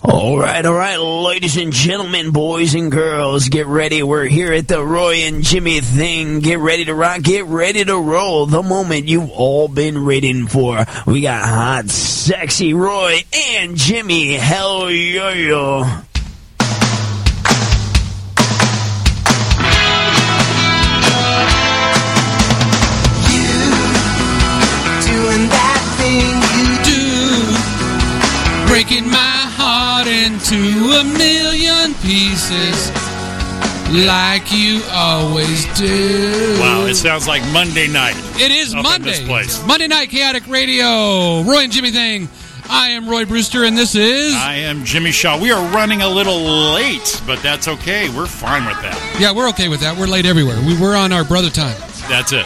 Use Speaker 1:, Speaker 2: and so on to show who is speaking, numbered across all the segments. Speaker 1: All right, all right, ladies and gentlemen, boys and girls, get ready. We're here at the Roy and Jimmy thing. Get ready to rock, get ready to roll. The moment you've all been waiting for. We got hot, sexy Roy and Jimmy. Hell yo yo.
Speaker 2: doing that thing you do.
Speaker 3: breaking my heart into a million pieces like you always do.
Speaker 4: Wow, it sounds like Monday night.
Speaker 3: it is
Speaker 4: up in
Speaker 3: Monday.
Speaker 4: this place.
Speaker 3: Monday Night Chaotic Radio. Roy and Jimmy Thing. I am Roy Brewster, and this is.
Speaker 4: I am Jimmy Shaw. We are running a little late, but that's okay. We're fine with that.
Speaker 3: yeah, we're okay with that. We're late everywhere. We, we're on our brother time.
Speaker 4: That's it.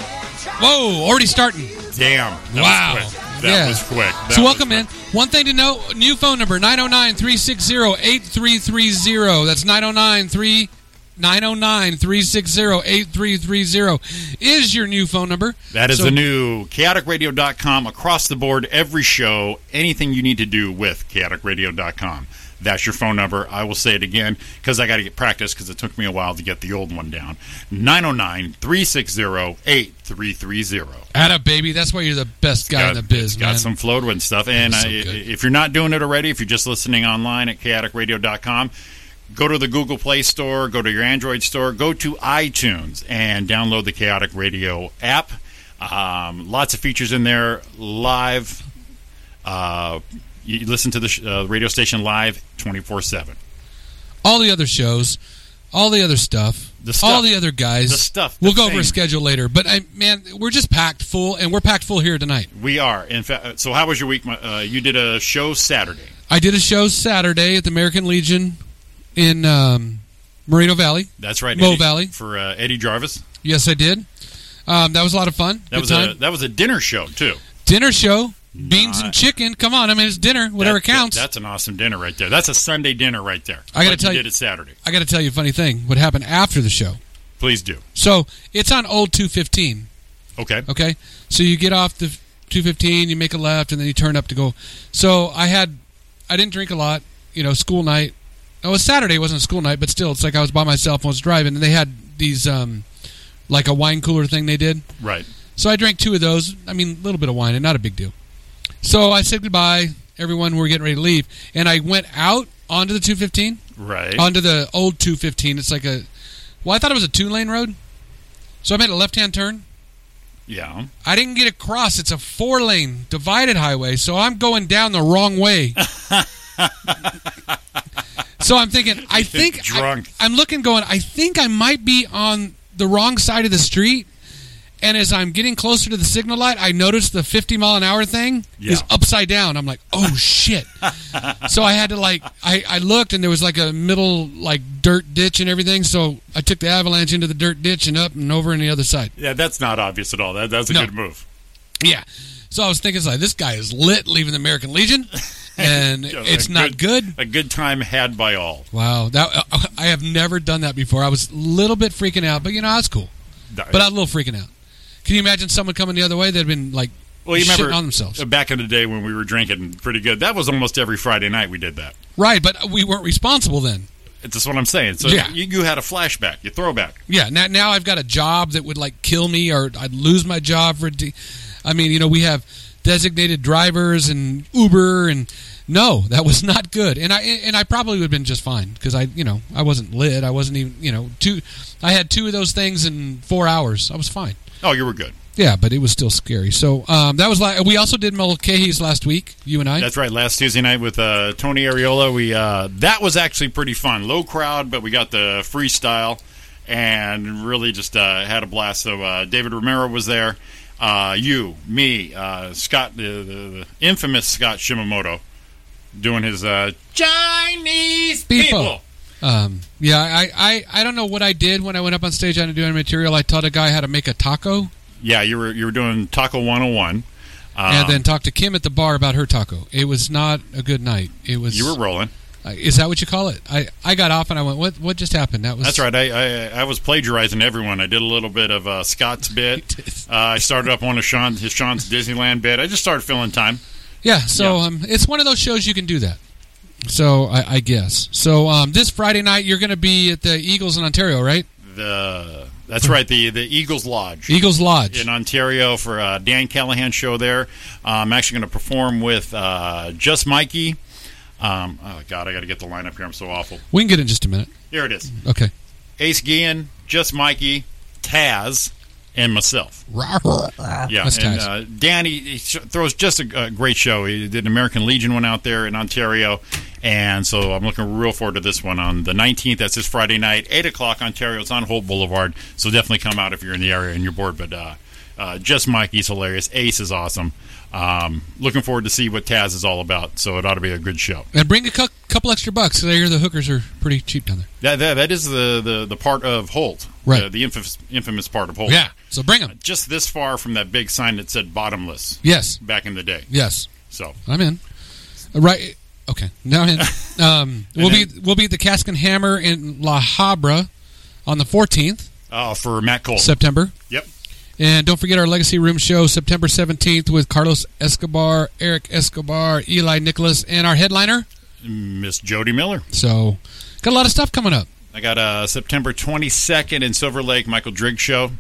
Speaker 3: Whoa, already starting.
Speaker 4: Damn. That
Speaker 3: wow.
Speaker 4: Was quick. That
Speaker 3: Yeah.
Speaker 4: was quick. That
Speaker 3: so,
Speaker 4: was
Speaker 3: welcome in. One thing to note new phone number 909 360 8330. That's 909 909 360 8330 is your new phone number.
Speaker 4: That is
Speaker 3: So-
Speaker 4: the new chaoticradio.com across the board, every show, anything you need to do with chaoticradio.com. That's your phone number. I will say it again because I got to get practice because it took me a while to get the old one down. 909 360 8330.
Speaker 3: Atta baby, that's why you're the best guy in the biz,
Speaker 4: it's got
Speaker 3: man.
Speaker 4: some Floatwood stuff. And
Speaker 3: so
Speaker 4: I,
Speaker 3: good.
Speaker 4: if you're not doing it already, if you're just listening online at chaoticradio.com, go to the Google Play Store, go to your Android store, go to iTunes, and download the Chaotic Radio app. Um, lots of features in there. Live, uh, you listen to the sh- uh, radio station live 24 7.
Speaker 3: all the other shows, all the other stuff,
Speaker 4: The stuff.
Speaker 3: all the other guys.
Speaker 4: The stuff, the
Speaker 3: we'll go over a
Speaker 4: thing.
Speaker 3: schedule later, but I, man, we're just packed full, and we're packed full here tonight.
Speaker 4: We are. In fact, so how was your week? My- Uh, you did a show Saturday.
Speaker 3: I did a show Saturday at the American Legion in um, Moreno Valley.
Speaker 4: That's right.
Speaker 3: Mo
Speaker 4: Eddie-
Speaker 3: Valley.
Speaker 4: For uh, Eddie Jarvis.
Speaker 3: Yes, I did. Um, that was a lot of fun.
Speaker 4: That
Speaker 3: Good
Speaker 4: was
Speaker 3: time.
Speaker 4: a that was a dinner show too.
Speaker 3: dinner show. Beans
Speaker 4: Nice.
Speaker 3: and chicken. Come on, I mean it's dinner. Whatever
Speaker 4: That-
Speaker 3: counts.
Speaker 4: That's an awesome dinner right there. That's a Sunday dinner right there.
Speaker 3: I gotta
Speaker 4: Like
Speaker 3: tell you-
Speaker 4: did it Saturday.
Speaker 3: I got to tell you a funny thing. What happened after the show?
Speaker 4: Please do.
Speaker 3: So it's on Old Two Fifteen.
Speaker 4: Okay.
Speaker 3: Okay, so you get off the 215, you make a left, and then you turn up to go. So I had, I didn't drink a lot. You know, school night. Oh, it was Saturday. It wasn't school night, but still, it's like I was by myself. and I was driving, and they had these, um, like a wine cooler thing they did.
Speaker 4: Right.
Speaker 3: So I drank two of those. I mean, a little bit of wine, and not a big deal. So I said goodbye, everyone. We're getting ready to leave, and I went out onto the 215,
Speaker 4: Right.
Speaker 3: onto the old 215. It's like a, well, I thought it was a two lane road. So I made a left hand turn.
Speaker 4: yeah.
Speaker 3: I didn't get across. It's a four lane divided highway, so I'm going down the wrong way. so I'm thinking, I think
Speaker 4: drunk.
Speaker 3: I, am looking, going, I think I might be on the wrong side of the street. And as I'm getting closer to the signal light, I notice the 50 mile an hour thing is
Speaker 4: Yeah.
Speaker 3: upside down. I'm like, oh shit. so I had to like, I, I looked and there was like a middle, like dirt ditch and everything. So I took the avalanche into the dirt ditch and up and over on the other side.
Speaker 4: Yeah. That's not obvious at all. That that's a
Speaker 3: No.
Speaker 4: good move.
Speaker 3: Yeah. So I was thinking, it's like, this guy is lit leaving the American Legion, and
Speaker 4: Yeah,
Speaker 3: it's
Speaker 4: a
Speaker 3: not good.
Speaker 4: A good time had by all.
Speaker 3: Wow, that I have never done that before. I was a little bit freaking out, but you know that's cool. But I was a little freaking out. Can you imagine someone coming the other way? They'd have been like,
Speaker 4: well, you
Speaker 3: shitting
Speaker 4: remember
Speaker 3: on themselves.
Speaker 4: uh, back in the day when we were drinking pretty good. That was almost every Friday night we did that.
Speaker 3: right? But we weren't responsible then.
Speaker 4: That's what I'm saying. So
Speaker 3: Yeah.
Speaker 4: you, you had a flashback, you throwback.
Speaker 3: Yeah. Now, now I've got a job that would like kill me, or I'd lose my job for. De- I mean, you know, we have designated drivers and Uber, and no, that was not good. And I and I probably would have been just fine because I, you know, I wasn't lit. I wasn't even, you know, two. I had two of those things in four hours. I was fine.
Speaker 4: Oh, you were good.
Speaker 3: Yeah, but it was still scary. So um, that was like we also did Mulcahy's last week. You and I.
Speaker 4: That's right. Last Tuesday night with uh, Tony Ariola, we uh, that was actually pretty fun. Low crowd, but we got the freestyle and really just uh, had a blast. So uh, David Romero was there. Uh, you, me, uh, Scott, the, the, the infamous Scott Shimamoto, doing his uh, Chinese people.
Speaker 3: People. um, yeah, I, I I don't know what I did when I went up on stage. I didn't do any material. I taught a guy how to make a taco,
Speaker 4: Yeah, you were you were doing Taco 101. Uh,
Speaker 3: and then talked to Kim at the bar about her taco. It was not a good night. It was.
Speaker 4: you were rolling.
Speaker 3: uh, is that what you call it? I, I got off and I went. What what just happened? That was
Speaker 4: That's right. I, I I was plagiarizing everyone. I did a little bit of uh, Scott's bit.
Speaker 3: did.
Speaker 4: Uh, I started up one of Sean his Sean's Disneyland bit. I just started filling time.
Speaker 3: Yeah. So
Speaker 4: Yeah.
Speaker 3: Um, it's one of those shows you can do that. So I, I guess. So um, this Friday night you're going to be at the Eagles in Ontario, right?
Speaker 4: The that's right. The the Eagles Lodge.
Speaker 3: Eagles Lodge.
Speaker 4: in Ontario for uh, Dan Callahan show there. Uh, I'm actually going to perform with uh, Just Mikey. Um, oh God, I got to get the lineup here. I'm so awful.
Speaker 3: we can get in just a minute.
Speaker 4: Here it is:
Speaker 3: Okay.
Speaker 4: Ace Gian, Just Mikey, Taz, and myself. Yeah,
Speaker 3: That's
Speaker 4: and
Speaker 3: Taz.
Speaker 4: uh, Danny he sh- throws just a, a great show. He did an American Legion one out there in Ontario, and so I'm looking real forward to this one on the 19th. That's this Friday night, eight o'clock, Ontario. It's on Holt Boulevard, so definitely come out if you're in the area and you're bored. But uh, uh, just Mikey's hilarious. Ace is awesome. Um, looking forward to see what Taz is all about. So it ought to be a good show.
Speaker 3: And bring a cou- couple extra bucks 'cause I hear the hookers are pretty cheap down there.
Speaker 4: That that, that is the, the the part of Holt,
Speaker 3: Right.
Speaker 4: The, the infamous infamous part of Holt.
Speaker 3: Yeah. So bring them.
Speaker 4: just this far from that big sign that said "bottomless"
Speaker 3: Yes.
Speaker 4: back in the day.
Speaker 3: Yes.
Speaker 4: So.
Speaker 3: I'm in. Uh, Right. Okay. Now in. Um, we'll be we'll be at the Cask and Hammer in La Habra on the 14th
Speaker 4: Oh, for Matt Cole.
Speaker 3: September.
Speaker 4: Yep.
Speaker 3: And don't forget our Legacy Room show September 17th with Carlos Escobar, Eric Escobar, Eli Nicholas, and our headliner.
Speaker 4: Miss Jody Miller.
Speaker 3: So got a lot of stuff coming up.
Speaker 4: I got uh, September 22nd in Silver Lake, Michael Drigg show.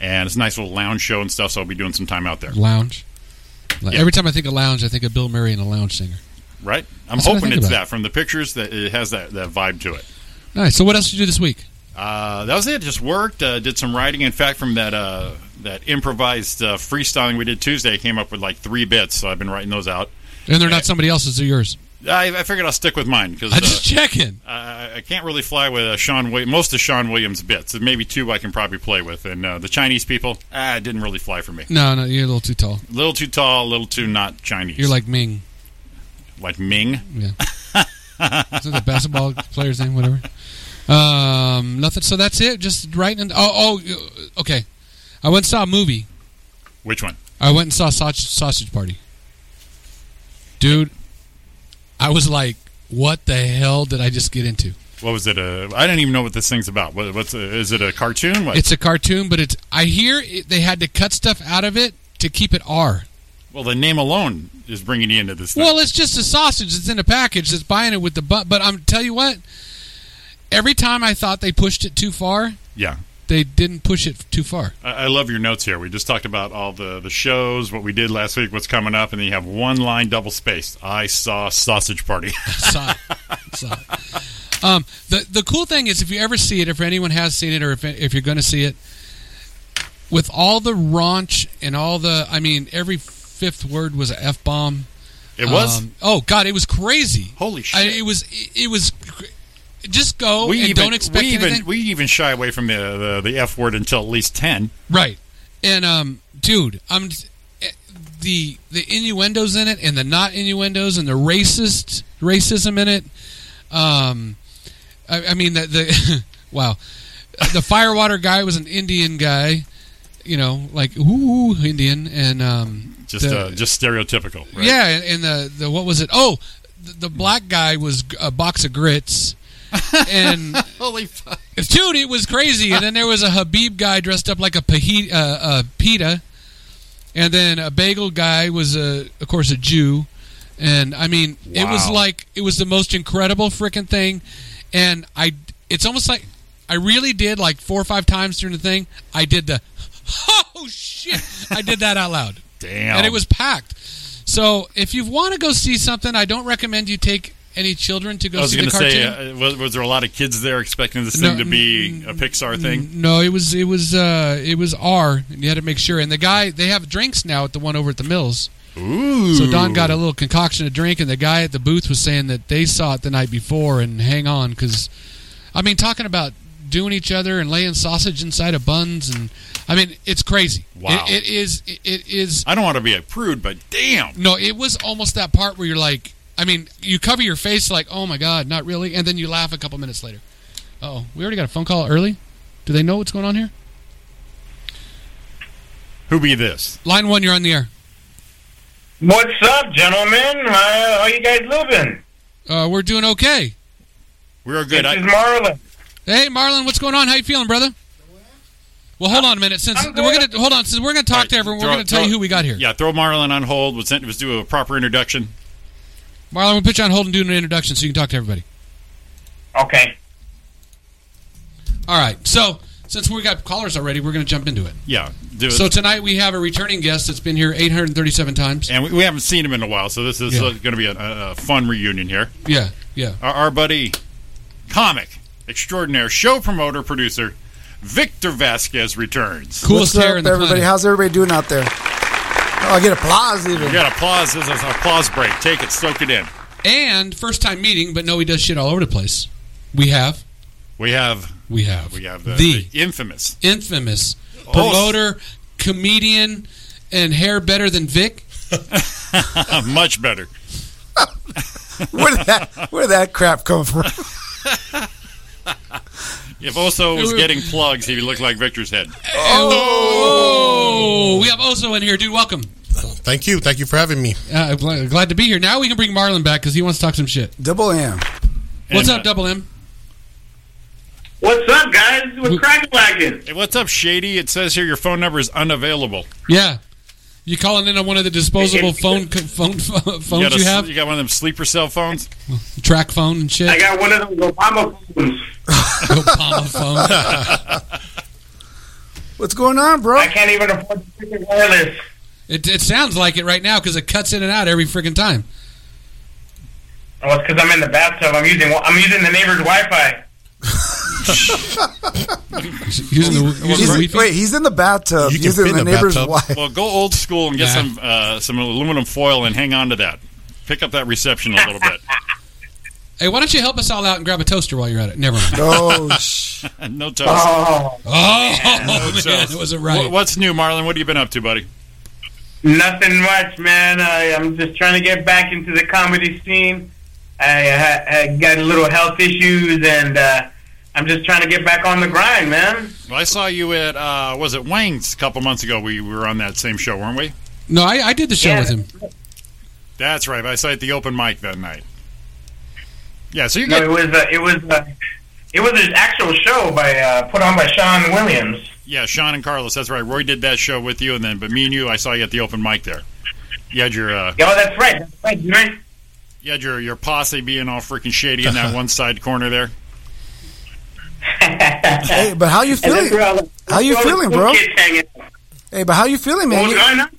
Speaker 4: And it's a nice little lounge show and stuff, so I'll be doing some time out there.
Speaker 3: Lounge. Like,
Speaker 4: Yeah.
Speaker 3: Every time I think of lounge, I think of Bill Murray and a lounge singer.
Speaker 4: Right? I'm
Speaker 3: That's what I
Speaker 4: hoping
Speaker 3: think
Speaker 4: it's
Speaker 3: about.
Speaker 4: that. From the pictures, that it has that, that vibe to it.
Speaker 3: Nice. So what else did you do this week?
Speaker 4: Uh, that was it. Just worked. Uh, did some writing. In fact, from that uh, that improvised uh, freestyling we did Tuesday, I came up with like three bits, so I've been writing those out.
Speaker 3: And they're not somebody else's; they're yours.
Speaker 4: I, I figured I'll stick with mine uh, because
Speaker 3: I just checking.
Speaker 4: I, I can't really fly with uh, Sean. Wi- most of Sean Williams' bits, and maybe two I can probably play with. And uh, the Chinese people, ah, it didn't really fly for me.
Speaker 3: No, no, you're a little too tall.
Speaker 4: A little too tall, a little too not Chinese.
Speaker 3: You're like Ming.
Speaker 4: like Ming.
Speaker 3: Yeah. Is it the basketball player's name? Whatever. Um, nothing. So that's it. Just writing. and- Oh, oh, okay. I went and saw a movie.
Speaker 4: Which one?
Speaker 3: I went and saw Sausage, sausage Party. Dude, I was like, what the hell did I just get into?
Speaker 4: What was it? Uh, I don't even know what this thing's about. What, what's uh is it? A cartoon? What?
Speaker 3: It's a cartoon, but it's. I hear it, they had to cut stuff out of it to keep it R.
Speaker 4: well, the name alone is bringing you into this. Thing.
Speaker 3: Well, it's just a sausage that's in a package that's buying it with the butt. But I'm tell you what, every time I thought they pushed it too far,
Speaker 4: yeah.
Speaker 3: they didn't push it too far.
Speaker 4: I, I love your notes here. We just talked about all the the shows, what we did last week, what's coming up, and then you have one line double spaced. I saw Sausage Party.
Speaker 3: Saw it. Saw it. Um, the the cool thing is if you ever see it, if anyone has seen it, or if if you're going to see it, with all the raunch and all the, I mean, every fifth word was a f bomb.
Speaker 4: It was.
Speaker 3: Um, oh God, it was crazy.
Speaker 4: Holy
Speaker 3: I,
Speaker 4: shit.
Speaker 3: it was. It was. cr- Just go Oh, and don't expect
Speaker 4: we even
Speaker 3: anything.
Speaker 4: we even shy away from the, the the f word until at least ten.
Speaker 3: Right. And um dude, I'm eh, the the innuendos in it and the not innuendos and the racist racism in it. Um I, I mean the the wow. The firewater guy was an Indian guy, you know, like ooh Indian and um
Speaker 4: Just
Speaker 3: the-
Speaker 4: uh, just stereotypical. Right?
Speaker 3: yeah, and, and the the what was it? Oh, the, the black guy was a box of grits. and
Speaker 4: Holy fuck.
Speaker 3: dude, it was crazy. And then there was a Habib guy dressed up like a pahita, uh, uh, pita, and then a bagel guy was a, of course, a Jew. And I mean, it was
Speaker 4: Wow.
Speaker 3: like it was the most incredible freaking thing. And I, it's almost like I really did like four or five times during the thing. I did the, oh shit, I did that out loud
Speaker 4: Damn.
Speaker 3: and it was packed. So if you want to go see something, I don't recommend you take any children to
Speaker 4: I
Speaker 3: go
Speaker 4: was
Speaker 3: see
Speaker 4: going
Speaker 3: the
Speaker 4: to
Speaker 3: cartoon.
Speaker 4: say, uh, was, was there a lot of kids there expecting this
Speaker 3: No,
Speaker 4: thing to be a Pixar thing?
Speaker 3: No, it was it was uh it was R, and you had to make sure. And the guy, they have drinks now at the one over at the Mills.
Speaker 4: Ooh.
Speaker 3: So Don got a little concoction to drink, and the guy at the booth was saying that they saw it the night before, and hang on, because I mean, talking about doing each other and laying sausage inside of buns, and I mean, it's crazy.
Speaker 4: Wow.
Speaker 3: It- it is. It, it is.
Speaker 4: I don't want to be a prude, but damn.
Speaker 3: No, it was almost that part where you're like, I mean, you cover your face like, oh my god, not really, and then you laugh a couple minutes later. Oh, we already got a phone call early. Do they know what's going on here?
Speaker 4: Who be this?
Speaker 3: Line one, you're on the air.
Speaker 5: What's up, gentlemen? How, how you guys living?
Speaker 3: Uh, we're doing okay.
Speaker 4: We are good.
Speaker 5: This is
Speaker 4: I,
Speaker 5: Marlon.
Speaker 3: Hey, Marlon, what's going on? How you feeling, brother? Well, hold on a minute. Since
Speaker 5: I'm
Speaker 3: we're
Speaker 5: good.
Speaker 3: gonna hold on, since we're gonna talk
Speaker 4: All right,
Speaker 3: to everyone, we're
Speaker 4: throw-
Speaker 3: gonna tell
Speaker 4: throw-
Speaker 3: you who we got here.
Speaker 4: yeah, throw Marlon on hold. Was, sent, was do a proper introduction.
Speaker 3: Marlon, we'll put you on hold and do an introduction so you can talk to everybody.
Speaker 6: Okay.
Speaker 3: All right. So since we got callers already, we're going to jump into it.
Speaker 4: Yeah, do it.
Speaker 3: So tonight we have a returning guest that's been here 837 times.
Speaker 4: and we, we haven't seen him in a while, so this is
Speaker 3: Yeah.
Speaker 4: going to be a, a, a fun reunion here.
Speaker 3: Yeah, yeah.
Speaker 4: Our, our buddy, comic extraordinaire, show promoter, producer, Victor Vasquez returns.
Speaker 3: Coolest
Speaker 7: What's
Speaker 3: hair
Speaker 7: up,
Speaker 3: in the
Speaker 7: everybody?
Speaker 3: planet.
Speaker 7: How's everybody doing out there? Oh, I get applause even.
Speaker 4: We got applause. This is an applause break. Take it, soak it in.
Speaker 3: and first time meeting, but no, he does shit all over the place. We have,
Speaker 4: We have
Speaker 3: we have,
Speaker 4: we have Oh, the,
Speaker 3: the
Speaker 4: the infamous.
Speaker 3: infamous promoter, comedian, and hair better than Vic.
Speaker 4: Much better.
Speaker 7: Where did that where did that crap come from?
Speaker 4: If Oso was getting plugs, he would look like Victor's head.
Speaker 3: Oh, we have Oso in here, dude. Welcome.
Speaker 8: Thank you. Thank you for having me.
Speaker 3: Uh, glad, glad to be here. Now we can bring Marlon back because he wants to talk some shit.
Speaker 7: Double M.
Speaker 3: What's
Speaker 4: And,
Speaker 3: up,
Speaker 4: uh,
Speaker 3: Double M?
Speaker 6: What's up, guys? What's cracking lacking?
Speaker 4: Hey, what's up, Shady? It says here your phone number is unavailable.
Speaker 3: Yeah, you calling in on one of the disposable phone co- phone phones
Speaker 4: got a
Speaker 3: you
Speaker 4: s-
Speaker 3: have?
Speaker 4: you got one of them sleeper cell phones?
Speaker 3: Track phone and shit.
Speaker 6: I got one of those Obama phones.
Speaker 3: Obama phone.
Speaker 7: What's going on, bro?
Speaker 6: I can't even afford to pick a wireless.
Speaker 3: It, it sounds like it right now because it cuts in and out every freaking time.
Speaker 6: Oh, it's because I'm in the bathtub. I'm using I'm using the neighbor's Wi-Fi.
Speaker 3: Using the, using
Speaker 7: He's-
Speaker 3: the Wi-Fi?
Speaker 7: wait, he's in the bathtub
Speaker 8: You can
Speaker 7: using
Speaker 8: fit
Speaker 7: the
Speaker 8: in a
Speaker 7: neighbor's
Speaker 8: bathtub.
Speaker 7: wife.
Speaker 4: Well, go old school and get
Speaker 3: Yeah.
Speaker 4: some uh, some aluminum foil and hang on to that. Pick up that reception a little bit.
Speaker 3: Hey, why don't you help us all out and grab a toaster while you're at it? Never mind.
Speaker 7: Oh, sh-
Speaker 4: no toast.
Speaker 6: Oh,
Speaker 3: Oh, man,
Speaker 4: toast.
Speaker 3: that wasn't
Speaker 4: Wha-
Speaker 3: right.
Speaker 4: What's new, Marlon? What have you been up to, buddy?
Speaker 6: nothing much, man. I, I'm just trying to get back into the comedy scene. I, I, I got a little health issues, and uh, I'm just trying to get back on the grind, man.
Speaker 4: Well, I saw you at uh, was it Wang's a couple months ago. We were on that same show, weren't we?
Speaker 3: No, I, I did the show
Speaker 6: Yeah.
Speaker 3: with him.
Speaker 4: That's right. I saw you at the open mic that night. Yeah, so you
Speaker 6: No,
Speaker 4: got
Speaker 6: it was uh, it was uh, it was an actual show by uh, put on by Sean Williams.
Speaker 4: yeah Sean and Carlos. That's right. Roy did that show with you, and then but me and you, I saw you at the open mic there. You had your uh,
Speaker 6: Yeah, oh, that's right. That's right. You're right.
Speaker 4: you had your, your posse being all freaking shady in that one side corner there.
Speaker 7: hey, but how you
Speaker 6: And that's where
Speaker 7: feeling?
Speaker 6: all the-
Speaker 7: How you
Speaker 6: all the
Speaker 7: feeling,
Speaker 6: cool
Speaker 7: bro?
Speaker 6: kids hang out.
Speaker 7: Hey, but how you feeling,
Speaker 6: What
Speaker 7: man?
Speaker 6: was
Speaker 7: You-
Speaker 6: going on?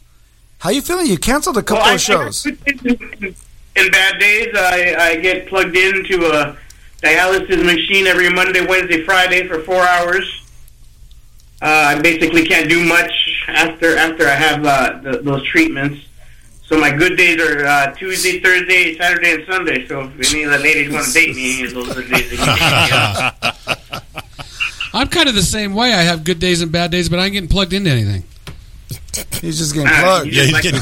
Speaker 7: how you feeling? You canceled a couple
Speaker 6: Well, I-
Speaker 7: of shows.
Speaker 6: In, in bad days, I, I get plugged into a dialysis machine every Monday, Wednesday, Friday for four hours. Uh, I basically can't do much after after I have uh, th those treatments. So my good days are uh, Tuesday, Thursday, Saturday, and Sunday. So if any of the ladies want to date me, those are the days. They can date me.
Speaker 3: I'm kind of the same way. I have good days and bad days, but I ain't getting plugged into anything.
Speaker 7: He's just
Speaker 6: Ah,
Speaker 7: getting plugged.
Speaker 8: Yeah, he's getting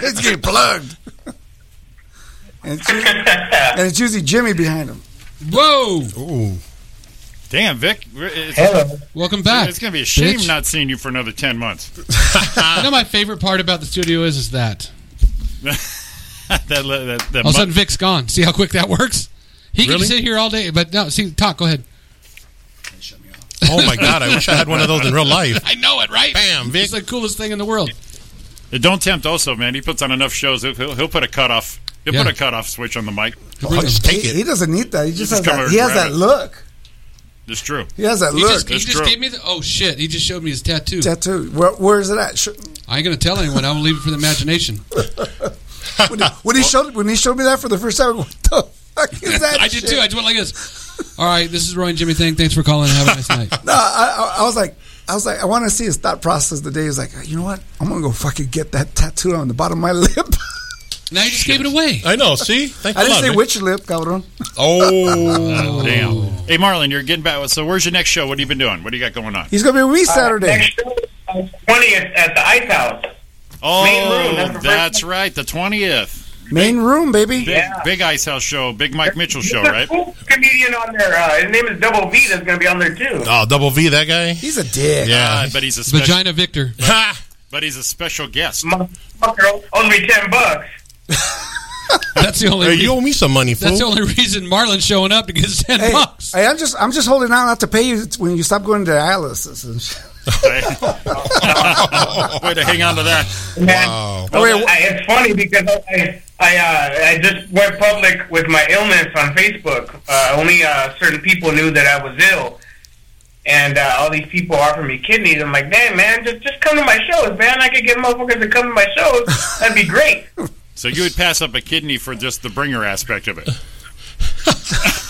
Speaker 7: he's getting plugged. And it's, usually, and it's usually Jimmy behind him.
Speaker 3: Whoa!
Speaker 8: Ooh.
Speaker 4: Damn, Vic, it's,
Speaker 6: Hello.
Speaker 3: Welcome back.
Speaker 4: it's gonna be a shame
Speaker 3: bitch.
Speaker 4: not seeing you for another ten months.
Speaker 3: You know my favorite part about the studio is is that
Speaker 4: that that, that
Speaker 3: all of a
Speaker 4: mu-
Speaker 3: sudden Vic's gone. See how quick that works? He can
Speaker 4: Really?
Speaker 3: sit here all day, but no. See, talk. Go ahead.
Speaker 8: Oh my God! I wish I had one of those in real life.
Speaker 3: I know it, right?
Speaker 8: Bam, Vic.
Speaker 3: It's the coolest thing in the world.
Speaker 4: Don't tempt also, man. He puts on enough shows. He'll, he'll, he'll put a cutoff. He'll
Speaker 3: Yeah.
Speaker 4: put a cutoff switch on the mic.
Speaker 8: Oh, just take
Speaker 7: He,
Speaker 8: it.
Speaker 7: he doesn't need that. He just
Speaker 4: just
Speaker 7: has
Speaker 4: come
Speaker 7: that.
Speaker 4: over
Speaker 7: He
Speaker 4: and
Speaker 7: has
Speaker 4: grab
Speaker 7: that
Speaker 4: it.
Speaker 7: look.
Speaker 4: It's true.
Speaker 7: He has that
Speaker 3: He
Speaker 7: look.
Speaker 3: just, he
Speaker 4: that's
Speaker 3: just
Speaker 4: true.
Speaker 3: gave me the. Oh shit! He just showed me his tattoo.
Speaker 7: Tattoo. Where, where is it at? Sh-
Speaker 3: I ain't gonna tell anyone. I'm gonna leave it for the imagination.
Speaker 7: When he, when he showed when he showed me that for the first time, what the fuck is that?
Speaker 3: I did
Speaker 7: shit?
Speaker 3: too. I just went like this. All right, this is Roy and Jimmy. Thing. Thanks for calling. and Have a nice night.
Speaker 7: No, I, I, I was like, I was like, I want to see his thought process the day. He's like, you know what? I'm gonna go fucking get that tattoo on the bottom of my lip.
Speaker 3: Now you just gave it away.
Speaker 8: I know. See, thank
Speaker 7: I
Speaker 8: you.
Speaker 7: didn't say which lip, cabrón.
Speaker 8: Oh,
Speaker 4: Damn. Hey, Marlon, you're getting back. So, where's your next show? What have you been doing? What do you got going on?
Speaker 7: He's gonna be with me Saturday.
Speaker 6: Uh, Next show, twentieth at the Ice House. Main room, that's
Speaker 4: Oh,
Speaker 6: the
Speaker 4: that's
Speaker 6: first-
Speaker 4: right. The 20th.
Speaker 7: Main room, baby.
Speaker 4: Big,
Speaker 6: Yeah.
Speaker 4: big Ice House show. Big Mike Mitchell show,
Speaker 6: There's a
Speaker 4: right?
Speaker 6: cool comedian on there. Uh, his name is Double V. That's going to be on there too.
Speaker 8: oh, double V. That guy.
Speaker 7: He's a dick.
Speaker 8: Yeah.
Speaker 4: Uh, but he's a special.
Speaker 3: Vagina Victor.
Speaker 8: Ha!
Speaker 4: But he's a special guest.
Speaker 6: Motherfucker, owes me ten bucks.
Speaker 3: That's the only.
Speaker 8: Hey, you owe me some money, fool.
Speaker 3: that's the only reason Marlon's showing up to get his ten
Speaker 7: Hey,
Speaker 3: bucks.
Speaker 7: hey, I'm just, I'm just holding out not to pay you when you stop going to dialysis. And shit.
Speaker 4: Way to hang on to that.
Speaker 6: Man,
Speaker 8: Oh.
Speaker 7: Oh, wait,
Speaker 6: I, it's funny because I, I uh, I just went public with my illness on Facebook. Uh, only uh, certain people knew that I was ill, and uh, all these people offered me kidneys. I'm like, damn man, just just come to my shows, man. I could get motherfuckers to come to my shows. That'd be great.
Speaker 4: So you would pass up a kidney for just the bringer aspect of it.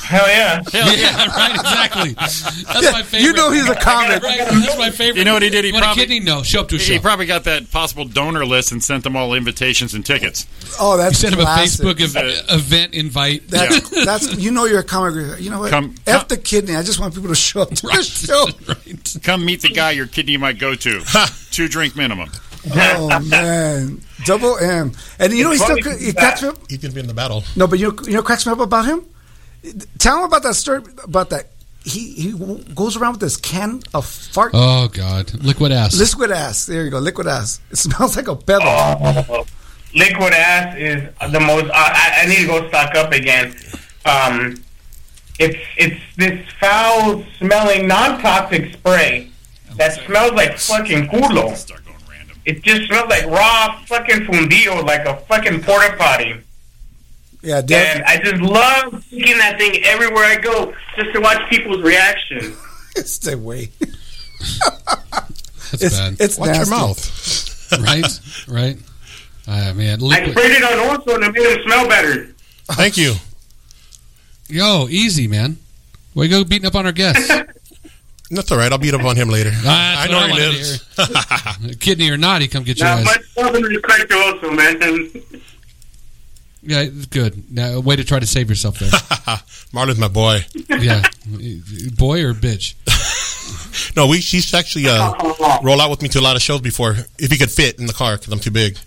Speaker 6: Hell yeah.
Speaker 3: Yeah, right, exactly. That's my favorite.
Speaker 7: You know he's a comic.
Speaker 3: Right, that's my favorite.
Speaker 4: You know what he did? He
Speaker 3: Want a
Speaker 4: probably-
Speaker 3: kidney? No, show up to a show.
Speaker 4: He probably got that possible donor list and sent them all invitations and tickets.
Speaker 7: Oh, that's
Speaker 3: Send him a
Speaker 7: classic.
Speaker 3: Facebook ev- event invite.
Speaker 7: That's, that's you know you're a comic. You know what?
Speaker 4: Come-
Speaker 7: F the kidney. I just want people to show up to the show.
Speaker 3: right.
Speaker 4: Come meet the guy your kidney might go to. Two drink minimum.
Speaker 7: Oh man, double M. And you know he still
Speaker 6: Funny
Speaker 7: he
Speaker 6: that-
Speaker 7: cracks me up.
Speaker 8: He could be in the battle.
Speaker 7: No, but you know, you know what cracks me up about him. Tell him about that story about that. He he w- goes around with this can of fart
Speaker 3: Oh God, liquid ass.
Speaker 7: liquid ass. There you go, liquid ass. It smells like a pebble.
Speaker 6: Oh, liquid ass is the most. I, I- I need to go stock up again. Um, it's it's this foul smelling non toxic spray that smells like fucking culo.
Speaker 4: Start going random.
Speaker 6: It just smells like raw fucking fundido, like a fucking porta potty.
Speaker 7: Yeah, Dad.
Speaker 6: And I just love taking that thing everywhere I go, just to watch people's reaction.
Speaker 7: Stay away.
Speaker 3: That's
Speaker 7: It's
Speaker 3: bad.
Speaker 7: it's
Speaker 8: Watch
Speaker 7: nasty.
Speaker 8: your mouth.
Speaker 3: right, right. Ah man,
Speaker 6: I
Speaker 3: liquid.
Speaker 6: sprayed it on Orso and it made him smell better.
Speaker 8: Thank you.
Speaker 3: Yo, easy man. Way to go beating up on our guests.
Speaker 8: That's all right. I'll beat up on him later.
Speaker 3: Ah,
Speaker 8: I
Speaker 3: that's
Speaker 8: know
Speaker 3: what
Speaker 8: he
Speaker 3: wanted to
Speaker 8: lives.
Speaker 3: hear. Kidney or not, he come get your
Speaker 6: Not
Speaker 3: ass.
Speaker 6: much love and respect to Orso, man.
Speaker 3: Yeah, it's good. Now, way to try to save yourself there.
Speaker 8: Marlon's my boy.
Speaker 3: yeah, boy or bitch.
Speaker 8: No, we she's actually uh, roll out with me to a lot of shows before if he could fit in the car because I'm too big.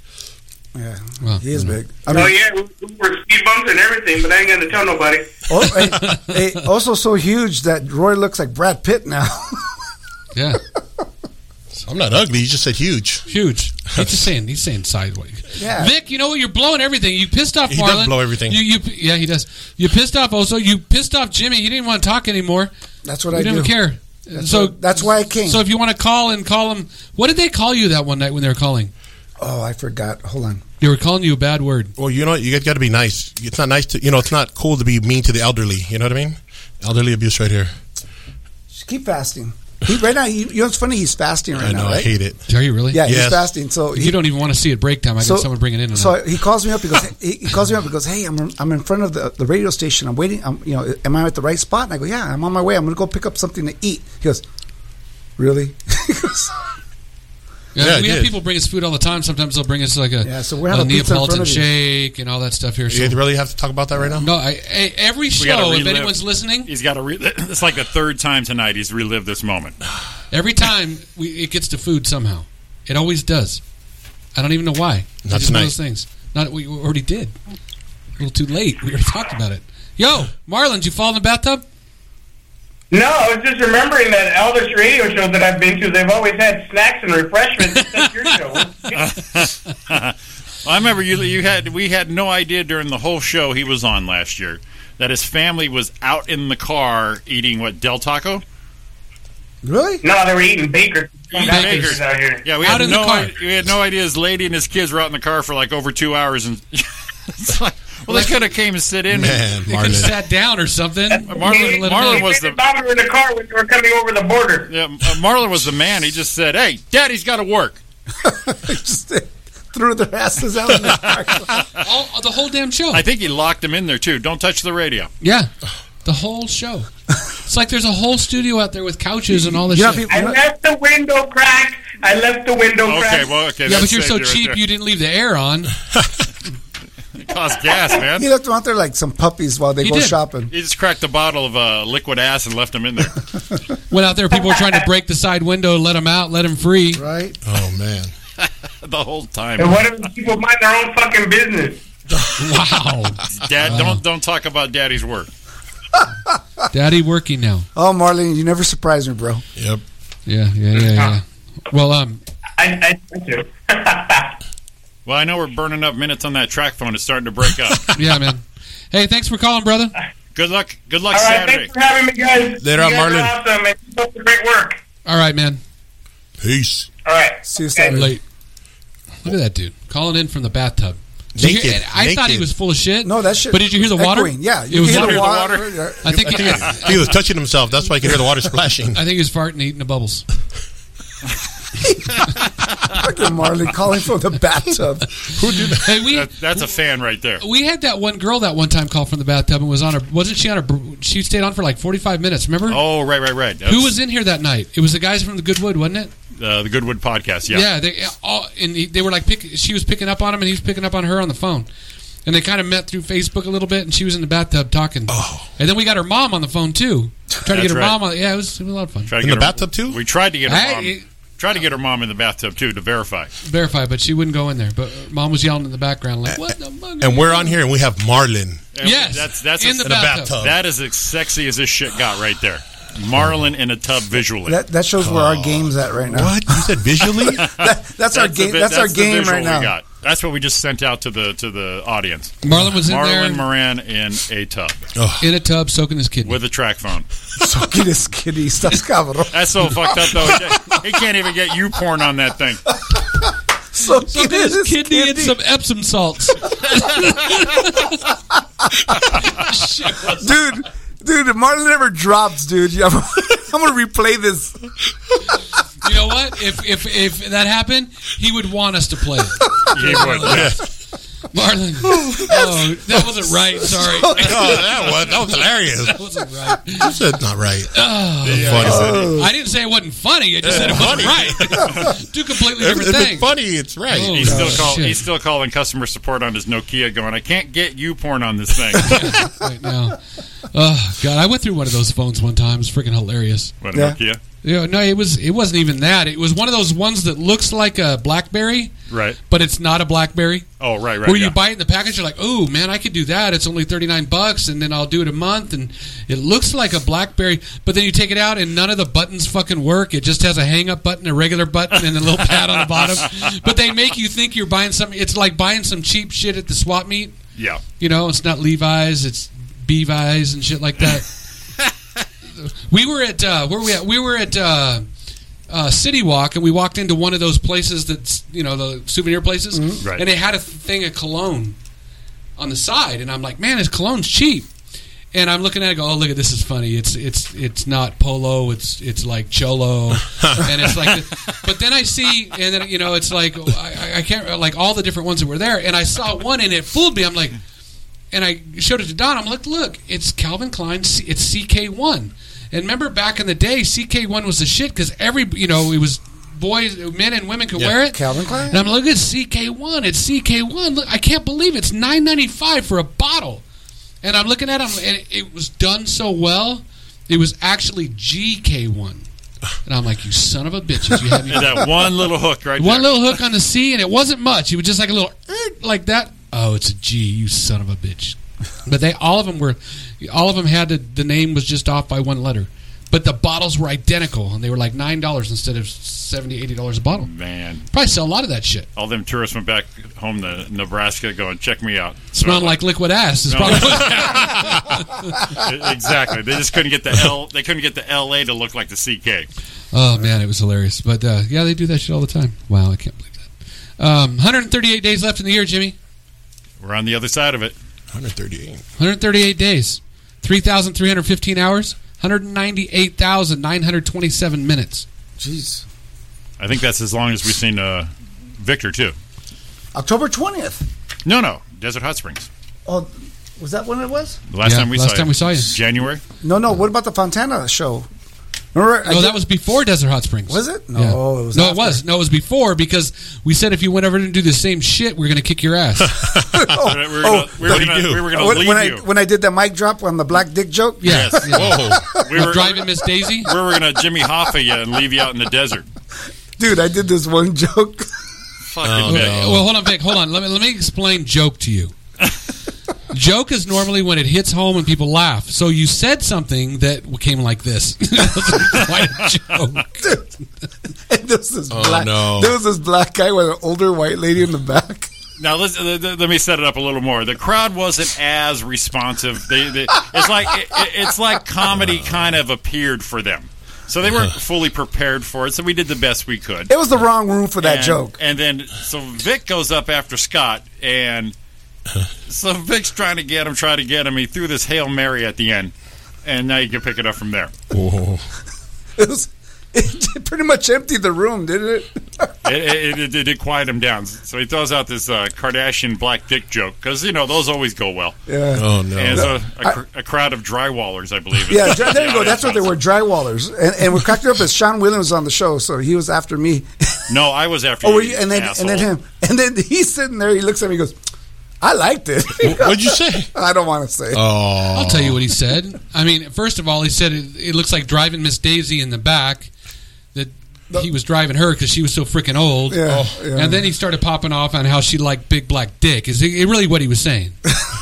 Speaker 7: Yeah,
Speaker 3: Well,
Speaker 7: he is
Speaker 3: you know.
Speaker 7: big. I
Speaker 6: Oh
Speaker 7: mean,
Speaker 6: yeah, we we were speed bumps and everything, but I ain't gonna tell nobody.
Speaker 7: oh, hey, hey, also so huge that Roy looks like Brad Pitt now.
Speaker 3: Yeah,
Speaker 8: I'm not ugly. You just said huge.
Speaker 3: huge. He's just saying. He's saying sideways.
Speaker 7: yeah,
Speaker 3: Vic, you know what? You're blowing everything. You pissed off
Speaker 8: He does
Speaker 3: Marlon.
Speaker 8: blow everything.
Speaker 3: You, you, yeah, he does. You pissed off Oso. You pissed off Jimmy. He didn't want to talk anymore.
Speaker 7: that's what
Speaker 3: He
Speaker 7: I
Speaker 3: didn't
Speaker 7: do.
Speaker 3: care.
Speaker 7: That's
Speaker 3: so
Speaker 7: what- that's why I came.
Speaker 3: So if you want to call and call him, what did they call you that one night when they were calling?
Speaker 7: Oh, I forgot. Hold on.
Speaker 3: They were calling you a bad word.
Speaker 8: Well, you know what? you got to be nice. It's not nice to you know. It's not cool to be mean to the elderly. You know what I mean? Elderly abuse right here.
Speaker 7: Just keep fasting. He, right now, you, you know, it's funny. He's fasting right
Speaker 8: I know.
Speaker 7: now,
Speaker 8: I
Speaker 7: right?
Speaker 8: hate it.
Speaker 3: Are you really?
Speaker 7: yeah, he's
Speaker 8: Yes.
Speaker 7: fasting. So
Speaker 3: You
Speaker 7: he-
Speaker 3: don't even want to see it break time. I got someone bringing in. and
Speaker 7: so
Speaker 3: out.
Speaker 7: he calls me up. He goes, he, he calls me up. He goes, hey, I'm, I'm in front of the, the radio station. I'm waiting. I'm, you know, am I at the right spot? And I go, yeah, I'm on my way. I'm gonna go pick up something to eat. He goes, really? He goes,
Speaker 3: Yeah,
Speaker 8: Yeah,
Speaker 3: we
Speaker 8: it
Speaker 3: have
Speaker 8: is.
Speaker 3: people bring us food all the time. Sometimes they'll bring us like a,
Speaker 7: Yeah, so we're
Speaker 3: a
Speaker 7: having pizza in front
Speaker 3: Neapolitan
Speaker 7: of you.
Speaker 3: shake and all that stuff here.
Speaker 8: You
Speaker 3: So,
Speaker 8: really have to talk about that right now.
Speaker 3: no, I, I, every
Speaker 4: gotta
Speaker 3: show, Oh, if
Speaker 4: relive-
Speaker 3: anyone's listening,
Speaker 4: He's got to. Re- it's like the third time tonight he's relived this moment.
Speaker 3: every time we, it gets to food somehow. It always does. I don't even know why. It's
Speaker 8: Not
Speaker 3: just one
Speaker 8: tonight.
Speaker 3: of those things. Not we already did. A little too late. We already talked about it. Yo, Marlon, did you fall in the bathtub?
Speaker 6: No, I was just remembering that Elvis radio show that I've been to. They've always had snacks and refreshments. except your show.
Speaker 4: I remember you. You had. We had no idea during the whole show he was on last year that his family was out in the car eating what Del Taco.
Speaker 7: really?
Speaker 6: No, they were eating Baker.
Speaker 4: Eating
Speaker 6: Got
Speaker 4: Bakers.
Speaker 6: Bakers out here.
Speaker 4: Yeah, we
Speaker 3: Out
Speaker 4: had
Speaker 3: in the
Speaker 4: no.
Speaker 3: car.
Speaker 4: i- We had no idea his lady and his kids were out in the car for like over two hours, and it's like, well, they could have came and sit in.
Speaker 8: Man,
Speaker 3: You could have
Speaker 8: Marlon.
Speaker 3: sat down or something.
Speaker 4: Marlon-
Speaker 3: let him
Speaker 4: Marlon
Speaker 3: in.
Speaker 4: was the-
Speaker 6: the Bobby were in the car when they were coming over the border.
Speaker 4: Yeah, Marlon was the man. He just said, "Hey, Daddy's got to work."
Speaker 7: Just threw their asses out. In the car.
Speaker 3: all, the whole damn show.
Speaker 4: I think he locked him in there too. Don't touch the radio.
Speaker 3: yeah, the whole show. it's like there's a whole studio out there with couches and all this
Speaker 7: You know,
Speaker 3: shit.
Speaker 7: people,
Speaker 6: I
Speaker 7: you know-
Speaker 6: left the window crack. I left the window
Speaker 4: Okay,
Speaker 6: crack.
Speaker 4: well, okay.
Speaker 3: yeah,
Speaker 4: that
Speaker 3: but you're
Speaker 4: saved
Speaker 3: so
Speaker 4: it right
Speaker 3: cheap,
Speaker 4: there.
Speaker 3: you didn't leave the air on.
Speaker 4: It cost gas, man.
Speaker 7: he left them out there like some puppies while they
Speaker 3: He
Speaker 7: go
Speaker 3: did.
Speaker 7: shopping.
Speaker 4: He just cracked a bottle of uh, liquid ass and left him in there.
Speaker 3: Went out there, people were trying to break the side window, let him out, let him free.
Speaker 7: Right?
Speaker 8: Oh man.
Speaker 4: the whole time.
Speaker 6: and what if people mind their own fucking business?
Speaker 3: Wow, Uh.
Speaker 4: Dad, don't don't talk about daddy's work.
Speaker 3: daddy working now.
Speaker 7: Oh, Marlene, you never surprise me, bro.
Speaker 8: Yep.
Speaker 3: Yeah, yeah, yeah, yeah. Well, um,
Speaker 6: I, I do.
Speaker 4: Well, I know we're burning up minutes on that track phone. It's starting to break up.
Speaker 3: yeah, man. Hey, thanks for calling, brother.
Speaker 4: good luck. Good luck
Speaker 6: All right,
Speaker 4: Saturday.
Speaker 6: thanks for having me, guys.
Speaker 8: Later
Speaker 6: you
Speaker 8: on,
Speaker 6: guys
Speaker 8: Marlon.
Speaker 6: Are awesome, and keep up the great work.
Speaker 3: All right, man.
Speaker 8: Peace.
Speaker 6: All right.
Speaker 7: See you Saturday.
Speaker 3: Late. Look at that dude calling in from the bathtub. Did you-
Speaker 8: Naked.
Speaker 3: I thought he
Speaker 8: Naked.
Speaker 3: was full of shit.
Speaker 7: No, that shit.
Speaker 3: But did you hear the water?
Speaker 7: echoing. Yeah,
Speaker 3: it was
Speaker 7: hear
Speaker 3: water.
Speaker 7: the
Speaker 4: water.
Speaker 7: water.
Speaker 3: I think.
Speaker 8: I think
Speaker 3: I,
Speaker 8: he- he was touching himself. That's why you can hear the water splashing.
Speaker 3: think he was farting, and eating the bubbles.
Speaker 7: Fucking Marley calling from the bathtub.
Speaker 8: Who did that?
Speaker 3: Hey, we
Speaker 4: That, that's a fan right there.
Speaker 3: we had that one girl that one time called from the bathtub and was on her. Wasn't she on her? br- She stayed on for like forty five minutes. Remember?
Speaker 4: Oh, right, right, right. That's,
Speaker 3: Who was in here that night? It was the guys from the Goodwood, wasn't it?
Speaker 4: uh, the Goodwood podcast? Yeah.
Speaker 3: Yeah, they all and he- they were like pick, she was picking up on him and he was picking up on her on the phone. And they kind of met through Facebook a little bit and she was in the bathtub talking. Oh. And then we got her mom on the phone too. Trying to get
Speaker 4: That's
Speaker 3: her
Speaker 4: right.
Speaker 3: mom on. Yeah, it was, it was a lot of fun.
Speaker 4: Tried to
Speaker 8: In
Speaker 4: get
Speaker 8: the bathtub, too?
Speaker 4: We tried to get her
Speaker 3: Hey,
Speaker 4: mom.
Speaker 3: it-
Speaker 4: tried to get her mom in the bathtub too to verify.
Speaker 3: Verify, but she wouldn't go in there. But mom was yelling in the background like, "What the fuck?"
Speaker 8: And we're on here and we have Marlin.
Speaker 4: And
Speaker 3: Yes,
Speaker 4: that's that's
Speaker 3: in
Speaker 4: as-
Speaker 3: the
Speaker 8: in a
Speaker 3: bathtub.
Speaker 8: bathtub.
Speaker 4: that is as sexy as this shit got right there. Marlin in a tub visually.
Speaker 7: That, that shows where
Speaker 4: Oh,
Speaker 7: our game's at right now.
Speaker 8: What? You said visually?
Speaker 7: That, that's, our
Speaker 4: the
Speaker 7: game.
Speaker 4: vi-
Speaker 7: That's, our
Speaker 4: the
Speaker 7: game
Speaker 4: visual
Speaker 7: right now.
Speaker 4: We got. That's what we just sent out to the to the audience.
Speaker 3: Marlon was in there
Speaker 4: Marlon Moran in a tub
Speaker 3: in a tub soaking his kidney.
Speaker 4: with a track phone.
Speaker 7: So get his kitty, estás cabrón.
Speaker 4: That's so fucked up though. He can't even get you porn on that thing.
Speaker 7: So get
Speaker 3: soaking his
Speaker 7: his
Speaker 3: kidney in
Speaker 7: kitty.
Speaker 3: some Epsom salts.
Speaker 7: dude, dude, if Marlon ever drops, dude, yeah, I'm, gonna replay this.
Speaker 3: you know what? If if if that happened, he would want us to play it.
Speaker 4: He would. yeah.
Speaker 3: Marlon. Oh, that wasn't right. Sorry.
Speaker 8: oh, that was, that was hilarious.
Speaker 3: That wasn't right.
Speaker 8: You said not right.
Speaker 3: I didn't say it wasn't funny. I just said it wasn't right. Two completely different
Speaker 8: It's
Speaker 3: things.
Speaker 8: funny. It's right.
Speaker 3: Oh.
Speaker 4: He's
Speaker 3: Oh,
Speaker 4: still call,
Speaker 3: shit.
Speaker 4: he's still calling customer support on his Nokia, going, "I can't get you porn on this thing."
Speaker 3: Right now. Oh god, I went through one of those phones one time. It's freaking hilarious.
Speaker 4: What,
Speaker 7: Yeah.
Speaker 4: Nokia,
Speaker 3: Yeah, no, it was it wasn't even that. It was one of those ones that looks like a BlackBerry,
Speaker 4: right?
Speaker 3: but it's not a BlackBerry.
Speaker 4: Oh, right, right.
Speaker 3: Where
Speaker 4: yeah.
Speaker 3: you buy it in the package, you're like, "Oh man, I could do that. It's only thirty nine bucks, and then I'll do it a month." And it looks like a BlackBerry, but then you take it out, and none of the buttons fucking work. It just has a hang up button, a regular button, and a little pad on the bottom. But they make you think you're buying something. It's like buying some cheap shit at the swap meet.
Speaker 4: yeah.
Speaker 3: You know, it's not Levi's, it's Bevi's and shit like that. we were at uh, where were we at? We were at uh, uh, City Walk, and we walked into one of those places that's you know the souvenir places,
Speaker 4: Right.
Speaker 3: and they had a thing of cologne on the side, and I'm like, man, this cologne's cheap. And I'm looking at it, go, oh look at this is funny. It's it's it's not polo. It's it's like cholo, and it's like. but then I see, and then you know, it's like oh, I, I can't like all the different ones that were there, and I saw one, and it fooled me. I'm like, and I showed it to Don. I'm like, look, it's Calvin Klein. C- It's CK1. And remember back in the day, CK1 was the shit because every, you know, it was boys, men and women could wear it.
Speaker 7: Calvin Klein?
Speaker 3: And I'm like, it's CK1. It's CK1. Look, I can't believe it's 9.95 for a bottle. And I'm looking at them, and it, it was done so well. It was actually GK1. And I'm like, you son of a bitch. You had me
Speaker 4: That one little hook right
Speaker 3: one
Speaker 4: there.
Speaker 3: little hook on the C, and it wasn't much. It was just like a little er, like that. Oh, it's a G, you son of a bitch. But they all of them were, all of them had to, the name was just off by one letter, but the bottles were identical, and they were like nine dollars instead of 70 dollars a bottle.
Speaker 4: Man,
Speaker 3: Probably sell a lot of that shit.
Speaker 4: all them tourists went back home to Nebraska, going, "Check me out."
Speaker 3: Smelling like liquid ass is
Speaker 4: No.
Speaker 3: probably.
Speaker 4: E-, exactly. They just couldn't get the L. They couldn't get the LA to look like the CK.
Speaker 3: oh man, it was hilarious. But uh, yeah, they do that shit all the time. Wow, I can't believe that. Um, 138 days left in the year, Jimmy.
Speaker 4: We're on the other side of it.
Speaker 8: 138.
Speaker 3: 138 days, 3,315 hours, 198,927 minutes.
Speaker 7: Jeez,
Speaker 4: I think that's as long as we've seen uh, Victor too.
Speaker 7: October twentieth.
Speaker 4: No, no, Desert Hot Springs.
Speaker 7: Oh, was that when it was?
Speaker 4: The last
Speaker 3: Yeah,
Speaker 4: time we
Speaker 3: last
Speaker 4: saw
Speaker 3: time
Speaker 4: you.
Speaker 3: we saw you.
Speaker 4: January.
Speaker 7: No, no. What about the Fontana show? Remember? I
Speaker 3: No, that
Speaker 7: did-
Speaker 3: was before Desert Hot Springs.
Speaker 7: Was it? No,
Speaker 3: Yeah.
Speaker 7: it was.
Speaker 3: no,
Speaker 7: after.
Speaker 3: it was. No, it was before because we said if you went over and do the same shit, we are going to kick your ass.
Speaker 7: oh,
Speaker 4: We were
Speaker 7: oh,
Speaker 4: gonna, we were
Speaker 8: what do you
Speaker 4: gonna,
Speaker 8: do?
Speaker 4: we were gonna
Speaker 7: when,
Speaker 4: leave
Speaker 7: when I
Speaker 4: you.
Speaker 7: when I did that mic drop on the black dick joke.
Speaker 3: Yeah.
Speaker 8: Yes.
Speaker 3: yeah.
Speaker 8: Whoa.
Speaker 4: we were
Speaker 3: Driving Miss Daisy.
Speaker 4: We were gonna Jimmy Hoffa you and leave you out in the desert.
Speaker 3: Oh,
Speaker 7: dude, I did this one joke.
Speaker 4: Fucking
Speaker 8: Oh,
Speaker 4: Vic.
Speaker 8: no.
Speaker 3: Well, hold on, Vic. Hold on. Let me let me explain joke to you. joke is normally when it hits home and people laugh. So you said something that came like this. Quite a joke.
Speaker 7: and there was this
Speaker 8: Oh,
Speaker 7: black.
Speaker 8: no.
Speaker 7: There was this black guy with an older white lady in the back.
Speaker 4: Now let's, th- th- let me set it up a little more. The crowd wasn't as responsive. They, they, it's like it, it- it's like
Speaker 7: Uh.
Speaker 4: comedy kind of appeared for them, so they weren't fully prepared for it. So we did the best we could.
Speaker 7: It was the wrong room for that
Speaker 4: and,
Speaker 7: joke.
Speaker 4: And then so Vic goes up after Scott, and so Vic's trying to get him, trying to get him. He threw this hail mary at the end, and now you can pick it up from there.
Speaker 8: Whoa.
Speaker 7: It was it pretty much emptied the room, didn't it?
Speaker 4: It, it, it, it, it quieted him down. So he throws out this uh, Kardashian black dick joke because you know those always go well.
Speaker 7: Yeah.
Speaker 8: Oh no.
Speaker 4: And so a, cr- a crowd of drywallers, I believe. is-
Speaker 7: Yeah, dr- there you go.
Speaker 4: Yeah,
Speaker 7: That's what they were, drywallers. And, and we cracked it up as Sean Williams was on the show, so he was after me.
Speaker 4: No, I was after.
Speaker 7: Oh, were
Speaker 4: you,
Speaker 7: you? And then
Speaker 4: asshole.
Speaker 7: and then him, and then he's sitting there. He looks at me, he goes, "I liked it."
Speaker 8: What'd you say?
Speaker 7: I don't want to say.
Speaker 8: Oh.
Speaker 3: I'll tell you what he said. I mean, first of all, he said it, it looks like driving Miss Daisy in the back. That he was driving her because she was so freaking old. Oh.
Speaker 7: Yeah, yeah.
Speaker 3: And then he started popping off on how she liked big black dick. Is it, it really what he was saying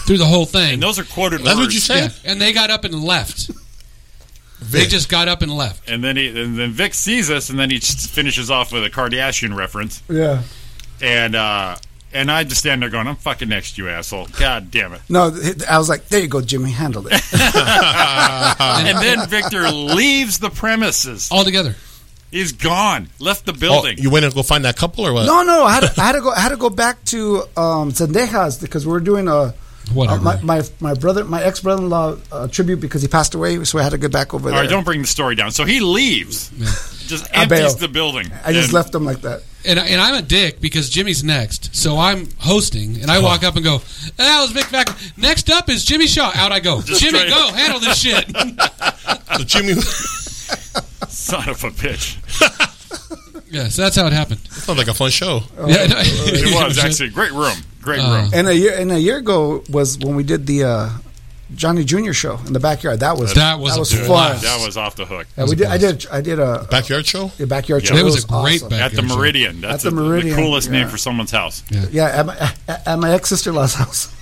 Speaker 3: through the whole thing?
Speaker 4: And those are quoted
Speaker 8: That's
Speaker 4: words.
Speaker 8: what you
Speaker 3: yeah.
Speaker 8: said.
Speaker 3: And they got up and left. They just got up and left.
Speaker 4: And then he, and then Vic sees us, and then he just finishes off with a Kardashian reference,
Speaker 7: Yeah.
Speaker 4: and uh, and I just stand there going, "I'm fucking next, to you asshole! God damn it!"
Speaker 7: No, th- I was like, "There you go, Jimmy. Handle it."
Speaker 4: and then Victor leaves the premises.
Speaker 3: All together.
Speaker 4: He's gone. Left the
Speaker 8: Oh,
Speaker 4: building.
Speaker 8: you went and go find that couple
Speaker 3: Uh,
Speaker 8: or what?
Speaker 7: No, no, I had, to, I had to go. I had to go back to um, Zendejas because we were doing a.
Speaker 3: Whatever.
Speaker 7: Uh, my, my my brother, my ex brother in law uh, tribute because he passed away, so I had to get back over
Speaker 4: All
Speaker 7: there.
Speaker 4: right, don't bring the story down. So he leaves. Just
Speaker 7: I bail.
Speaker 4: empties the building.
Speaker 7: I just
Speaker 4: And-
Speaker 7: left him like that.
Speaker 3: And, and I'm a dick because Jimmy's next. So I'm hosting, and I walk up and go, that was Vic Vac. Next up is Jimmy Shaw. Out I go. Jimmy,
Speaker 4: straight-
Speaker 3: go. Handle this shit.
Speaker 8: So Jimmy,
Speaker 4: Son of a bitch.
Speaker 3: yeah, so that's how it happened.
Speaker 8: sounds like a fun show.
Speaker 7: Oh,
Speaker 3: yeah, no,
Speaker 4: It was actually a great room. Great room.
Speaker 7: And a year and a year ago was when we did the uh, Johnny Junior show in the backyard. That was
Speaker 3: That was a
Speaker 7: fun.
Speaker 3: blast.
Speaker 4: That was off the hook.
Speaker 7: Yeah, we did. I did. I did a,
Speaker 8: Backyard show.
Speaker 7: a backyard show.
Speaker 3: That was a great
Speaker 7: awesome.
Speaker 3: back-
Speaker 4: At the
Speaker 3: Gotcha.
Speaker 4: Meridian. That's
Speaker 7: At
Speaker 4: a-
Speaker 7: the Meridian,
Speaker 4: coolest
Speaker 7: yeah.
Speaker 4: name for someone's house.
Speaker 7: Yeah, at my, at- at my ex sister in law's house.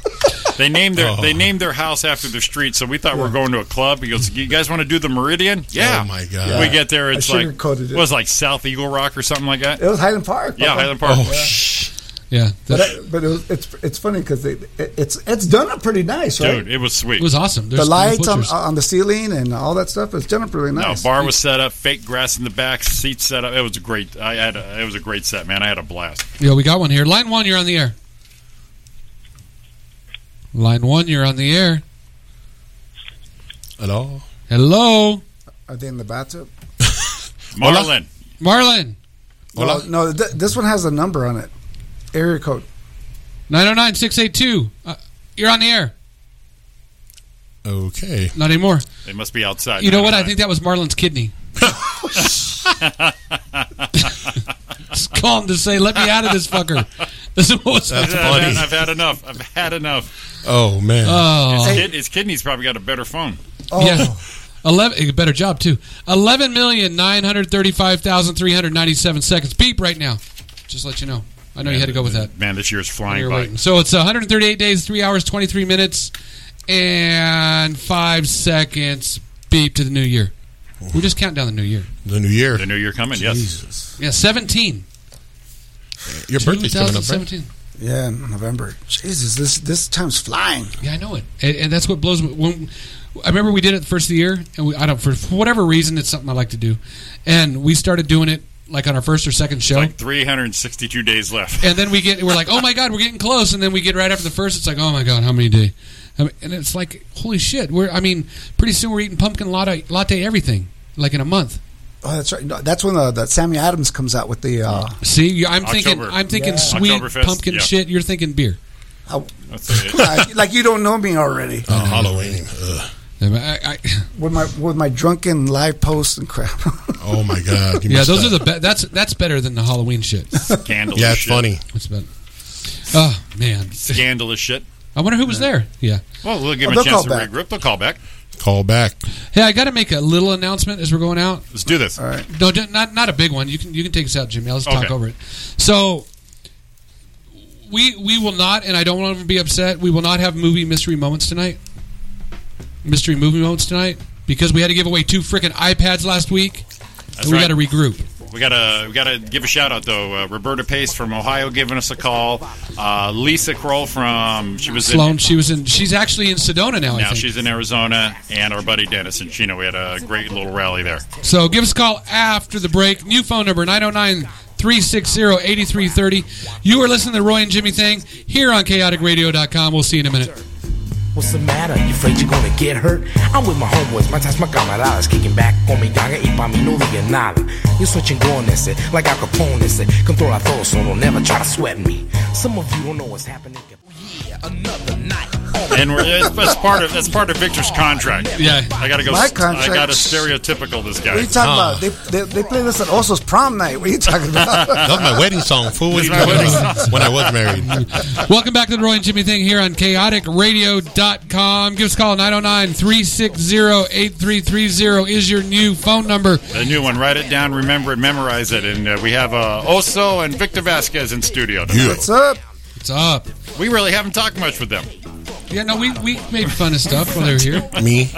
Speaker 4: They named their
Speaker 8: Oh.
Speaker 4: they named their house after the street, so we thought we were going to a club. He goes, "You guys want to do the Meridian?" Yeah.
Speaker 8: Oh my god.
Speaker 4: We get there, it's like
Speaker 7: sugarcoated it. Uh-huh.
Speaker 4: was like South Eagle Rock or something like that.
Speaker 7: It was Highland Park.
Speaker 4: Yeah,
Speaker 7: Papa.
Speaker 4: Highland Park.
Speaker 8: Oh shh.
Speaker 3: Yeah, that,
Speaker 7: But, I, but it was, it's it's funny because it, it's it's done up pretty nice, right?
Speaker 4: Dude, it was sweet.
Speaker 3: it was awesome. There's
Speaker 7: the lights um, uh, on,
Speaker 3: pictures.
Speaker 7: on the ceiling and all that stuff is done up really
Speaker 4: No,
Speaker 7: nice.
Speaker 4: bar was set up, fake grass in the back, seats set up. It was a great. I had a, it was a great set, man. I had a blast.
Speaker 3: Yeah, we got one here. Line one, you're on the air. Line one, you're on the air.
Speaker 8: Hello.
Speaker 3: Hello,
Speaker 7: Are they in the bathtub?
Speaker 4: Marlin,
Speaker 3: Marlon.
Speaker 8: Hola.
Speaker 7: Well, Oh, no, th- this one has a number on it, area code.
Speaker 3: 909-682. Uh, you're on the air.
Speaker 8: Okay.
Speaker 3: Not anymore.
Speaker 4: they must be outside.
Speaker 3: You know what? I think that was Marlon's kidney. Just call him to say, let me out of this fucker. This is what was-
Speaker 8: That's
Speaker 4: I've had,
Speaker 8: funny.
Speaker 4: I've had enough. I've had enough.
Speaker 8: Oh man.
Speaker 3: Oh,
Speaker 4: His, kid, his kidney's probably got a better phone.
Speaker 7: Oh,
Speaker 3: yeah. 11, eh, better job, too. 11,935,397 seconds. Beep right now. Just let you know. I know you had to go with that.
Speaker 4: Man, this year's flying
Speaker 3: You're
Speaker 4: by.
Speaker 3: waiting. So it's 138 days, 3 hours, 23 minutes, and 5 seconds. Beep to the new year. We just count down the new year.
Speaker 8: the new year.
Speaker 4: The new year coming. Yes.
Speaker 3: Yeah, 17.
Speaker 8: Your birthday's coming up, right?
Speaker 3: 2017.
Speaker 7: yeah, in November. Jesus, this this time's flying.
Speaker 3: Yeah, I know it, and, and that's what blows. Me. When I remember we did it the first of the year, and we, I don't for, for whatever reason it's something I like to do, and we started doing it like on our first or second show,
Speaker 4: Like 362 days left.
Speaker 3: and then we get we're like, oh my god, we're getting close, and then we get right after the first, it's like, oh my god, how many day, I mean, and it's like, holy shit, we're I mean, pretty soon we're eating pumpkin latte, latte everything. Like in a month.
Speaker 7: Oh, that's right. No, that's when the, the Sammy Adams comes out with the. Uh,
Speaker 3: See, you- I'm thinking,
Speaker 4: October.
Speaker 3: I'm thinking
Speaker 7: Yeah.
Speaker 3: sweet
Speaker 4: Oktoberfest,
Speaker 3: pumpkin
Speaker 4: yeah.
Speaker 3: shit. You're thinking beer.
Speaker 7: how-
Speaker 4: That's it.
Speaker 7: like, like you don't know me already
Speaker 8: Oh, Halloween. Ugh.
Speaker 3: I, I,
Speaker 7: with my with my drunken live posts and crap.
Speaker 8: Oh my god. You
Speaker 3: yeah,
Speaker 8: messed
Speaker 3: those are
Speaker 8: up.
Speaker 3: the be- that's that's better than the Halloween shit.
Speaker 4: Scandalous.
Speaker 8: Yeah, it's
Speaker 4: shit.
Speaker 8: funny.
Speaker 3: That's better. Oh man,
Speaker 4: Scandalous shit.
Speaker 3: I wonder who was there. Yeah.
Speaker 4: Well, we'll give him
Speaker 7: They'll
Speaker 4: a chance
Speaker 7: call
Speaker 4: to
Speaker 7: back.
Speaker 4: regroup. They'll call back.
Speaker 8: Call back.
Speaker 3: Hey, I got to make a little announcement as we're going out.
Speaker 4: Let's do this.
Speaker 7: all right.
Speaker 3: No, d- not not a big one. You can you can take us out, Jimmy. I'll just talk
Speaker 4: Okay.
Speaker 3: over it. So we we will not, and I don't want to be upset. We will not have movie mystery moments tonight. Mystery movie moments tonight because we had to give away two freaking iPads last week,
Speaker 4: That's
Speaker 3: and we
Speaker 4: right.
Speaker 3: got to regroup.
Speaker 4: We gotta we gotta give a shout out though. Uh, Roberta Pace from Ohio giving us a call. Uh, Lisa Kroll from she was in
Speaker 3: Sloan, she was in. She's actually in Sedona now. I
Speaker 4: Now
Speaker 3: think.
Speaker 4: she's in Arizona, and our buddy Dennis and Chino. We had a great little rally there.
Speaker 3: So give us a call after the break. New phone number 909 360-8330. You are listening to the Roy and Jimmy thing here on chaoticradio.com. We'll see you in a minute.
Speaker 9: What's the matter? You afraid you're gonna get hurt? I'm with my homeboys, my ties, my camaradas Kicking back, comidanga y pa' mí no diga nada Yo soy chingón ese, eh, like Al Capone eh, ese Controla todo, so don't never try to sweat me Some of you don't know what's happening Oh, Yeah, another night
Speaker 4: And we're, yeah, that's part of that's part of Victor's contract.
Speaker 3: Yeah.
Speaker 4: I gotta go.
Speaker 7: My
Speaker 4: I
Speaker 7: contract.
Speaker 4: gotta stereotypical this
Speaker 7: What are
Speaker 4: guy.
Speaker 7: you talking about? They, they, they play this at Oso's prom night. What are you talking about?
Speaker 8: That was my wedding song. Fool was
Speaker 4: That's my wedding song.
Speaker 8: when I was married.
Speaker 3: Welcome back to the Roy and Jimmy thing here on chaoticradio.com. Give us a call 909-360-8330 is your new phone number.
Speaker 4: The new one. Write it down, remember it, memorize it. And uh, we have uh, Oso and Victor Vasquez in studio. Tonight.
Speaker 7: What's up?
Speaker 3: What's up?
Speaker 4: We really haven't talked much with them.
Speaker 3: Yeah, no, we, we made fun of stuff while they were here.
Speaker 8: Me?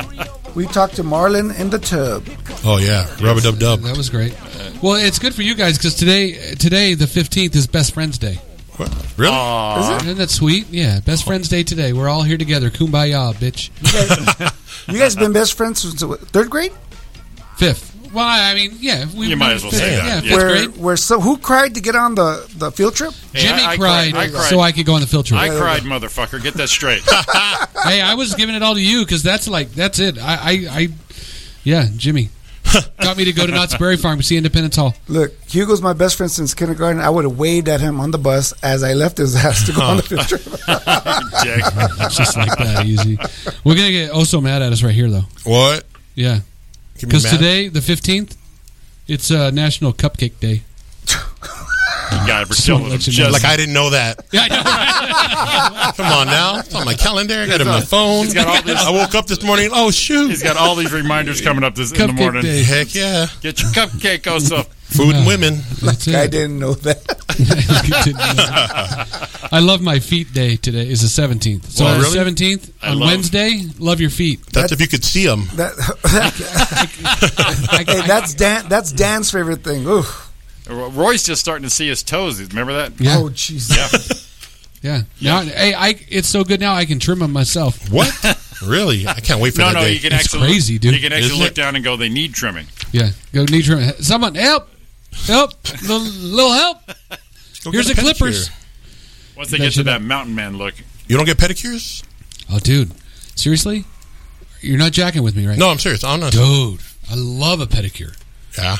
Speaker 7: We talked to Marlon in the tub.
Speaker 8: Oh yeah, rub a dub dub.
Speaker 3: That was great. Well, it's good for you guys because today, today the 15th is Best Friends Day.
Speaker 8: Really?
Speaker 3: Isn't that sweet? Yeah, Best Friends Day today. We're all here together. Kumbaya, bitch.
Speaker 7: You guys been best friends since what, third grade?
Speaker 3: Fifth. Well, I mean, yeah. We,
Speaker 4: You might as well say
Speaker 3: yeah,
Speaker 4: that, yeah.
Speaker 3: Yeah, fifth
Speaker 4: That's
Speaker 7: where
Speaker 3: grade.
Speaker 7: where so who cried to get on the, the field trip?
Speaker 4: Hey,
Speaker 3: Jimmy
Speaker 4: I- I
Speaker 3: cried,
Speaker 4: I cried.
Speaker 3: so I could go on the field trip.
Speaker 4: I cried, motherfucker. Get that straight.
Speaker 3: hey, I was giving it all to you because that's like that's it. I, I, I yeah, Jimmy got me to go to Knott's Berry Farm to see Independence Hall.
Speaker 7: Look, Hugo's my best friend since kindergarten. I would have waved at him on the bus as I left his house to go on the field trip.
Speaker 4: Dick.
Speaker 3: It's just like that easy. We're gonna get oh so mad at us right here though.
Speaker 8: What?
Speaker 3: Yeah,
Speaker 8: Give me
Speaker 3: because
Speaker 8: mad.
Speaker 3: today the fifteenth, it's uh, National Cupcake Day.
Speaker 4: God, we're killing them.
Speaker 3: let you
Speaker 4: Just
Speaker 3: know.
Speaker 8: Like I didn't know that.
Speaker 3: Yeah, I know.
Speaker 8: Come on now. It's on my calendar. I got it on my phone.
Speaker 4: He's got all this-
Speaker 8: I woke up this morning. Oh shoot.
Speaker 4: He's got all these reminders coming up this in the
Speaker 3: Cupcake
Speaker 4: morning.
Speaker 3: day.
Speaker 8: Heck yeah.
Speaker 4: Get your cupcake, Oso.
Speaker 8: Food and women.
Speaker 3: That's
Speaker 7: I
Speaker 3: it.
Speaker 7: didn't know that.
Speaker 3: You didn't know. I love my feet day today is the seventeenth. So
Speaker 8: Well,
Speaker 3: on the
Speaker 8: really?
Speaker 3: seventeenth
Speaker 4: I
Speaker 3: on
Speaker 4: love-
Speaker 3: Wednesday, love your feet.
Speaker 8: That's if you could see them.
Speaker 7: That, hey, that's Dan. That's Dan's favorite thing. Ooh,
Speaker 4: Roy's just starting to see his toes. Remember that?
Speaker 3: Yeah.
Speaker 7: oh jeez.
Speaker 3: Yeah. Now, hey, I it's so good now I can trim them myself.
Speaker 8: What? really? I can't wait for
Speaker 4: No,
Speaker 8: that
Speaker 4: no,
Speaker 8: day.
Speaker 4: you can
Speaker 3: It's
Speaker 4: actually
Speaker 3: crazy, dude.
Speaker 4: You can actually
Speaker 8: Isn't
Speaker 4: look
Speaker 8: it?
Speaker 4: down and go, they need trimming.
Speaker 3: Yeah, go knee trim. Someone help, help, little, little help.
Speaker 8: Go
Speaker 3: Here's
Speaker 8: get
Speaker 3: the
Speaker 8: a pedicure.
Speaker 3: clippers.
Speaker 4: Once they
Speaker 3: That
Speaker 4: get to
Speaker 3: should-
Speaker 4: that mountain man look,
Speaker 8: You don't get pedicures?
Speaker 3: Oh, dude, seriously, you're not jacking with me, right?
Speaker 8: No, I'm serious. I'm not.
Speaker 3: dude, I love a pedicure,
Speaker 8: Yeah.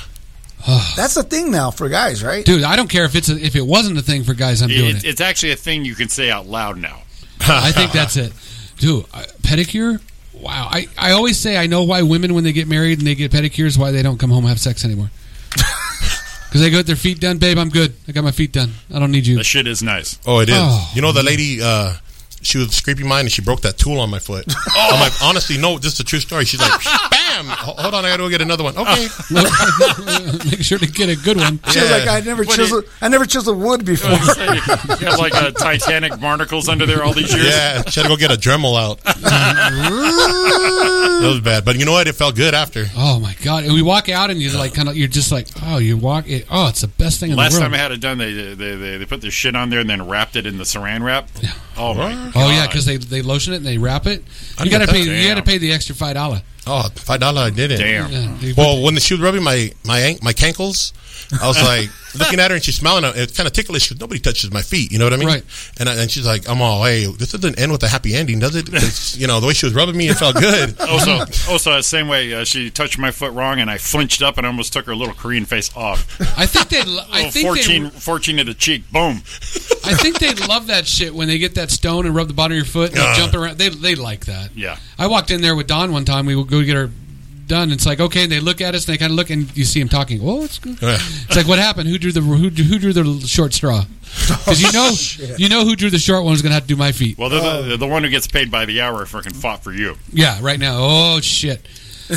Speaker 7: That's a thing now for guys, right?
Speaker 3: dude. I don't care if it's a, if it wasn't a thing for guys, I'm doing
Speaker 4: it,
Speaker 3: it.
Speaker 4: it's actually a thing you can say out loud now.
Speaker 3: I think that's it, dude. I, pedicure. Wow, I, I always say I know why women when they get married and they get pedicures why they don't come home and have sex anymore. Because they go get their feet done, babe. I'm good. I got my feet done. I don't need you.
Speaker 4: The shit is nice.
Speaker 8: Oh, it is.
Speaker 3: Oh.
Speaker 8: you know, the lady, uh, she was scraping mine and she broke that tool on my foot. I'm like, honestly, no, this is a true story. She's like, bam! Ho- Hold on, I gotta go get another
Speaker 4: Oh.
Speaker 8: one. Okay.
Speaker 3: Make sure to get a good one.
Speaker 7: She was
Speaker 8: Yeah.
Speaker 7: like, I never
Speaker 4: But
Speaker 7: chiseled. I never chiseled wood before.
Speaker 4: you have like a Titanic barnacles under there all these years.
Speaker 8: Yeah, she had to go get a Dremel out. that was bad. But you know what? It felt good after.
Speaker 3: Oh my god! And we walk out, and you're like, kind of, you're just like, oh, you walk. It, oh, it's the best thing in
Speaker 4: Last
Speaker 3: the world.
Speaker 4: time I had it done, they they, they they put their shit on there and then wrapped it in the saran wrap. Oh my!
Speaker 3: oh yeah,
Speaker 4: God.
Speaker 3: because they they lotion it and they wrap it. You
Speaker 8: got
Speaker 3: gotta
Speaker 8: that.
Speaker 3: pay. You
Speaker 4: Damn.
Speaker 3: gotta pay the extra five dollar.
Speaker 8: Oh, five dollar I did it.
Speaker 4: Damn.
Speaker 8: Well, when she was rubbing my my ank, my cankles, I was like looking at her and she's smiling. and It's kind of ticklish because nobody touches my feet. You know what I mean?
Speaker 3: Right.
Speaker 8: And I, and she's like, "I'm all hey, this doesn't end with a happy ending, does it?" 'Cause, you know the way she was rubbing me, it felt good.
Speaker 4: Also, also, Oh, the same way uh, she touched my foot wrong, and I flinched up and almost took her little Korean face off.
Speaker 3: I think they. I
Speaker 4: Little
Speaker 3: think
Speaker 4: 14,
Speaker 3: they.
Speaker 4: 14 to the cheek, boom.
Speaker 3: I think they love that shit when they get that stone and rub the bottom of your foot and they
Speaker 8: Uh.
Speaker 3: jump around. They they like that.
Speaker 4: Yeah.
Speaker 3: I walked in there with Don one time. We would go get her done. It's like okay, and they look at us and they kind of look and you see him talking. Oh, it's good.
Speaker 8: Yeah.
Speaker 3: It's like what happened? Who drew the who, drew- who drew the short straw?
Speaker 4: Oh,
Speaker 3: Because you know you know who drew the short one was gonna have to do my feet.
Speaker 4: Well, they're the, they're the one who gets paid by the hour fucking fought for you.
Speaker 3: Yeah, right now. Oh shit!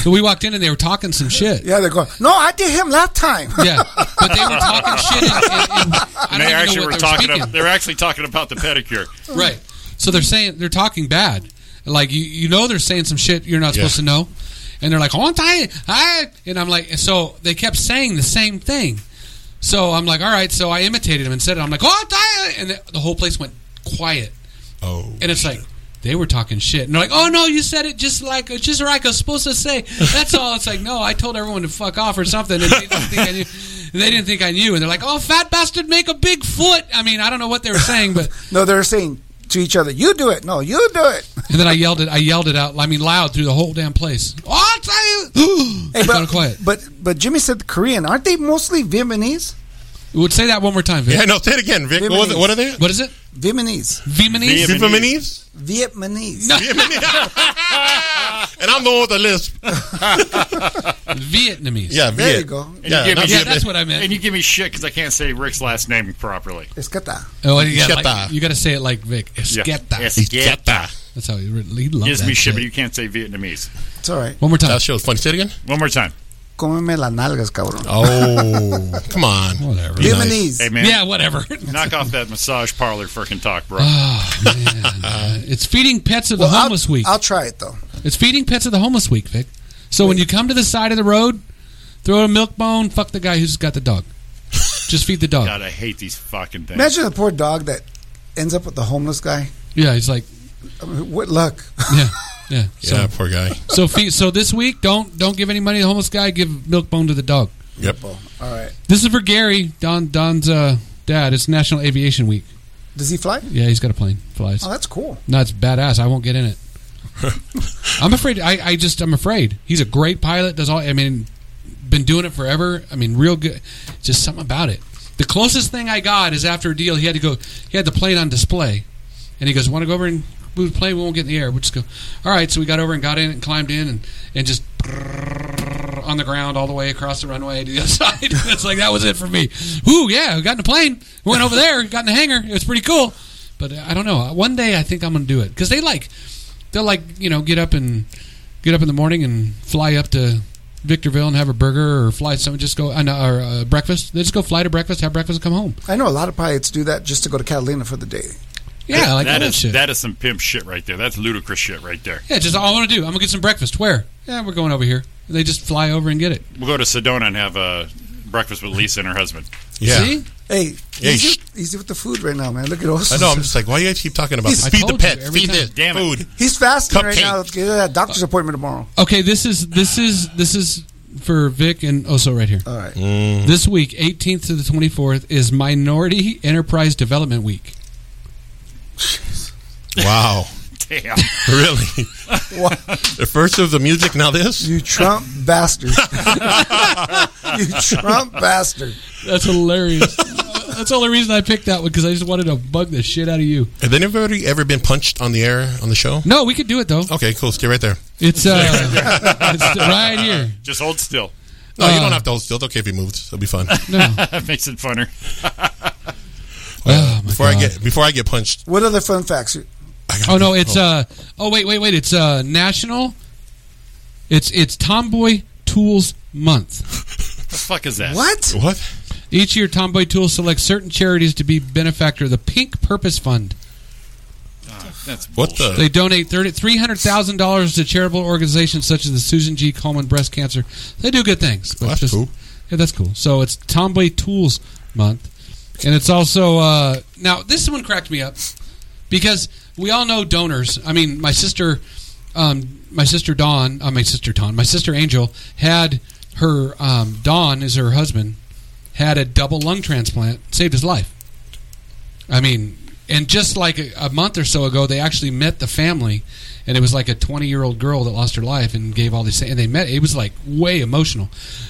Speaker 3: So we walked in and they were talking some shit. Yeah,
Speaker 7: yeah, they're going. No, I did him last time.
Speaker 3: but they were talking shit. And, and, and I
Speaker 4: And
Speaker 3: don't
Speaker 4: they
Speaker 3: even
Speaker 4: actually
Speaker 3: know
Speaker 4: were
Speaker 3: what they
Speaker 4: talking.
Speaker 3: were
Speaker 4: ab-
Speaker 3: speaking.
Speaker 4: they're actually talking about the pedicure.
Speaker 3: right. So they're saying they're talking bad. Like you, you know, they're saying some shit you're not
Speaker 8: Yeah.
Speaker 3: supposed to know. And they're like, "Oh, I, I," and I'm like, so they kept saying the same thing. So I'm like, all right. So I imitated him and said, it. "I'm like, oh, I," and the, the whole place went quiet.
Speaker 8: Oh,
Speaker 3: And it's like they were talking shit, and they're like, "Oh no, you said it just like just like I was supposed to say." That's all. It's like, no, I told everyone to fuck off or something. And they didn't think I knew. they didn't think I knew, and they're like, "Oh, fat bastard, make a big foot." I mean, I don't know what they were saying, but
Speaker 7: No, they're saying to each other, "You do it." No, you do it.
Speaker 3: and then I yelled it. I yelled it out. I mean, loud through the whole damn place. Oh, I tell you,
Speaker 7: Hey,
Speaker 3: It's kinda quiet.
Speaker 7: But but Jimmy said Korean. Aren't they mostly Vietnamese?
Speaker 3: Would say that one more time. Vic.
Speaker 8: Yeah, no, say it again, Vic. What, was it, what are they?
Speaker 3: What is it?
Speaker 7: Vietnamese.
Speaker 3: Vietnamese.
Speaker 4: Vietnamese.
Speaker 8: Vietnamese?
Speaker 7: Vietnamese.
Speaker 8: Vietnamese. and I'm the one with the lisp.
Speaker 3: Vietnamese.
Speaker 8: Yeah,
Speaker 7: There
Speaker 8: Viet.
Speaker 7: you go.
Speaker 8: Yeah,
Speaker 4: you give
Speaker 8: not
Speaker 4: me-
Speaker 3: Yeah,
Speaker 8: Vietnamese.
Speaker 3: that's what I
Speaker 4: And
Speaker 3: meant.
Speaker 4: you give me shit because I can't say Rick's last name properly.
Speaker 7: It's kata.
Speaker 3: Oh, yeah, like-
Speaker 8: Esqueta.
Speaker 3: you got to say it like Vic.
Speaker 4: Yeah.
Speaker 3: Esqueta.
Speaker 4: Esqueta.
Speaker 3: That's how he really he loved
Speaker 4: Gives
Speaker 3: that
Speaker 4: me shit,
Speaker 3: shit.
Speaker 4: but you can't say Vietnamese.
Speaker 7: It's all right.
Speaker 3: One more time.
Speaker 8: That show's funny. Say it again.
Speaker 4: One more time.
Speaker 7: Comeme las nalgas, cabrón.
Speaker 8: Oh, come on.
Speaker 3: Whatever.
Speaker 8: Be nice.
Speaker 7: Vietnamese.
Speaker 4: Hey, man.
Speaker 3: Yeah, whatever.
Speaker 4: Knock off that massage parlor freaking talk, bro.
Speaker 3: Uh, it's feeding pets of the
Speaker 7: Well, I'll-
Speaker 3: homeless week.
Speaker 7: I'll try it though.
Speaker 3: It's feeding pets of the homeless week, Vic. So when you come to the side of the road, throw a milk bone. Fuck the guy who's got the dog. Just feed the dog.
Speaker 4: God, I hate these fucking things.
Speaker 7: Imagine the poor dog that ends up with the homeless guy.
Speaker 3: Yeah, he's like,
Speaker 7: I mean, what luck?
Speaker 3: yeah, yeah. So,
Speaker 8: Yeah, poor guy.
Speaker 3: so feed, so this week, don't don't give any money to the homeless guy. Give milk bone to the dog.
Speaker 8: Yep.
Speaker 7: All right.
Speaker 3: This is for Gary Don Don's uh, dad. It's National Aviation Week.
Speaker 7: Does he fly?
Speaker 3: Yeah, he's got a plane. Flies.
Speaker 7: Oh, that's cool.
Speaker 3: No, it's badass. I won't get in it. I'm afraid. I, I just I'm afraid. He's a great pilot. Does all. I mean, been doing it forever. I mean, real good. Just something about it. The closest thing I got is after a deal. He had to go. He had the plane on display, and he goes, "Want to go over and move the plane? We won't get in the air. We'll just go." All right. So we got over and got in and climbed in and and just on the ground all the way across the runway to the other side. it's like that was it for me. Ooh, yeah, we got in the plane, we went over there, got in the hangar. It was pretty cool. But uh, I don't know. One day I think I'm gonna do it because they like they'll like you know get up and get up in the morning and fly up to Victorville and have a burger or fly some just go uh, no, or uh, breakfast. They just go fly to breakfast, have breakfast, and come home.
Speaker 7: I know a lot of pilots do that just to go to Catalina for the day.
Speaker 3: Yeah, I like all
Speaker 4: that
Speaker 3: that
Speaker 4: is
Speaker 3: shit.
Speaker 4: that is some pimp shit right there. That's ludicrous shit right there.
Speaker 3: yeah, just all I want to do. I'm gonna get some breakfast. Where? Yeah, we're going over here. They just fly over and get it.
Speaker 4: We'll go to Sedona and have uh, breakfast with Lisa and her husband.
Speaker 8: Yeah.
Speaker 3: See?
Speaker 7: Hey,
Speaker 8: Yeah,
Speaker 7: easy,
Speaker 8: sh-
Speaker 7: easy with the food right now, man. Look at us.
Speaker 8: I know. I'm just like, why do you guys keep talking about
Speaker 7: He's-
Speaker 8: this?
Speaker 7: I
Speaker 8: Feed the
Speaker 3: told you,
Speaker 8: pet.
Speaker 3: every
Speaker 8: Feed
Speaker 3: time.
Speaker 8: this.
Speaker 4: Damn it.
Speaker 8: food.
Speaker 7: He's fasting right
Speaker 8: Cupcake. Uh,
Speaker 7: now. Let's get that doctor's appointment tomorrow.
Speaker 3: Okay, this is this is this is for Vic and Oso right here.
Speaker 7: All right.
Speaker 8: Mm.
Speaker 3: This week, 18th to the 24th, is Minority Enterprise Development Week.
Speaker 8: Wow.
Speaker 4: Damn.
Speaker 8: Really?
Speaker 7: What?
Speaker 8: the first of the music, now this?
Speaker 7: You Trump bastard. you Trump bastard.
Speaker 3: That's hilarious. That's the only reason I picked that one because I just wanted to bug the shit out of you.
Speaker 8: Have anybody ever been punched on the air on the show?
Speaker 3: No, we could do it though.
Speaker 8: Okay, cool. Stay right there.
Speaker 3: Oh. It's uh, it's right here.
Speaker 4: Just hold still.
Speaker 8: No,
Speaker 3: Uh,
Speaker 8: you don't have to hold still. It's okay if he moves. It'll be fun.
Speaker 3: No,
Speaker 4: That makes it funner.
Speaker 3: oh, my
Speaker 8: before I
Speaker 3: God.
Speaker 8: get before I get punched.
Speaker 7: What other fun facts?
Speaker 8: I gotta
Speaker 3: Oh no,
Speaker 8: go.
Speaker 3: it's uh. Oh wait, wait, wait. It's uh national. It's it's Tomboy Tools Month.
Speaker 4: The fuck is that?
Speaker 7: What?
Speaker 8: what?
Speaker 3: Each year, Tomboy Tools selects certain charities to be benefactor of the Pink Purpose Fund.
Speaker 4: Ah, That's
Speaker 8: What the?
Speaker 3: They donate three hundred thousand dollars to charitable organizations such as the Susan G. Coleman Breast Cancer. They do good things. but
Speaker 8: Well, that's
Speaker 3: just-
Speaker 8: cool.
Speaker 3: Yeah, that's cool. So it's Tomboy Tools Month, and it's also uh, now this one cracked me up because we all know donors. I mean, my sister, um, my sister Dawn, uh, my sister Dawn, my sister Angel had her um, Dawn is her husband had a double lung transplant, saved his life. I mean, and just like a, a month or so ago, they actually met the family, and it was like a 20 year old girl that lost her life and gave all this, and they met. It was like way emotional,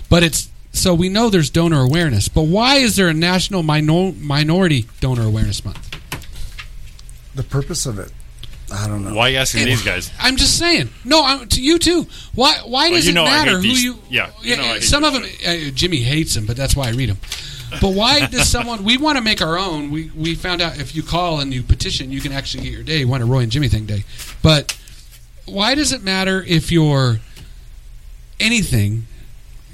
Speaker 3: but it's so we know there's donor awareness, but why is there a national minor, minority donor awareness month?
Speaker 7: The purpose of it. I don't know.
Speaker 4: Why are you asking these guys?
Speaker 3: I'm just saying. No, I'm, to you too. Why? Why
Speaker 4: Well,
Speaker 3: does
Speaker 4: you know
Speaker 3: it
Speaker 4: I hate
Speaker 3: matter who
Speaker 4: these-
Speaker 3: you?
Speaker 4: yeah, you know I hate
Speaker 3: some
Speaker 4: this
Speaker 3: of them. Uh, Jimmy hates them, but that's why I read them. But why does someone? We want to make our own. We we found out if you call and you petition, you can actually get your day. We want a Roy and Jimmy thing day, but why does it matter if you're anything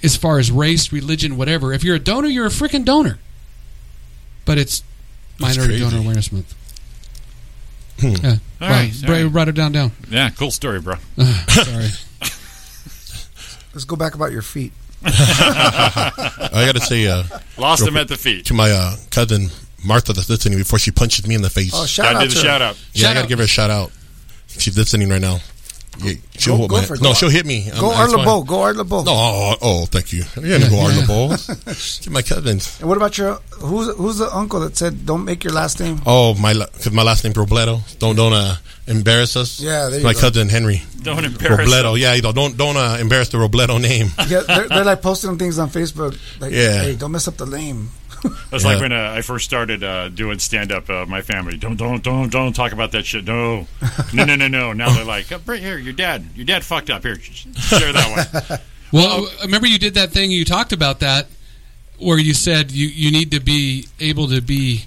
Speaker 3: as far as race, religion, whatever? If you're a donor, you're a freaking donor. But it's
Speaker 8: That's
Speaker 3: Minority
Speaker 8: crazy.
Speaker 3: Donor Awareness Month.
Speaker 8: Hmm.
Speaker 3: Yeah,
Speaker 4: All
Speaker 3: Wow.
Speaker 4: right, all
Speaker 3: Bra-
Speaker 4: right.
Speaker 3: write it down, down.
Speaker 4: Yeah, cool story, bro.
Speaker 3: Sorry.
Speaker 7: Let's go back about your feet.
Speaker 8: I got to say uh,
Speaker 4: Lost
Speaker 8: Real
Speaker 4: him
Speaker 8: quick.
Speaker 4: at the feet.
Speaker 8: to my uh, cousin Martha that's listening before she punches me in the face.
Speaker 7: Oh, shout
Speaker 4: Gotta
Speaker 7: out
Speaker 4: do
Speaker 7: to
Speaker 4: the shout out.
Speaker 8: yeah, I
Speaker 3: shout
Speaker 8: got to
Speaker 3: out.
Speaker 8: give her a shout out. She's listening right now. Yeah, she'll
Speaker 7: Go-
Speaker 8: hold
Speaker 7: go
Speaker 8: my
Speaker 7: for
Speaker 8: hand.
Speaker 7: it.
Speaker 8: No,
Speaker 7: Go-
Speaker 8: she'll hit me. I'm-
Speaker 7: Go
Speaker 8: it's
Speaker 7: Art
Speaker 8: fine.
Speaker 7: LeBeau. Go Art LeBeau.
Speaker 8: No, oh, oh, thank you. Yeah, go Art LeBeau. Get my cousins.
Speaker 7: And what about your who's who's the uncle that said don't make your last name?
Speaker 8: Oh, my because my last name Robledo. Don't don't uh, embarrass us.
Speaker 7: Yeah, there you
Speaker 8: my
Speaker 7: go.
Speaker 8: cousin Henry
Speaker 4: Don't embarrass
Speaker 8: Robledo. Yeah, you know, don't don't uh, embarrass the Robledo name.
Speaker 7: Yeah, they're, they're like posting things on Facebook. Like,
Speaker 8: Yeah.
Speaker 7: hey, don't mess up the name.
Speaker 4: That's
Speaker 8: Yeah.
Speaker 4: like when uh, I first started uh, doing stand up. Uh, my family don't don't don't don't talk about that shit. No, no, no, no, no. Now they're like, oh, bring here, your dad, your dad fucked up. Here, sh- share that one.
Speaker 3: Well, I remember you did that thing. You talked about that, where you said you, you need to be able to be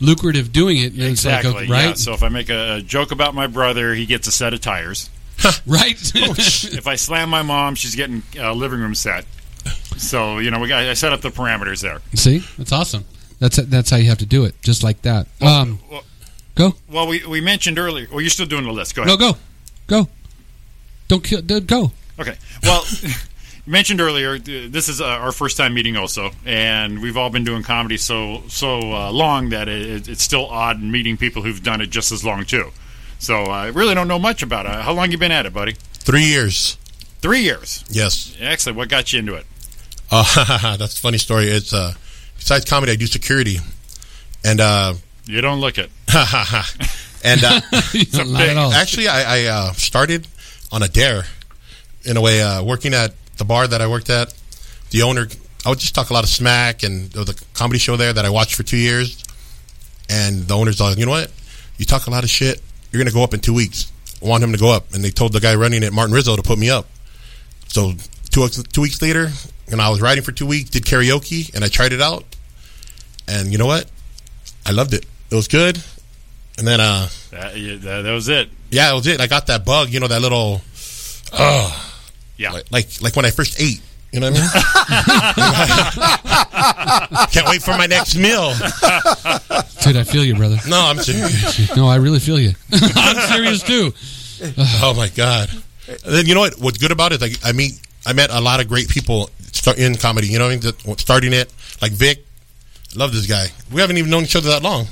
Speaker 3: lucrative doing it. And it's like,
Speaker 4: exactly.
Speaker 3: okay, right,
Speaker 4: Yeah. So if I make a, a joke about my brother, he gets a set of tires.
Speaker 3: right.
Speaker 4: Oh, If I slam my mom, she's getting a living room set. So you know, we got I set up the parameters there.
Speaker 3: See, that's awesome. That's that's how you have to do it, just like that. Um,
Speaker 4: Well,
Speaker 3: go,
Speaker 4: well, we we mentioned earlier. Well, you're still doing the list. Go ahead.
Speaker 3: no, go, go. Don't kill. Don't go.
Speaker 4: Okay. Well, you mentioned earlier, th- this is uh, our first time meeting, also, and we've all been doing comedy so so uh, long that it, it- it's still odd meeting people who've done it just as long too. So uh, I really don't know much about it. How long you been at it, buddy?
Speaker 8: Three years.
Speaker 4: Three years.
Speaker 8: Yes.
Speaker 4: Excellent. What got you into it?
Speaker 8: Uh, that's a funny story. It's uh, besides comedy, I do security, and uh,
Speaker 4: You don't look it.
Speaker 8: and uh,
Speaker 3: Not at all.
Speaker 8: actually, I, I uh, started on a dare, in a way, uh, working at the bar that I worked at. The owner, I would just talk a lot of smack, and there was a comedy show there that I watched for two years. And the owner's like, you know what? You talk a lot of shit. You're gonna go up in two weeks. I want him to go up, and they told the guy running it, Martin Rizzo, to put me up. So two weeks- two weeks later, and I was writing for two weeks, did karaoke, and I tried it out. And you know what? I loved it. It was good. And then uh,
Speaker 4: That, yeah, that, that was it.
Speaker 8: yeah, that was it. I got that bug, you know, that little
Speaker 4: Yeah.
Speaker 8: like like, like when I first ate. You know what I mean? Can't wait for my next meal.
Speaker 3: dude. I feel you, brother.
Speaker 8: No, I'm serious.
Speaker 3: No, I really feel you. I'm serious too.
Speaker 8: Oh my god. And then you know what? What's good about it? Like I meet, I met a lot of great people start in comedy. You know, what I mean? That- starting it like Vic. Love this guy. We haven't even known each other that long.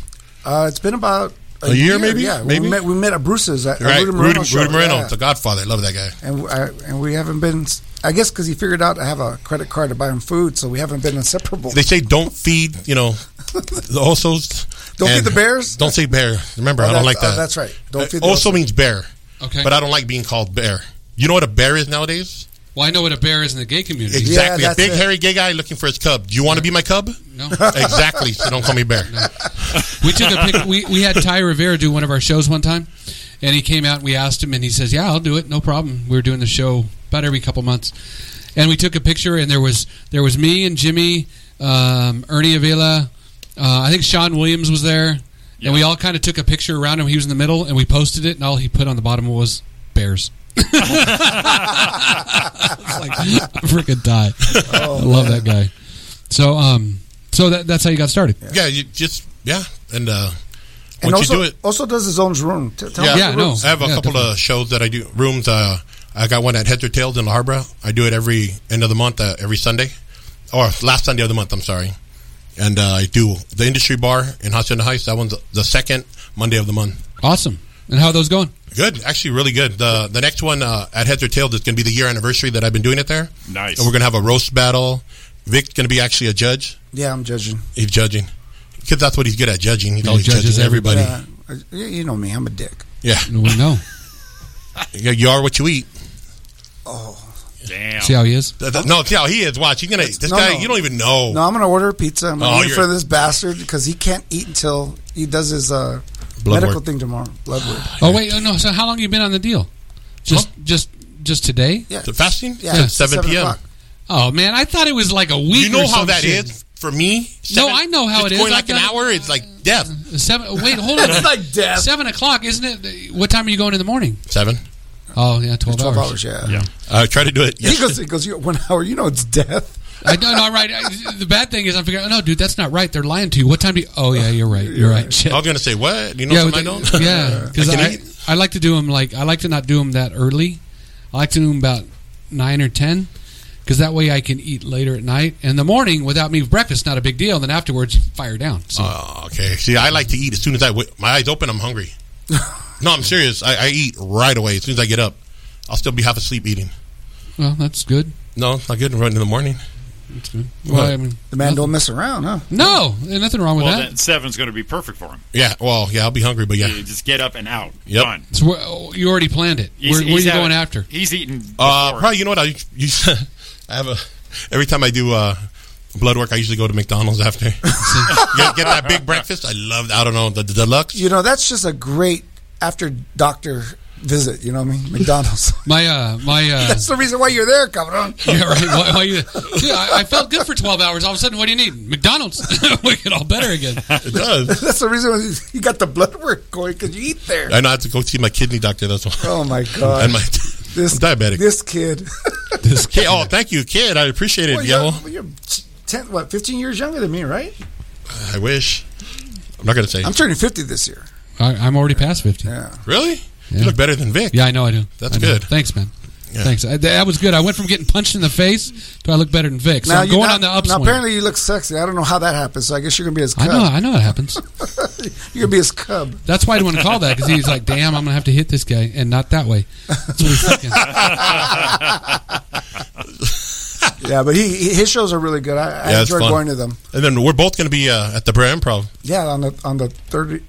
Speaker 7: Uh, it's been about a,
Speaker 8: A year, maybe?
Speaker 7: Yeah,
Speaker 8: Maybe?
Speaker 7: we met we met at Bruce's at
Speaker 8: Right,
Speaker 7: Rudy Moreno.
Speaker 8: Rudy, Rudy Moreno,
Speaker 7: Yeah.
Speaker 8: the Godfather. I love that guy.
Speaker 7: And w- I, and we haven't been. I guess because he figured out I have a credit card to buy him food, so we haven't been inseparable.
Speaker 8: They say don't feed, you know, the osos.
Speaker 7: Don't feed
Speaker 8: and
Speaker 7: the bears?
Speaker 8: Don't say bear. Remember,
Speaker 7: Oh,
Speaker 8: I don't
Speaker 7: that's-
Speaker 8: like that.
Speaker 7: oh, that's right. Don't
Speaker 8: Uh,
Speaker 7: feed the
Speaker 8: Also
Speaker 7: osos.
Speaker 8: means bear.
Speaker 3: Okay.
Speaker 8: But I don't like being called bear. You know what a bear is nowadays?
Speaker 3: Well, I know what a bear is in the gay community.
Speaker 8: Exactly. a
Speaker 7: that's
Speaker 8: big
Speaker 7: it.
Speaker 8: hairy gay guy looking for his cub. Do you want to be my cub?
Speaker 3: No.
Speaker 8: exactly. So don't call me bear.
Speaker 3: We took a pic. We, we had Ty Rivera do one of our shows one time, and he came out. and We asked him, and he says, "Yeah, I'll do it. No problem." We were doing the show about every couple months, and we took a picture. And there was there was me and Jimmy, um, Ernie Avila. Uh, I think Sean Williams was there, and we all kind of took a picture around him. He was in the middle, and we posted it. And all he put on the bottom was bears. It's like freaking die. I love that guy. So um, so that, that's how you got started.
Speaker 8: Yeah, you just yeah. And uh
Speaker 7: and
Speaker 8: once
Speaker 7: also,
Speaker 8: you do it
Speaker 7: also does his own room. T- tell
Speaker 8: Yeah,
Speaker 7: him
Speaker 3: Yeah,
Speaker 7: the
Speaker 3: no.
Speaker 7: rules.
Speaker 8: I have a
Speaker 3: Yeah,
Speaker 8: couple of shows that I do rooms, uh I got one at Heads or Tails in La Harbor. I do it every end of the month, uh, every Sunday. Or last Sunday of the month, I'm sorry. And uh, I do the industry bar in Hacienda Heights. That one's the second Monday of the month.
Speaker 3: Awesome. And how are those going?
Speaker 8: Good, actually, really good. The the next one uh, at Heads or Tails is going to be the year anniversary that I've been doing it there.
Speaker 4: Nice.
Speaker 8: And we're going to have a roast battle. Vic's going to be actually a judge.
Speaker 7: Yeah, I'm judging.
Speaker 8: He's judging because that's what he's good at judging. He's
Speaker 3: He
Speaker 8: always
Speaker 3: judges
Speaker 8: judging everybody.
Speaker 7: Yeah, I- you know me. I'm a dick.
Speaker 8: Yeah.
Speaker 3: No, we know.
Speaker 8: You- you are what you eat.
Speaker 7: Oh.
Speaker 4: Damn.
Speaker 3: See how he is.
Speaker 8: Th- th- No, see how he is. Watch, he's gonna. This
Speaker 7: no,
Speaker 8: guy,
Speaker 7: no.
Speaker 8: you don't even know.
Speaker 7: No, I'm gonna order a pizza. I'm
Speaker 8: Oh,
Speaker 7: gonna wait
Speaker 8: you're-
Speaker 7: for this bastard because he can't eat until he does his uh,
Speaker 8: Blood
Speaker 7: medical
Speaker 8: work.
Speaker 7: thing tomorrow. Blood work.
Speaker 3: Oh wait, oh, no. So how long you been on the deal? Just just just today?
Speaker 7: Yeah,
Speaker 8: The fasting.
Speaker 7: yeah,
Speaker 8: Since
Speaker 7: it's
Speaker 8: seven, p.m.
Speaker 7: o'clock.
Speaker 3: Oh man, I thought it was like a week.
Speaker 8: You know
Speaker 3: or
Speaker 8: how
Speaker 3: some
Speaker 8: that is
Speaker 3: shit.
Speaker 8: for me.
Speaker 3: No, I know how
Speaker 8: it's
Speaker 3: it is. Mm-hmm.
Speaker 8: Going
Speaker 3: I've
Speaker 8: like an
Speaker 3: done it.
Speaker 8: hour, it's like death.
Speaker 3: Seven. Wait, hold on.
Speaker 7: It's like death.
Speaker 3: Seven o'clock, isn't it? What time are you going in the morning?
Speaker 8: Seven.
Speaker 3: Oh yeah, twelve,
Speaker 7: Twelve
Speaker 3: hours.
Speaker 7: hours. Yeah.
Speaker 4: Yeah.
Speaker 8: I try to do it.
Speaker 7: He
Speaker 8: yesterday.
Speaker 7: goes. He goes. You got one hour. You know it's death.
Speaker 3: I don't know. Right. I, the bad thing is I'm figuring. Oh, no, dude, that's not right. They're lying to you. What time do you? Oh yeah, you're right. You're right. Shit.
Speaker 8: I was gonna say what? You know
Speaker 3: yeah,
Speaker 8: something I
Speaker 3: with
Speaker 8: don't.
Speaker 3: the- yeah. Because
Speaker 8: I can
Speaker 3: I,
Speaker 8: eat.
Speaker 3: I like to do them like I like to not do them that early. I like to do them about nine or ten, because that way I can eat later at night and in the morning without me breakfast. Not a big deal. And then afterwards, fire down. So
Speaker 8: Oh, okay. See, I like to eat as soon as I w- my eyes open. I'm hungry. no, I'm serious. I, I eat right away as soon as I get up. I'll still be half asleep eating.
Speaker 3: Well, that's good.
Speaker 8: No, not good. Run in the morning.
Speaker 3: That's good. Well, I mean,
Speaker 7: The man don't mess around, huh?
Speaker 3: no, there's nothing wrong with
Speaker 4: Well,
Speaker 3: that.
Speaker 4: then seven's going to be perfect for him.
Speaker 8: Yeah. Well, yeah, I'll be hungry, but yeah.
Speaker 4: You just get up and out.
Speaker 8: Yep.
Speaker 4: Done.
Speaker 3: It's where- oh, you already planned it.
Speaker 4: He's-
Speaker 3: where where
Speaker 4: he's
Speaker 3: are you
Speaker 4: having-
Speaker 3: going after?
Speaker 4: He's eating.
Speaker 8: Uh,
Speaker 4: before.
Speaker 8: probably. You know what? I use, I have a every time I do uh, blood work, I usually go to McDonald's after. get, get that big breakfast. I love. I don't know the, the deluxe.
Speaker 7: You know, that's just a great after doctor visit. You know what I mean? McDonald's.
Speaker 3: My uh, my uh,
Speaker 7: that's the reason why you're there, cabron.
Speaker 3: yeah, right. Why, why you, Dude, I, I felt good for twelve hours. All of a sudden, what do you need? McDonald's. we get all better again.
Speaker 8: It does.
Speaker 7: That's the reason why you got the blood work going because you eat there.
Speaker 8: I know I have to go see my kidney doctor. That's why.
Speaker 7: Oh my god!
Speaker 8: and my
Speaker 7: this
Speaker 8: I'm diabetic.
Speaker 7: This kid.
Speaker 8: this kid. Oh, thank you, kid. I appreciate it,
Speaker 7: Well,
Speaker 8: yo.
Speaker 7: you're, well, you're ten, what, fifteen years younger than me, right?
Speaker 8: I wish. I'm not gonna say.
Speaker 7: I'm turning fifty this year.
Speaker 3: I, I'm already past fifty. Yeah,
Speaker 7: Yeah.
Speaker 8: really?
Speaker 3: Yeah.
Speaker 8: You look better than Vic.
Speaker 3: I know I do.
Speaker 8: That's
Speaker 3: I know.
Speaker 8: good.
Speaker 3: Thanks, man.
Speaker 8: Yeah.
Speaker 3: Thanks. I, that was good. I went from getting punched in the face to I look better than Vic. So I'm
Speaker 7: you-
Speaker 3: going on the upswing.
Speaker 7: Now apparently you look sexy. I don't know how that happened. So I guess you're gonna be his
Speaker 3: I
Speaker 7: cub.
Speaker 3: know. I know it happens.
Speaker 7: You're gonna be his cub.
Speaker 3: That's why I didn't want to call that because he's like, "Damn, I'm gonna have to hit this guy and not that way." That's what he's thinking.
Speaker 7: Yeah, but he he- his shows are really good. I,
Speaker 8: Yeah,
Speaker 7: I
Speaker 8: it's
Speaker 7: enjoy
Speaker 8: fun.
Speaker 7: going to them.
Speaker 8: And then we're both gonna be uh, at the Brer Improv
Speaker 7: Yeah, on the on the thirtieth.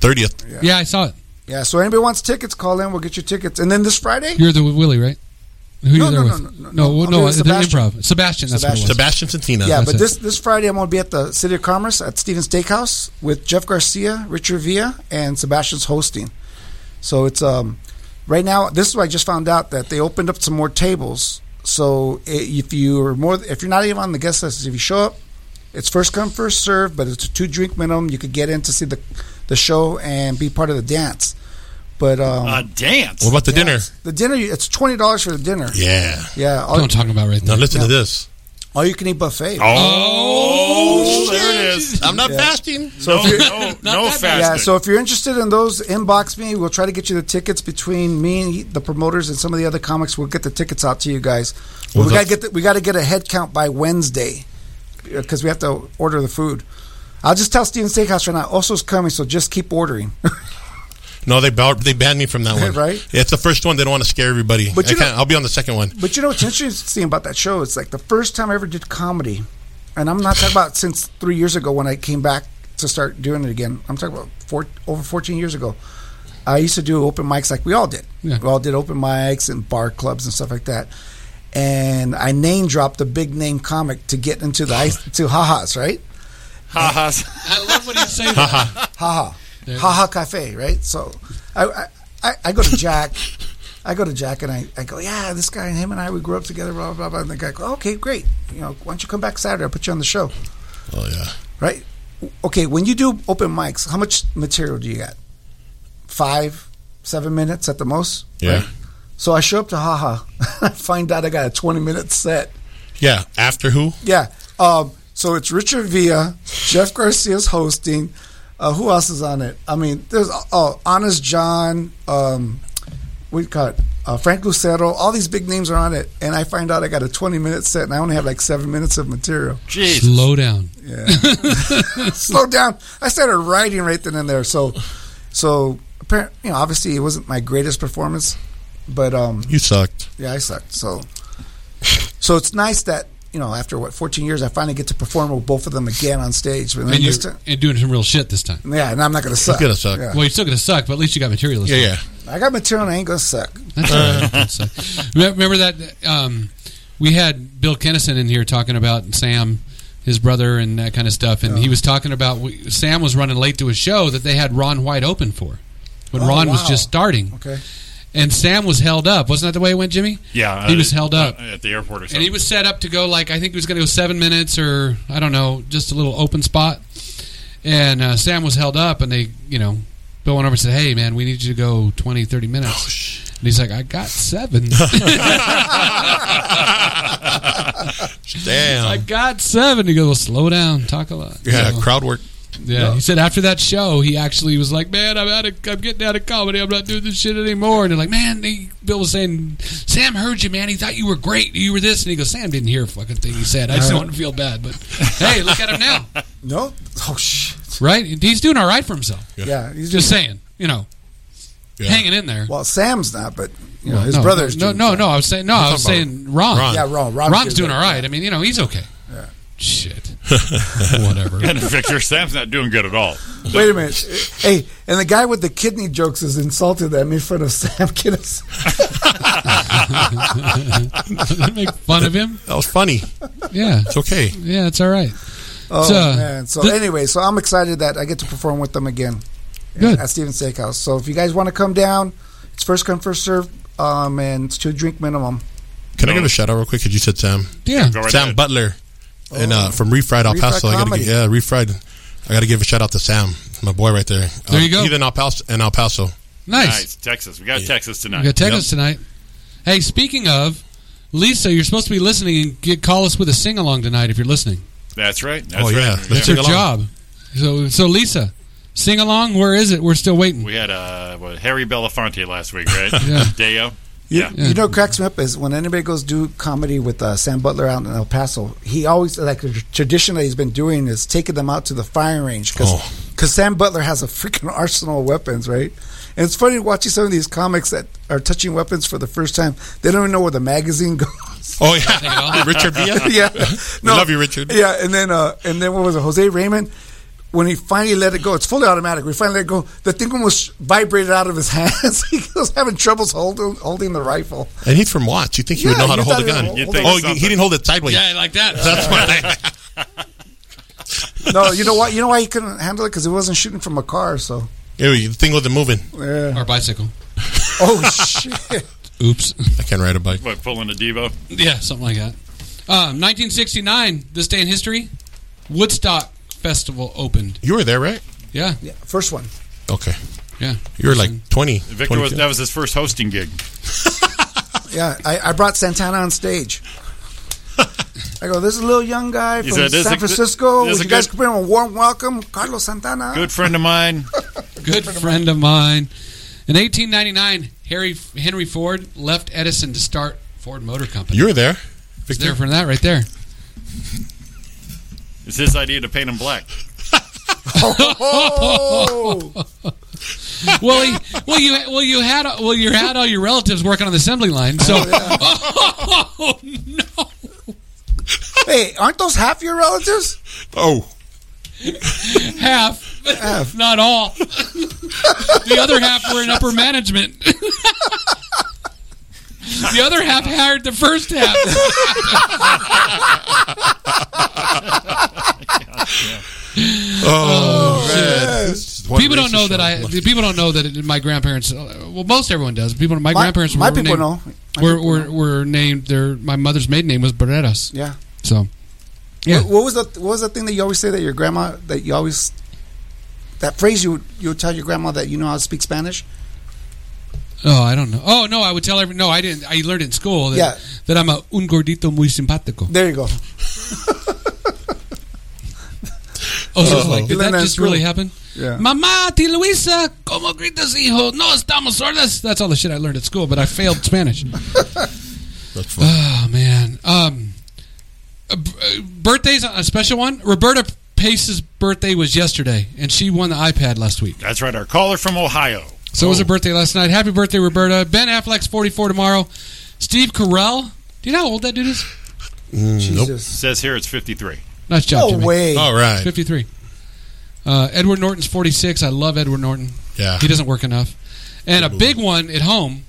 Speaker 8: 30th.
Speaker 3: yeah, I saw it.
Speaker 7: Yeah, so anybody wants tickets, call in. We'll get you tickets. And then this Friday,
Speaker 3: You're the Willie, right? Who
Speaker 7: No,
Speaker 3: you there
Speaker 7: no,
Speaker 3: with?
Speaker 7: no, no,
Speaker 3: no,
Speaker 7: no, no.
Speaker 3: well,
Speaker 7: I'm
Speaker 3: no, uh,
Speaker 7: with
Speaker 3: the
Speaker 7: Sebastian.
Speaker 3: improv. Sebastian, that's what it was.
Speaker 8: Sebastian Santina.
Speaker 7: yeah.
Speaker 3: that's
Speaker 7: But
Speaker 3: it.
Speaker 7: this this Friday, I'm gonna be at the City of Commerce at Stevens Steakhouse with Jeff Garcia, Richard Villa, and Sebastian's hosting. So it's um right now. This is what I just found out that they opened up some more tables. So i- if you are more, if you're not even on the guest list, if you show up, it's first come first serve, but it's a two drink minimum. You could get in to see the the show and be part of the dance. But um,
Speaker 4: a dance.
Speaker 8: What about the dinner?
Speaker 7: The dinner, you- it's twenty dollars for the dinner.
Speaker 8: Yeah.
Speaker 7: Yeah,
Speaker 3: That's what
Speaker 7: all,
Speaker 3: I'm talking about right
Speaker 8: Now
Speaker 3: there.
Speaker 8: listen to this.
Speaker 7: all you can eat buffet.
Speaker 4: Oh, there it is.
Speaker 8: I'm not fasting.
Speaker 7: So
Speaker 4: no,
Speaker 7: if you're-
Speaker 4: no, no fasting.
Speaker 7: yeah, so if you're interested in those, inbox me. We'll try to get you the tickets between me, the promoters, and some of the other comics. We'll get the tickets out to you guys. But
Speaker 8: Well,
Speaker 7: we gotta
Speaker 8: that's-
Speaker 7: get the, we gotta get a head count by Wednesday because we have to order the food. I'll just tell Steven Steakhouse right now. Oso's coming, so just keep ordering.
Speaker 8: No, they bar- they banned me from that one.
Speaker 7: Right?
Speaker 8: Yeah, it's the first one. They don't want to scare everybody.
Speaker 7: But
Speaker 8: But
Speaker 7: you know-
Speaker 8: I'll be on the second one.
Speaker 7: But you know what's interesting about that show? It's like the first time I ever did comedy, and I'm not talking about since three years ago when I came back to start doing it again. I'm talking about four, over 14 years ago. I used to do open mics like we all did.
Speaker 3: Yeah.
Speaker 7: We all did open mics and bar clubs and stuff like that. And I name dropped a big name comic to get into the ice to ha-has, right?
Speaker 4: Ha-has.
Speaker 3: I love when you say that.
Speaker 7: Haha. Haha Cafe, right? So I, I- I, I go to Jack. I go to Jack and I, I go, yeah, this guy and him and I, we grew up together, blah, blah, blah. And the guy goes, okay, great. You know, why don't you come back Saturday? I'll put you on the show,
Speaker 8: Oh yeah.
Speaker 7: right? Okay, when you do open mics, how much material do you got? Five, seven minutes at the most?
Speaker 8: Yeah.
Speaker 7: So I show up to Haha. I find out I got a 20 minute set.
Speaker 8: Yeah. After who?
Speaker 7: Yeah. Um, so it's Richard Villa, Jeff Garcia's hosting. Uh, who else is on it? I mean, there's oh, Honest John. Um, we got uh, Frank Lucero. All these big names are on it, and I find out I got a 20 minute set, and I only have like seven minutes of material.
Speaker 4: Jeez.
Speaker 3: Slow down.
Speaker 7: Slow down. I started writing right then and there. So, so apparent, you know, obviously it wasn't my greatest performance, but um,
Speaker 8: You sucked.
Speaker 7: Yeah, I sucked. So, so it's nice that you know, after what 14 years, I finally get to perform with both of them again on stage. But then
Speaker 3: And, you're,
Speaker 7: this time,
Speaker 3: and doing some real shit this time.
Speaker 7: yeah, and I'm not gonna suck.
Speaker 8: gonna suck.
Speaker 7: Yeah.
Speaker 3: Well, you're still going to suck, but at least you got material. this
Speaker 8: Yeah.
Speaker 3: time.
Speaker 8: Yeah.
Speaker 7: I got material. and I ain't gonna suck.
Speaker 3: That's
Speaker 7: Uh,
Speaker 3: all right. That's all right. Remember- Remember that um, we had Bill Kennison in here talking about Sam, his brother, and that kind of stuff, and he was talking about we- Sam was running late to a show that they had Ron White open for when
Speaker 7: Oh,
Speaker 3: Ron was
Speaker 7: wow.
Speaker 3: just starting,
Speaker 7: Okay.
Speaker 3: and Sam was held up. Wasn't that the way it went, Jimmy?
Speaker 4: Yeah,
Speaker 3: he
Speaker 4: uh,
Speaker 3: was held up.
Speaker 4: uh, at the airport or something.
Speaker 3: And he was set up to go like I think he was going to go seven minutes or I don't know, just a little open spot. And uh, Sam was held up, and they, you know, Bill went over and said, "Hey, man, we need you to go 20, 30 minutes."
Speaker 7: Oh,
Speaker 3: and he's like, "I got seven. I
Speaker 8: Damn.
Speaker 3: got seven. He goes, "Well, slow down, talk a lot."
Speaker 8: Um, Yeah.
Speaker 3: So,
Speaker 8: Crowd work.
Speaker 3: yeah. He said after that show, he actually was like, "Man, I'm out of, I'm getting out of comedy. I'm not doing this shit anymore." And they're like, "Man," he, Bill was saying, "Sam heard you, man. He thought you were great. You were this." And he goes, "Sam didn't hear a fucking thing he said. I just want to feel bad, but hey, look at him now,
Speaker 7: No. Oh shit.
Speaker 3: right? He's doing all right for himself.
Speaker 7: Yeah. He's just
Speaker 3: Just saying, you know,
Speaker 8: Yeah.
Speaker 3: hanging in there.
Speaker 7: well, Sam's not, but You know, his
Speaker 3: no,
Speaker 7: brother's
Speaker 3: No,
Speaker 7: doing
Speaker 3: no,
Speaker 7: fine.
Speaker 3: no. I was saying no. I was saying Ron.
Speaker 8: Ron.
Speaker 7: Yeah, Ron. Ron's,
Speaker 3: Ron's doing
Speaker 7: good.
Speaker 3: all right. I mean, you know, he's okay. Shit. Whatever.
Speaker 4: And Victor Sam's not doing good at all.
Speaker 7: Wait a minute. Hey, and the guy with the kidney jokes is insulted at me in front of Sam Kinnis.
Speaker 3: Make fun of him.
Speaker 8: That was funny.
Speaker 3: Yeah.
Speaker 8: It's okay.
Speaker 3: Yeah, it's all right.
Speaker 7: Oh
Speaker 3: It's, uh,
Speaker 7: man! So
Speaker 3: the-
Speaker 7: anyway, so I'm excited that I get to perform with them again
Speaker 3: Good.
Speaker 7: at Steven Steakhouse. So if you guys want to come down, it's first come first serve, um, and it's two drink minimum.
Speaker 8: Can I
Speaker 4: No.
Speaker 8: give a shout out real quick? Because you said Sam.
Speaker 3: Yeah.
Speaker 4: Go right
Speaker 8: Sam
Speaker 4: ahead.
Speaker 8: Butler, and uh, from Refried El
Speaker 7: Oh. Refried
Speaker 8: Paso. I gotta
Speaker 7: Comedy.
Speaker 8: give, yeah, Refried. I got to give a shout out to Sam, my boy right there. Uh,
Speaker 3: There you go.
Speaker 8: He's in El Paso. In El Paso.
Speaker 3: Nice.
Speaker 4: Nice. Texas. We got Texas
Speaker 3: We
Speaker 4: tonight.
Speaker 3: got Texas tonight. Hey, speaking of, Lisa, you're supposed to be listening and get, call us with a sing along tonight if you're listening.
Speaker 4: That's right. That's
Speaker 8: Oh,
Speaker 4: right.
Speaker 8: yeah.
Speaker 3: It's
Speaker 8: Let's
Speaker 3: your
Speaker 8: Sing-along.
Speaker 3: job. So, so Lisa, sing along. Where is it? We're still waiting.
Speaker 4: We had uh, what, Harry Belafonte last week, right?
Speaker 3: Yeah.
Speaker 4: Deo.
Speaker 7: You,
Speaker 4: Yeah.
Speaker 7: you know, what cracks me up is when anybody goes do comedy with uh, Sam Butler out in El Paso. He always like the tradition that he's been doing is taking them out to the firing range because
Speaker 8: Oh.
Speaker 7: Sam Butler has a freaking arsenal of weapons, right? And it's funny watching some of these comics that are touching weapons for the first time. They don't even know where the magazine goes.
Speaker 8: Oh yeah, Richard Villa.
Speaker 7: yeah,
Speaker 8: We love you, Richard.
Speaker 7: Yeah, and then uh, and then what was it, Jose Raymond? When he finally let it go, it's fully automatic. We finally let it go. The thing almost vibrated out of his hands. he was having troubles holding holding the rifle.
Speaker 8: And he's from Watts. You think he would
Speaker 7: Yeah,
Speaker 8: know how to
Speaker 7: you
Speaker 8: hold a
Speaker 7: thought
Speaker 8: gun?
Speaker 7: he- You'd
Speaker 8: oh,
Speaker 4: think
Speaker 8: he-
Speaker 4: something.
Speaker 8: he didn't hold it sideways.
Speaker 3: like that.
Speaker 8: That's why.
Speaker 7: No, you know what? You know why he couldn't handle it because he wasn't shooting from a car. So,
Speaker 8: Ew, the thing wasn't moving.
Speaker 7: yeah.
Speaker 3: Our bicycle.
Speaker 7: oh shit!
Speaker 3: Oops.
Speaker 8: I can't ride a bike.
Speaker 4: What, pulling a Devo?
Speaker 3: Yeah, something like that. Um, 1969, this day in history, Woodstock Festival opened.
Speaker 8: You were there, right?
Speaker 3: Yeah,
Speaker 7: Yeah, first one.
Speaker 8: Okay.
Speaker 3: yeah.
Speaker 8: You were like 20.
Speaker 4: Victor was,
Speaker 8: 22.
Speaker 4: that was his first hosting gig.
Speaker 7: Yeah, I, I brought Santana on stage. I go, this is a little young guy from
Speaker 4: said, "This is a
Speaker 7: San
Speaker 4: good-
Speaker 7: Francisco.
Speaker 4: this
Speaker 7: Would
Speaker 4: is a
Speaker 7: you guys
Speaker 4: good-
Speaker 7: give him a warm welcome, Carlos Santana.
Speaker 4: Good friend of mine.
Speaker 3: Good friend of mine. In 1899, Harry Henry Ford left Edison to start Ford Motor Company.
Speaker 8: You were there.
Speaker 3: It's
Speaker 8: Victor.
Speaker 3: there for that right there.
Speaker 4: It's his idea to paint him black.
Speaker 7: Oh,
Speaker 3: Well, he, well, you, well, you had, well, you had all your relatives working on the assembly line. So, oh, no,
Speaker 7: hey, aren't those half your relatives?
Speaker 8: Oh.
Speaker 3: half, not all. the other half were in upper management. the other half hired the first half.
Speaker 8: Oh, man. This is one
Speaker 3: people
Speaker 8: racist
Speaker 3: don't know that
Speaker 8: show.
Speaker 3: I.
Speaker 8: Look.
Speaker 3: People don't know that it, my grandparents. Well, most everyone does. People, my,
Speaker 7: My-
Speaker 3: grandparents.
Speaker 7: my
Speaker 3: were
Speaker 7: people
Speaker 3: named,
Speaker 7: know. My
Speaker 3: Were,
Speaker 7: people
Speaker 3: were, were named. Their my mother's maiden name was Berettas.
Speaker 7: Yeah.
Speaker 3: So, yeah,
Speaker 7: What, what was the What was the thing that you always say that your grandma that you always that phrase you would- you would tell your grandma that you know how to speak Spanish?
Speaker 3: Oh, I don't know. Oh no, I would tell every. No, I didn't. I learned in school that,
Speaker 7: Yeah.
Speaker 3: that I'm a un gordito muy simpático.
Speaker 7: There you go.
Speaker 3: Oh, so it's
Speaker 8: Oh.
Speaker 3: like,
Speaker 7: You
Speaker 3: did
Speaker 7: learned
Speaker 3: that
Speaker 7: that in
Speaker 3: just really
Speaker 7: school.
Speaker 3: happen?
Speaker 7: Yeah.
Speaker 3: Mamá, ti Luisa, como gritas hijo? No estamos sordas. That's all the shit I learned at school, but I failed Spanish.
Speaker 8: That's fun.
Speaker 3: oh man. Um, uh, b- uh, birthdays a special one. Roberta Pace's birthday was yesterday, and she won the iPad last week.
Speaker 4: That's right. Our caller from Ohio.
Speaker 3: So it
Speaker 7: Oh.
Speaker 3: was her birthday last night. Happy birthday, Roberta. Ben Affleck's 44 tomorrow. Steve Carell. Do you know how old that dude is?
Speaker 8: Mm, nope.
Speaker 7: Jesus.
Speaker 4: Says here it's 53.
Speaker 3: Nice job,
Speaker 7: No
Speaker 3: Jimmy.
Speaker 7: way.
Speaker 8: All right.
Speaker 3: 53. Uh, Edward Norton's 46. I love Edward Norton.
Speaker 8: Yeah.
Speaker 3: He doesn't work enough. And a big one at home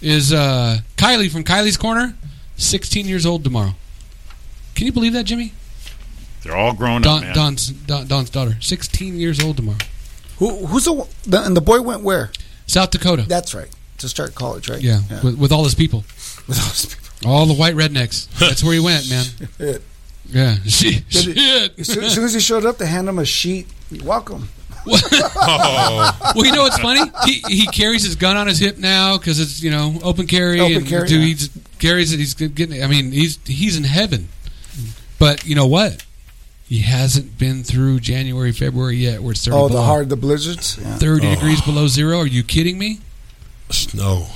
Speaker 3: is uh, Kylie from Kylie's Corner, 16 years old tomorrow. Can you believe that, Jimmy?
Speaker 4: They're all grown up,
Speaker 3: Don,
Speaker 4: man.
Speaker 3: Don's, Don, Don's daughter, 16 years old tomorrow.
Speaker 7: Who, who's the, the and the boy went where?
Speaker 3: South Dakota.
Speaker 7: That's right. To start college, right?
Speaker 3: yeah, With, with all his people.
Speaker 7: With all those people.
Speaker 3: All the white rednecks. That's where he went, man.
Speaker 7: Shit.
Speaker 3: Yeah. Shit.
Speaker 7: Did As soon, as soon as he showed up, they hand him a sheet. Welcome.
Speaker 8: Oh.
Speaker 3: Well, you know what's funny? He, he carries his gun on his hip now because it's you know open carry.
Speaker 7: Open
Speaker 3: and
Speaker 7: carry,
Speaker 3: dude,
Speaker 7: yeah.
Speaker 3: he just carries it. He's getting. I mean, he's he's in heaven. But you know what? He hasn't been through January, February yet, where it's thirty.
Speaker 7: Oh, the
Speaker 3: below.
Speaker 7: hard Oh. the blizzards. Yeah.
Speaker 3: Thirty degrees below zero. Are you kidding me?
Speaker 8: Snow.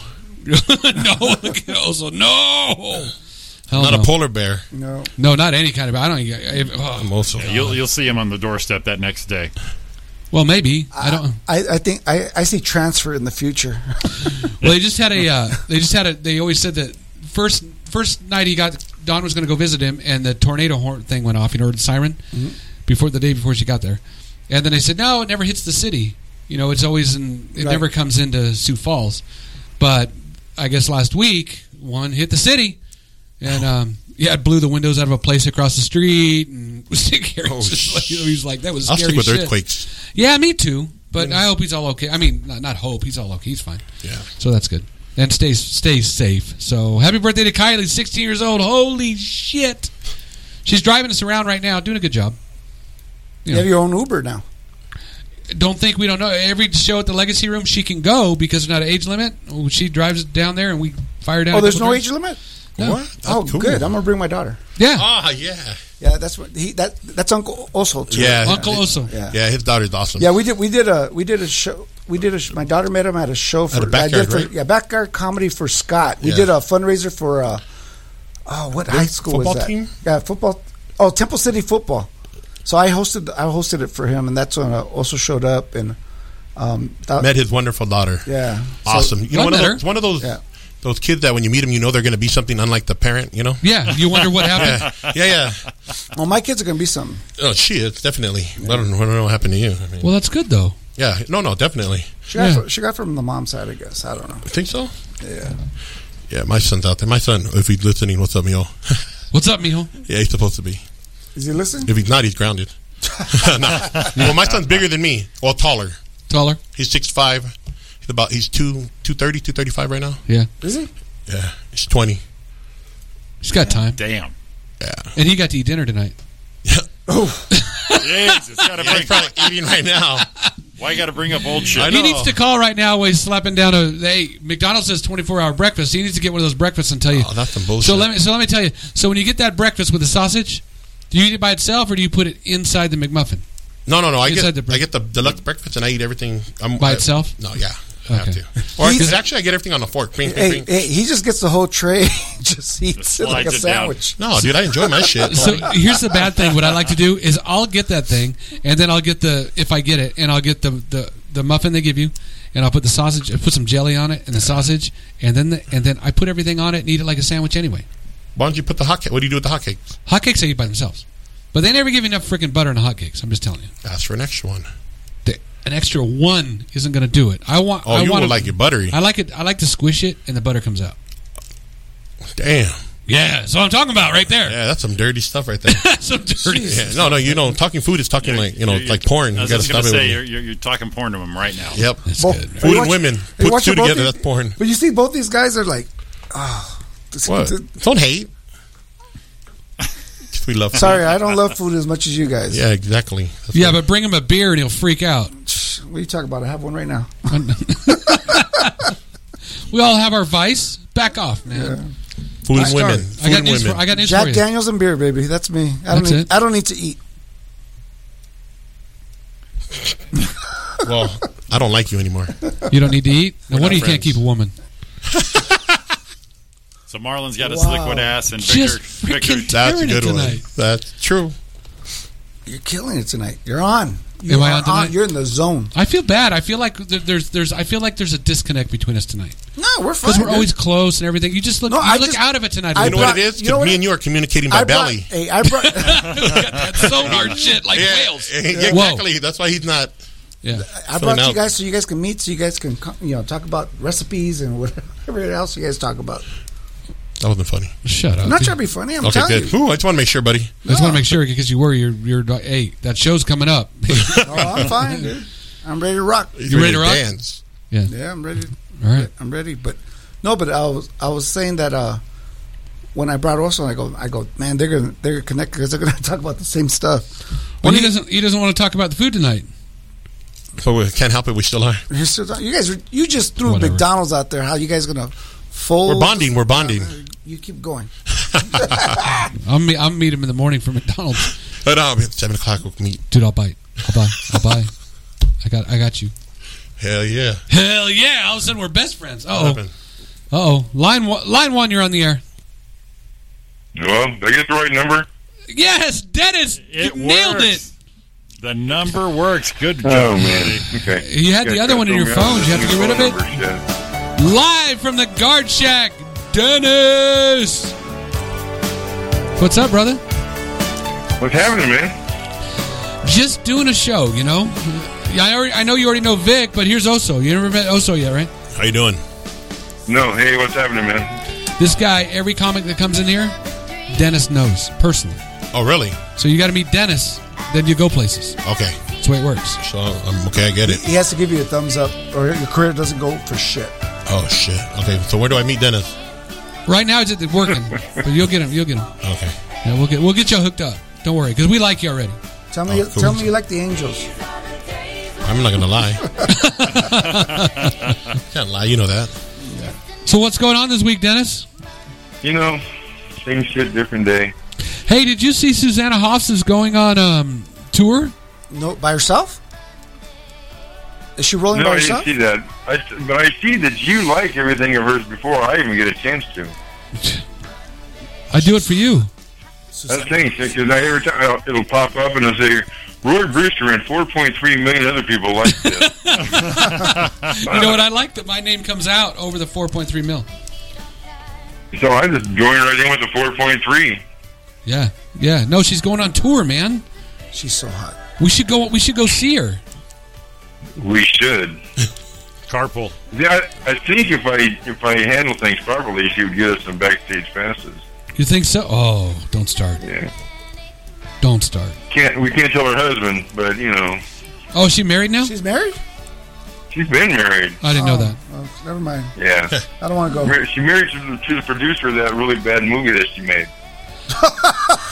Speaker 3: no, also no. Hell
Speaker 8: Not
Speaker 3: no.
Speaker 8: a polar bear.
Speaker 7: No.
Speaker 3: no, not any kind of. I don't. I, I- oh.
Speaker 8: I'm also.
Speaker 4: You'll, you'll see him on the doorstep that next day.
Speaker 3: Well, maybe I don't.
Speaker 7: I, I think I, I see transfer in the future.
Speaker 3: Well, they just had a. Uh, they just had a. They always said that first first night he got Don was going to go visit him, and the tornado horn thing went off. You know, or the siren
Speaker 8: Mm-hmm.
Speaker 3: before the day before she got there, and then they said no, it never hits the city. You know, it's always in. It
Speaker 7: Right.
Speaker 3: never comes into Sioux Falls, but I guess last week one hit the city, and um, yeah, it blew the windows out of a place across the street, and was scary.
Speaker 8: Oh,
Speaker 3: just like, he was like that was.
Speaker 8: I'll
Speaker 3: scary
Speaker 8: stick with
Speaker 3: shit.
Speaker 8: earthquakes.
Speaker 3: Yeah, me too. But I hope he's all okay. I mean, not, not hope. He's all okay. He's fine.
Speaker 8: Yeah.
Speaker 3: So that's good. And stay stay safe. So happy birthday to Kylie, 16 years old. Holy shit. She's driving us around right now, doing a good job.
Speaker 7: You have your own Uber now.
Speaker 3: Don't think we don't know. Every show at the Legacy Room, she can go because there's not an age limit. Oh, She drives down there and we fire down.
Speaker 7: Oh,
Speaker 3: a
Speaker 7: there's
Speaker 3: couple
Speaker 7: no
Speaker 3: times.
Speaker 7: age limit.
Speaker 3: No.
Speaker 8: What?
Speaker 7: Oh,
Speaker 8: cool.
Speaker 7: good. I'm gonna bring my daughter.
Speaker 3: Yeah.
Speaker 8: Ah, yeah.
Speaker 7: Yeah, that's what he that that's Uncle Oso too.
Speaker 8: Yeah.
Speaker 3: Uncle Oso.
Speaker 7: Yeah.
Speaker 8: Yeah, his daughter's awesome.
Speaker 7: Yeah, we did. We did a. We did a show. We did a. sh- My daughter met him at a show for.
Speaker 8: a backyard,
Speaker 7: I did for
Speaker 8: right?
Speaker 7: Yeah, backyard comedy for Scott. We
Speaker 8: Yeah.
Speaker 7: did a fundraiser for. Uh, oh, what high school
Speaker 8: football
Speaker 7: was that?
Speaker 8: team?
Speaker 7: Yeah, football. Oh, Temple City football. So I hosted. I hosted it for him, and that's when I also showed up and. Um, that,
Speaker 8: Met his wonderful daughter.
Speaker 7: yeah. So-
Speaker 8: Awesome. you know,
Speaker 3: I
Speaker 8: one of,
Speaker 3: met her.
Speaker 8: those, one of those
Speaker 7: Yeah.
Speaker 8: those kids that when you meet them, you know they're going to be something unlike the parent. You know.
Speaker 3: Yeah. You wonder what happened?
Speaker 8: Yeah, yeah, yeah.
Speaker 7: well, my kids are gonna be something.
Speaker 8: Oh, she is definitely. I don't, I don't know what happened to you. I mean,
Speaker 3: Well, that's good, though.
Speaker 8: yeah, no, no, definitely.
Speaker 7: She got,
Speaker 3: Yeah.
Speaker 7: from, she got from the mom side, I guess. I don't know.
Speaker 8: I think so.
Speaker 7: Yeah.
Speaker 8: Yeah, my son's out there. My son, if he's listening, what's up, yo?
Speaker 3: What's up, mijo?
Speaker 8: yeah, he's supposed to be.
Speaker 7: Is he listening?
Speaker 8: If he's not, he's grounded. nah. Well, my son's bigger than me. Well, taller.
Speaker 3: Taller?
Speaker 8: He's six five. He's about. He's two two thirty, two thirty five right now.
Speaker 3: Yeah.
Speaker 7: Is he?
Speaker 8: Yeah, he's twenty.
Speaker 3: She's got time.
Speaker 4: Damn.
Speaker 3: And he got to eat dinner tonight.
Speaker 4: Jesus. Gotta
Speaker 8: Yeah, he's
Speaker 4: bring,
Speaker 8: probably eating right now.
Speaker 4: why you got to bring up old shit?
Speaker 8: I
Speaker 3: He
Speaker 8: know.
Speaker 3: needs to call right now while he's slapping down a. Hey, McDonald's says 24 hour breakfast. He needs to get one of those breakfasts and tell you.
Speaker 8: Oh, that's some bullshit.
Speaker 3: So let me so let me tell you. So when you get that breakfast with the sausage, do you eat it by itself or do you put it inside the McMuffin?
Speaker 8: No, no, no. I
Speaker 3: Inside
Speaker 8: get
Speaker 3: the break-
Speaker 8: I get the deluxe breakfast and I eat everything I'm,
Speaker 3: By
Speaker 8: I-
Speaker 3: itself?
Speaker 8: No, yeah, I have
Speaker 3: Okay.
Speaker 8: to. Or
Speaker 7: He's-
Speaker 8: because actually, I get everything on the fork. Bing, bing,
Speaker 7: Hey,
Speaker 8: bing.
Speaker 7: hey, he just gets the whole tray, and just eats it like
Speaker 4: slides
Speaker 7: a
Speaker 4: it down.
Speaker 7: sandwich.
Speaker 8: No, dude, I enjoy my shit.
Speaker 3: So here's the bad thing. What I like to do is I'll get that thing and then I'll get the if I get it and I'll get the the, the muffin they give you and I'll put the sausage put some jelly on it and the sausage and then the, and then I put everything on it and eat it like a sandwich anyway.
Speaker 8: Why don't you put the hot cake? What do you do with the hot cakes?
Speaker 3: Hotcakes I eat by themselves. But they never give you enough freaking butter in the hotcakes. I'm just telling you.
Speaker 8: Ask for an extra one.
Speaker 3: The- An extra one isn't going to do it. I want.
Speaker 8: Oh,
Speaker 3: I
Speaker 8: you
Speaker 3: want
Speaker 8: would like it buttery.
Speaker 3: I like it. I like to squish it, and the butter comes out.
Speaker 8: Damn.
Speaker 3: Yeah, that's what I'm talking about right there.
Speaker 8: Yeah, that's some dirty stuff right there.
Speaker 3: so dirty.
Speaker 8: yeah, no, no, you know, talking food is talking like you know,
Speaker 4: You're-
Speaker 8: like porn.
Speaker 4: I
Speaker 8: You
Speaker 4: was
Speaker 8: gotta
Speaker 4: just gonna
Speaker 8: stop it.
Speaker 4: say,
Speaker 8: with-
Speaker 4: you're, you're, you're talking porn to him right now.
Speaker 8: Yep.
Speaker 7: Both-
Speaker 3: good.
Speaker 7: Are you
Speaker 8: Food and
Speaker 7: watching-
Speaker 8: women.
Speaker 7: are you
Speaker 8: Put
Speaker 7: watching
Speaker 8: two
Speaker 7: both
Speaker 8: together,
Speaker 7: these-
Speaker 8: that's porn.
Speaker 7: But you see, both these guys are like, oh,
Speaker 8: What? Don't hate. we love. food.
Speaker 7: sorry, I don't love food as much as you guys.
Speaker 8: Yeah, exactly. That's
Speaker 3: Yeah,
Speaker 8: what-
Speaker 3: but bring him a beer and he'll freak out.
Speaker 7: What are you talking about? I have one right now.
Speaker 3: We all have our vice. Back off, man.
Speaker 8: food and
Speaker 3: Sorry.
Speaker 8: women. Food
Speaker 3: I got
Speaker 8: and
Speaker 3: news
Speaker 8: women.
Speaker 3: for I got news for
Speaker 7: Jack
Speaker 3: you.
Speaker 7: Daniels and beer, baby. That's me. I don't.
Speaker 3: That's
Speaker 7: Need,
Speaker 3: it.
Speaker 7: I don't need to eat.
Speaker 8: well, I don't like you anymore.
Speaker 3: You don't need to eat. No
Speaker 8: We're
Speaker 3: wonder you
Speaker 8: not
Speaker 3: can't
Speaker 8: friends.
Speaker 3: keep a woman.
Speaker 4: So Marlon's got his
Speaker 7: Wow.
Speaker 4: liquid ass, and
Speaker 3: Just
Speaker 4: Victor,
Speaker 3: freaking
Speaker 4: Victor
Speaker 8: That's a
Speaker 3: Hearing it
Speaker 8: good one.
Speaker 3: tonight.
Speaker 8: That's true.
Speaker 7: You're killing it tonight. You're on. You
Speaker 3: Am I
Speaker 7: are
Speaker 3: on tonight?
Speaker 7: You're in the zone.
Speaker 3: I feel bad. I feel like th- there's there's I feel like there's a disconnect between us tonight
Speaker 7: No, we're fine.
Speaker 3: because we're
Speaker 7: dude.
Speaker 3: always close and everything. You just look
Speaker 7: No,
Speaker 3: you
Speaker 7: I
Speaker 3: look
Speaker 7: just-
Speaker 3: out of it tonight. a
Speaker 7: I
Speaker 8: You
Speaker 3: little
Speaker 8: know
Speaker 7: brought-
Speaker 8: what it is?
Speaker 7: you know what
Speaker 8: me
Speaker 7: it-
Speaker 8: and you are communicating by
Speaker 7: I brought,
Speaker 8: belly.
Speaker 7: Hey, I brought.
Speaker 3: bit. sonar shit like whales.
Speaker 8: Yeah,
Speaker 3: Whoa.
Speaker 8: exactly. That's why he's not.
Speaker 3: Yeah.
Speaker 7: I
Speaker 8: So
Speaker 7: brought
Speaker 8: now-
Speaker 7: you guys so you guys can meet, so you guys can co- you know talk about recipes and whatever else you guys talk about.
Speaker 8: That wasn't funny.
Speaker 3: Shut up.
Speaker 7: I'm not
Speaker 3: dude.
Speaker 7: trying to be funny. I'm
Speaker 8: Okay,
Speaker 7: telling
Speaker 8: good.
Speaker 7: you.
Speaker 8: Ooh, I just want to make sure, buddy.
Speaker 3: I just want to make sure because you were you're you're hey that show's coming up.
Speaker 7: Oh, I'm fine, dude. I'm ready to rock.
Speaker 8: You
Speaker 3: ready to rock?
Speaker 8: dance?
Speaker 3: yeah.
Speaker 7: Yeah, I'm ready.
Speaker 3: All right.
Speaker 7: I'm ready. But no, but I was I was saying that uh, when I brought Orson, I go I go man, they're gonna they're connected because they're gonna talk about the same stuff.
Speaker 3: Well, he doesn't he doesn't want to talk about the food tonight.
Speaker 8: But we can't help it. We still are.
Speaker 7: You're still talking- You guys, are- you just threw
Speaker 3: Whatever.
Speaker 7: McDonald's out there. How you guys gonna fold? Uh,
Speaker 8: We're bonding. We're bonding.
Speaker 7: You keep going.
Speaker 3: I'll meet, I'll meet him in the morning for McDonald's.
Speaker 8: But um, at seven o'clock we'll meet.
Speaker 3: Dude, I'll bite. I'll buy. I'll buy. I got I got you.
Speaker 8: Hell yeah.
Speaker 3: Hell yeah! All of a sudden we're best friends.
Speaker 8: What
Speaker 3: Oh
Speaker 8: happened?
Speaker 3: oh. Line one, line one, you're on the air.
Speaker 6: Well, did I get the right number?
Speaker 3: Yes, Dennis, you nailed
Speaker 4: works.
Speaker 3: it.
Speaker 4: The number works. Good job.
Speaker 6: Oh man.
Speaker 4: buddy.
Speaker 6: Okay.
Speaker 3: You had the
Speaker 6: Guys,
Speaker 3: other one in
Speaker 6: throw
Speaker 3: your
Speaker 6: me off
Speaker 3: phone.
Speaker 6: with
Speaker 3: Did you have to
Speaker 6: these
Speaker 3: get rid of
Speaker 6: phone numbers, yeah.
Speaker 3: Live from the guard shack, Dennis. What's up, brother?
Speaker 6: What's happening, man?
Speaker 3: Just doing a show, you know. Yeah, I, already, I know you already know Vic, but here's Oso. You never met Oso yet, right?
Speaker 8: How you doing?
Speaker 6: No, hey, what's happening, man?
Speaker 3: This guy, every comic that comes in here, Dennis knows personally.
Speaker 8: Oh, really?
Speaker 3: So you got to meet Dennis, then you go places.
Speaker 8: Okay.
Speaker 3: That's the way it works.
Speaker 8: So I'm okay. I get it.
Speaker 7: He has to give you a thumbs up, or your career doesn't go for shit.
Speaker 8: Oh shit. Okay. So where do I meet Dennis?
Speaker 3: Right now, it's at the working, but you'll get him. You'll get him.
Speaker 8: Okay.
Speaker 3: Yeah, we'll get we'll get you hooked up. Don't worry, because we like you already.
Speaker 7: Tell me,
Speaker 8: Oh, cool.
Speaker 7: tell me you like the Angels.
Speaker 8: I'm not gonna lie. Can't lie. You know that.
Speaker 3: So what's going on this week, Dennis?
Speaker 6: You know, same shit, different day.
Speaker 3: Hey, did you see Susanna Hoffs is going on um, tour?
Speaker 7: No, by herself? Is she rolling
Speaker 6: no,
Speaker 7: by
Speaker 6: I didn't
Speaker 7: herself?
Speaker 6: see that. I s but I see that you like everything of hers before I even get a chance to.
Speaker 3: I do it for you.
Speaker 6: That's the thing, because I every time I'll- it'll pop up and it'll say, Roy Brewster and 4.3 million other people like this.
Speaker 3: You know what? I like that my name comes out over the 4.3 mil.
Speaker 6: so I just joined right in with the 4.3.
Speaker 3: Yeah, yeah. No, she's going on tour, man.
Speaker 7: She's so hot.
Speaker 3: We should go. We should go see her.
Speaker 6: We should.
Speaker 4: Carpool.
Speaker 6: Yeah, I, I think if I if I handle things properly, she would give us some backstage passes.
Speaker 3: You think so? Oh, don't start.
Speaker 6: Yeah.
Speaker 3: Don't start.
Speaker 6: Can't we can't tell her husband, but you know
Speaker 3: Oh, is she married now?
Speaker 7: She's married?
Speaker 6: she's been married.
Speaker 3: I didn't know that.
Speaker 7: Oh, never mind.
Speaker 6: Yeah,
Speaker 7: I don't want to go.
Speaker 6: Mar- she married to the, to the producer of that really bad movie that she made.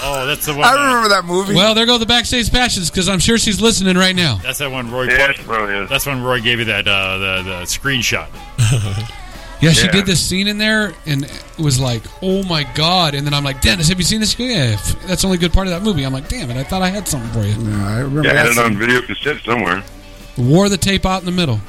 Speaker 4: Oh, that's the one.
Speaker 7: I remember that
Speaker 6: um,
Speaker 7: movie.
Speaker 3: Well, there go the backstage passions because I'm sure she's listening right now.
Speaker 4: That's that one Roy.
Speaker 6: Yeah, she probably is.
Speaker 4: That's when Roy gave you that uh, the the screenshot.
Speaker 3: Yeah, she
Speaker 6: Yeah.
Speaker 3: did this scene in there and it was like, "Oh my god!" And then I'm like, "Dennis, have you seen this?" She goes, yeah, f- that's the only good part of that movie. I'm like, "Damn it! I thought I had something for you."
Speaker 7: No, I remember
Speaker 6: Yeah, I
Speaker 7: that
Speaker 6: had it
Speaker 7: scene.
Speaker 6: on video cassette somewhere.
Speaker 3: Wore the tape out in the middle.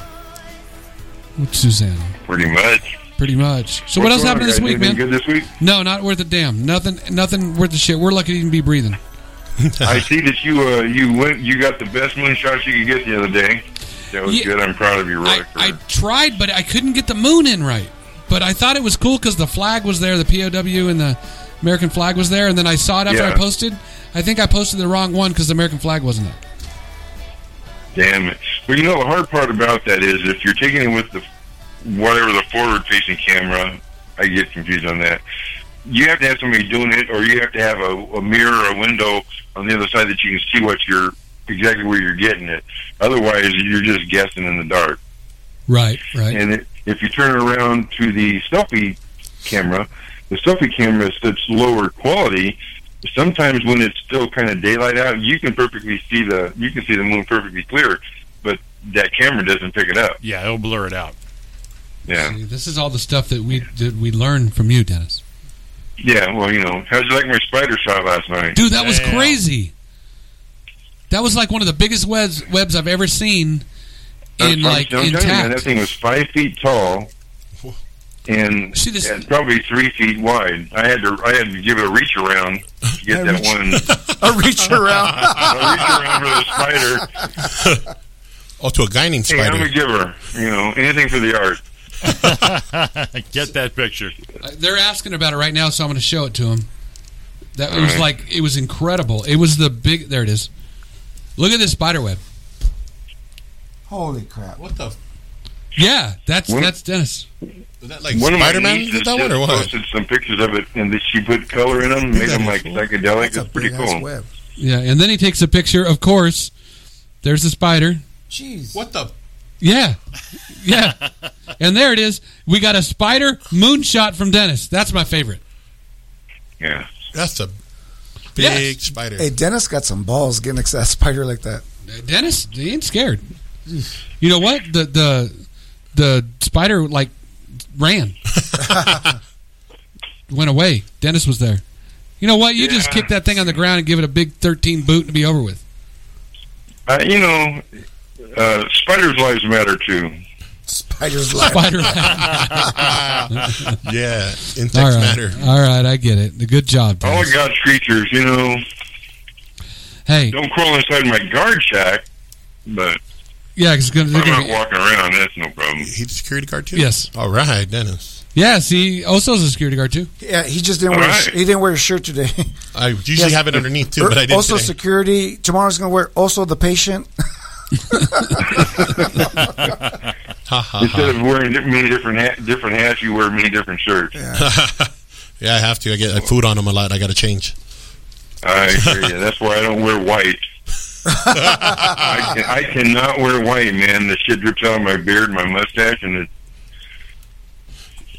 Speaker 3: With Susanna,
Speaker 6: Pretty much.
Speaker 3: pretty much. So what else
Speaker 6: What's
Speaker 3: happened
Speaker 6: going
Speaker 3: this
Speaker 6: on, guys?
Speaker 3: week, man?
Speaker 6: Anything Good this week.
Speaker 3: No, not worth a damn. Nothing, nothing worth a shit. We're lucky to even be breathing.
Speaker 6: I see that you uh, you went you got the best moonshot you could get the other day. That was
Speaker 3: Yeah.
Speaker 6: good. I'm proud of you, Roy.
Speaker 3: I,
Speaker 6: for-
Speaker 3: I tried, but I couldn't get the moon in right. But I thought it was cool because the flag was there, the POW and the American flag was there. And then I saw it after
Speaker 6: Yeah.
Speaker 3: I posted. I think I posted the wrong one because the American flag wasn't there.
Speaker 6: Damn it. Well, you know, the hard part about that is if you're taking it with the whatever the forward facing camera, I get confused on that. You have to have somebody doing it, or you have to have a, a mirror or a window on the other side that you can see what you're exactly where you're getting it. Otherwise, you're just guessing in the dark.
Speaker 3: Right, right.
Speaker 6: And it, if you turn it around to the selfie camera, the selfie camera is such lower quality. Sometimes when it's still kind of daylight out, you can perfectly see the you can see the moon perfectly clear, but that camera doesn't pick it up.
Speaker 4: Yeah, it'll blur it out.
Speaker 6: Yeah,
Speaker 3: See, this is all the stuff that we that we learned from you, Dennis.
Speaker 6: yeah. Well, you know, how'd you like my spider shot last night?
Speaker 3: Dude, that was
Speaker 4: Damn.
Speaker 3: crazy. That was like one of the biggest webs webs I've ever seen in
Speaker 6: I'm-
Speaker 3: like
Speaker 6: I'm telling you, man, that
Speaker 3: intact.
Speaker 6: thing was five feet tall, and
Speaker 3: See, this-
Speaker 6: and probably three feet wide. I had to I had to give it a reach around to get that
Speaker 7: reach-
Speaker 6: one.
Speaker 7: I reach around.
Speaker 6: a reach around for the spider.
Speaker 8: Oh, to a guining
Speaker 6: Hey, I'm a
Speaker 8: spider.
Speaker 6: giver. You know, anything for the art.
Speaker 4: Get that picture.
Speaker 3: Uh, They're asking about it right now, so I'm going to show it to them. That it was like it was incredible. It was the big. There it is. Look at this spider web.
Speaker 7: Holy crap.
Speaker 8: What the? F-
Speaker 3: Yeah, that's
Speaker 6: What?
Speaker 3: that's Dennis.
Speaker 8: was that like
Speaker 6: One of my
Speaker 8: Spider Man
Speaker 6: nieces
Speaker 8: did that one or
Speaker 6: just
Speaker 8: what?
Speaker 6: posted some pictures of it, and that she put color in them, made
Speaker 8: that
Speaker 6: them
Speaker 8: is
Speaker 6: like
Speaker 8: cool.
Speaker 6: psychedelic.
Speaker 7: That's a
Speaker 6: it's pretty
Speaker 7: big ass
Speaker 6: cool.
Speaker 7: web.
Speaker 3: Yeah, and then he takes a picture. Of course, there's the spider.
Speaker 7: Jeez.
Speaker 8: What the?
Speaker 3: Yeah, yeah, and there it is. We got a spider moonshot from Dennis. That's my favorite.
Speaker 6: Yeah.
Speaker 8: That's a big
Speaker 3: Yes.
Speaker 8: spider.
Speaker 7: Hey, Dennis got some balls getting next to that spider like that.
Speaker 3: Dennis he ain't scared. You know what? The the the spider like ran, went away. Dennis was there. You know what? You just
Speaker 6: Yeah.
Speaker 3: kick that thing on the ground and give it a big thirteen boot and be over with.
Speaker 6: Uh, you know, uh, spiders' lives matter too.
Speaker 7: Spider's life.
Speaker 3: Spider.
Speaker 8: yeah, insects
Speaker 3: All right,
Speaker 8: matter. Oh,
Speaker 3: all right, I get it. Good job,
Speaker 6: All
Speaker 3: Dennis.
Speaker 6: God's creatures, you know.
Speaker 3: Hey,
Speaker 6: Don't crawl inside my guard shack, but
Speaker 3: yeah, because gonna, they're
Speaker 6: I'm
Speaker 3: gonna
Speaker 6: not
Speaker 3: be,
Speaker 6: walking around. That's no problem.
Speaker 8: He's a security guard too.
Speaker 3: yes,
Speaker 8: All right, Dennis.
Speaker 3: yeah. See, Oso's a security guard too.
Speaker 7: Yeah, he just didn't
Speaker 6: All
Speaker 7: wear.
Speaker 6: right.
Speaker 7: A, sh- he didn't wear a shirt today.
Speaker 8: I usually
Speaker 7: Yes.
Speaker 8: have it underneath too, but I didn't.
Speaker 7: also
Speaker 8: today.
Speaker 7: security tomorrow's gonna wear. Also the patient.
Speaker 8: Ha, ha,
Speaker 6: Instead of wearing di- many different ha- different hats, you wear many different shirts.
Speaker 8: ha. yeah, I have to. I get like, food on them a lot. I got to change.
Speaker 6: I hear you. That's why I don't wear white. I, can, I cannot wear white, man. The shit drips out of my beard, my mustache, and it's,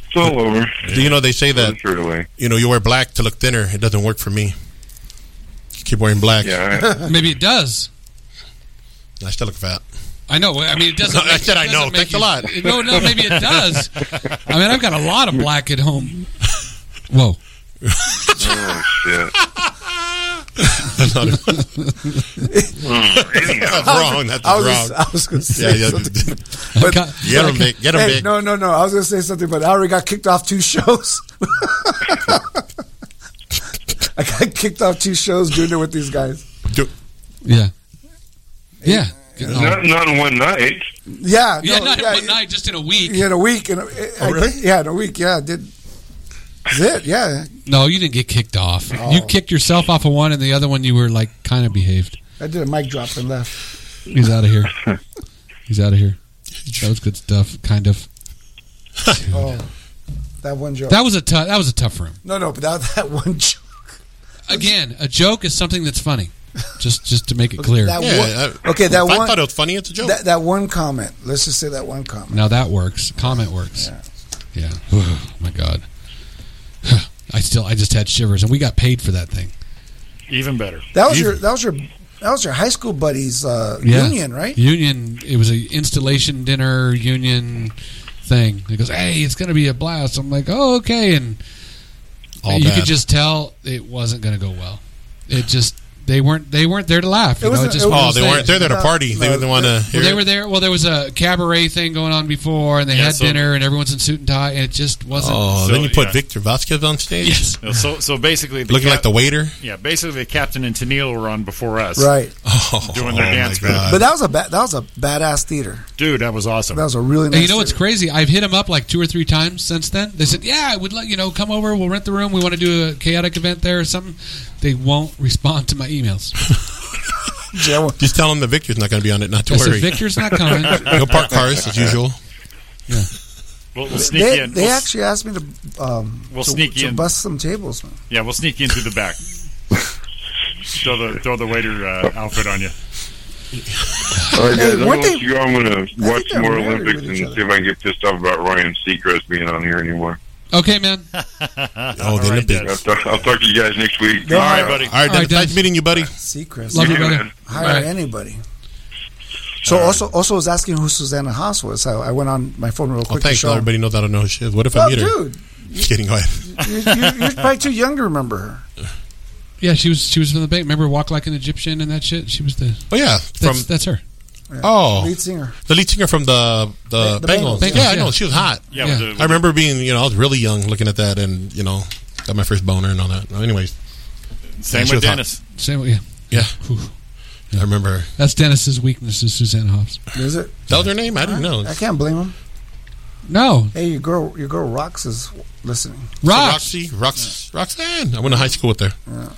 Speaker 6: it's all over.
Speaker 8: Do you know they say that
Speaker 6: Turn the shirt away.
Speaker 8: you know you wear black to look thinner? It doesn't work for me. Keep wearing black.
Speaker 6: Yeah, I-
Speaker 8: Ah.
Speaker 3: Maybe it does.
Speaker 8: I still look fat.
Speaker 3: I know. I mean, it doesn't.
Speaker 8: I
Speaker 3: make-
Speaker 8: said
Speaker 3: it
Speaker 8: I
Speaker 3: doesn't
Speaker 8: know.
Speaker 3: make
Speaker 8: Thanks a
Speaker 3: you- No,
Speaker 8: lot.
Speaker 3: no. Maybe it does. I mean, I've got a lot of black at home. Whoa.
Speaker 6: oh shit.
Speaker 8: That's
Speaker 6: Mm, anyhow,
Speaker 8: wrong. That's
Speaker 7: I was.
Speaker 8: wrong.
Speaker 7: Just, I was gonna
Speaker 8: yeah,
Speaker 7: say
Speaker 8: yeah.
Speaker 7: something.
Speaker 3: I got-
Speaker 8: Get him, Vic. Get him,
Speaker 7: Hey,
Speaker 8: Vic.
Speaker 7: no, no, no. I was gonna say something, but I already got kicked off two shows. I got kicked off two shows doing it with these guys.
Speaker 8: Do-
Speaker 3: Yeah. Yeah. Getting all-
Speaker 6: not, not in one night.
Speaker 7: Yeah,
Speaker 3: yeah,
Speaker 7: no,
Speaker 3: not in
Speaker 7: yeah,
Speaker 3: one night, just in a week. Oh,
Speaker 7: yeah, in a week. In a, I-
Speaker 8: really?
Speaker 7: yeah, in a week. Yeah, I did. That's it. Yeah,
Speaker 3: No, you didn't get kicked off.
Speaker 7: Oh.
Speaker 3: You kicked yourself off of one, and the other one you were like kind of behaved.
Speaker 7: I did a mic drop and left.
Speaker 3: He's out of here. He's out of here. That was good stuff, kind of.
Speaker 7: Oh, that one joke.
Speaker 3: That was a tough. That was a tough room.
Speaker 7: no, no, but that that one joke.
Speaker 3: Again, a joke is something that's funny. Just, just to make it clear.
Speaker 7: That
Speaker 8: Yeah,
Speaker 7: one,
Speaker 8: I-
Speaker 7: Uh, okay, that
Speaker 8: if I
Speaker 7: one.
Speaker 8: thought it was funny. It's a joke.
Speaker 7: that, that one comment. Let's just say that one comment.
Speaker 3: Now that works. Comment works. Yeah. Oh my God. I still. I just had shivers, and we got paid for that thing.
Speaker 4: Even better.
Speaker 7: That was
Speaker 8: You-
Speaker 7: your. That was your. That was your high school buddies uh,
Speaker 3: Yeah.
Speaker 7: union, right?
Speaker 3: Union. It was a installation dinner union thing. He goes, "Hey, it's going to be a blast." I'm like, "Oh, okay." And
Speaker 8: All
Speaker 3: you
Speaker 8: bad.
Speaker 3: could just tell it wasn't going to go well. It just they weren't they weren't there to laugh. You know,
Speaker 7: wasn't-
Speaker 3: it just
Speaker 7: it
Speaker 8: oh,
Speaker 7: wasn't
Speaker 8: they
Speaker 3: was-
Speaker 8: weren't. They're there to
Speaker 7: No,
Speaker 8: party. they
Speaker 7: no,
Speaker 8: didn't want to
Speaker 3: Well,
Speaker 8: hear.
Speaker 3: they were there. Well, there was a cabaret thing going on before, and they
Speaker 4: Yeah,
Speaker 3: had
Speaker 4: so-
Speaker 3: dinner, and everyone's in suit and tie, and it just wasn't.
Speaker 8: Oh,
Speaker 4: So,
Speaker 8: then you put
Speaker 4: yeah.
Speaker 8: Victor Vasquez on stage,
Speaker 3: Yes.
Speaker 4: No, So, so basically, the
Speaker 8: looking
Speaker 4: cap-
Speaker 8: like the waiter.
Speaker 4: yeah, basically the captain and Tennille were on before us.
Speaker 7: Right.
Speaker 8: Oh,
Speaker 4: Doing their
Speaker 8: my
Speaker 4: dance move.
Speaker 8: God.
Speaker 3: Uh,
Speaker 7: But that was a ba- that was a badass theater.
Speaker 4: dude, that was awesome.
Speaker 7: That was a really. Nice
Speaker 3: And you know what's
Speaker 7: theater.
Speaker 3: crazy? I've hit them up like two or three times since then. They said, "Yeah, I would let you know. Come over. We'll rent the room. We want to do a chaotic event there or something." They won't respond to my emails.
Speaker 7: Yeah, well,
Speaker 8: Just tell him that Victor's not going to be on it. Not to
Speaker 3: I said,
Speaker 8: worry.
Speaker 3: "Victor's not coming."
Speaker 8: He'll park cars as usual. Oh,
Speaker 4: we'll, we'll sneak
Speaker 7: They,
Speaker 4: in.
Speaker 7: they
Speaker 4: we'll, s-
Speaker 7: actually asked me to um
Speaker 4: We'll
Speaker 7: to,
Speaker 4: sneak
Speaker 7: to
Speaker 4: in.
Speaker 7: bust some tables. Man.
Speaker 4: yeah, we'll sneak in through the back. throw the throw the waiter uh, outfit on you.
Speaker 6: All right, guys, I'm
Speaker 7: weren't
Speaker 6: gonna let
Speaker 7: they-
Speaker 6: you go. I'm gonna watch
Speaker 7: they're
Speaker 6: some more
Speaker 7: married
Speaker 6: Olympics
Speaker 7: with
Speaker 6: and
Speaker 7: each
Speaker 6: see
Speaker 7: other.
Speaker 6: if I can get pissed off about Ryan Seacrest being on here anymore.
Speaker 3: Okay, man.
Speaker 8: Oh, the
Speaker 4: All right,
Speaker 8: Olympics.
Speaker 6: I'll
Speaker 4: Dennis.
Speaker 6: talk, I'll talk to you guys next week.
Speaker 4: All right, buddy.
Speaker 8: All right,
Speaker 3: All right,
Speaker 8: Dennis,
Speaker 3: Dennis.
Speaker 8: nice meeting you, buddy.
Speaker 7: Secret.
Speaker 3: Love you,
Speaker 6: Yeah,
Speaker 3: brother.
Speaker 6: man.
Speaker 7: Hire
Speaker 3: All right.
Speaker 7: anybody. So also also was asking who Susanna Haas was. I, I went on my phone real
Speaker 8: Well,
Speaker 7: quick to
Speaker 8: thanks.
Speaker 7: show.
Speaker 8: Now everybody knows I don't know who she is. What if I
Speaker 7: Well,
Speaker 8: meet her?
Speaker 7: dude,
Speaker 8: Just kidding. Go ahead.
Speaker 7: you're, you're, you're probably too young to remember her.
Speaker 3: Yeah, she was she was from the bank. Remember, walk like an Egyptian and that shit. She was the
Speaker 8: Oh yeah,
Speaker 3: that's,
Speaker 8: from
Speaker 3: that's her.
Speaker 8: oh
Speaker 7: Lead singer.
Speaker 8: the lead singer from the the,
Speaker 7: The
Speaker 8: Bengals.
Speaker 3: Bengals,
Speaker 8: Yeah, I
Speaker 3: yeah.
Speaker 8: know she was hot.
Speaker 4: Yeah,
Speaker 3: Yeah.
Speaker 4: With the, with
Speaker 8: I remember being you know I was really young looking at that and you know got my first boner and all that. Anyways,
Speaker 4: the- same
Speaker 8: she
Speaker 4: with
Speaker 8: was hot.
Speaker 4: Dennis.
Speaker 3: Same, yeah.
Speaker 8: yeah,
Speaker 3: Whew.
Speaker 8: I remember. her.
Speaker 3: That's Dennis's weakness is Susanna Hoffs.
Speaker 7: Is it?
Speaker 8: That was her name. I didn't know.
Speaker 7: I can't blame him.
Speaker 3: No,
Speaker 7: Hey, your girl, your girl Rox is listening.
Speaker 3: Rox.
Speaker 8: Roxy, Rox, Roxanne. I went to high school with her.
Speaker 7: Yeah.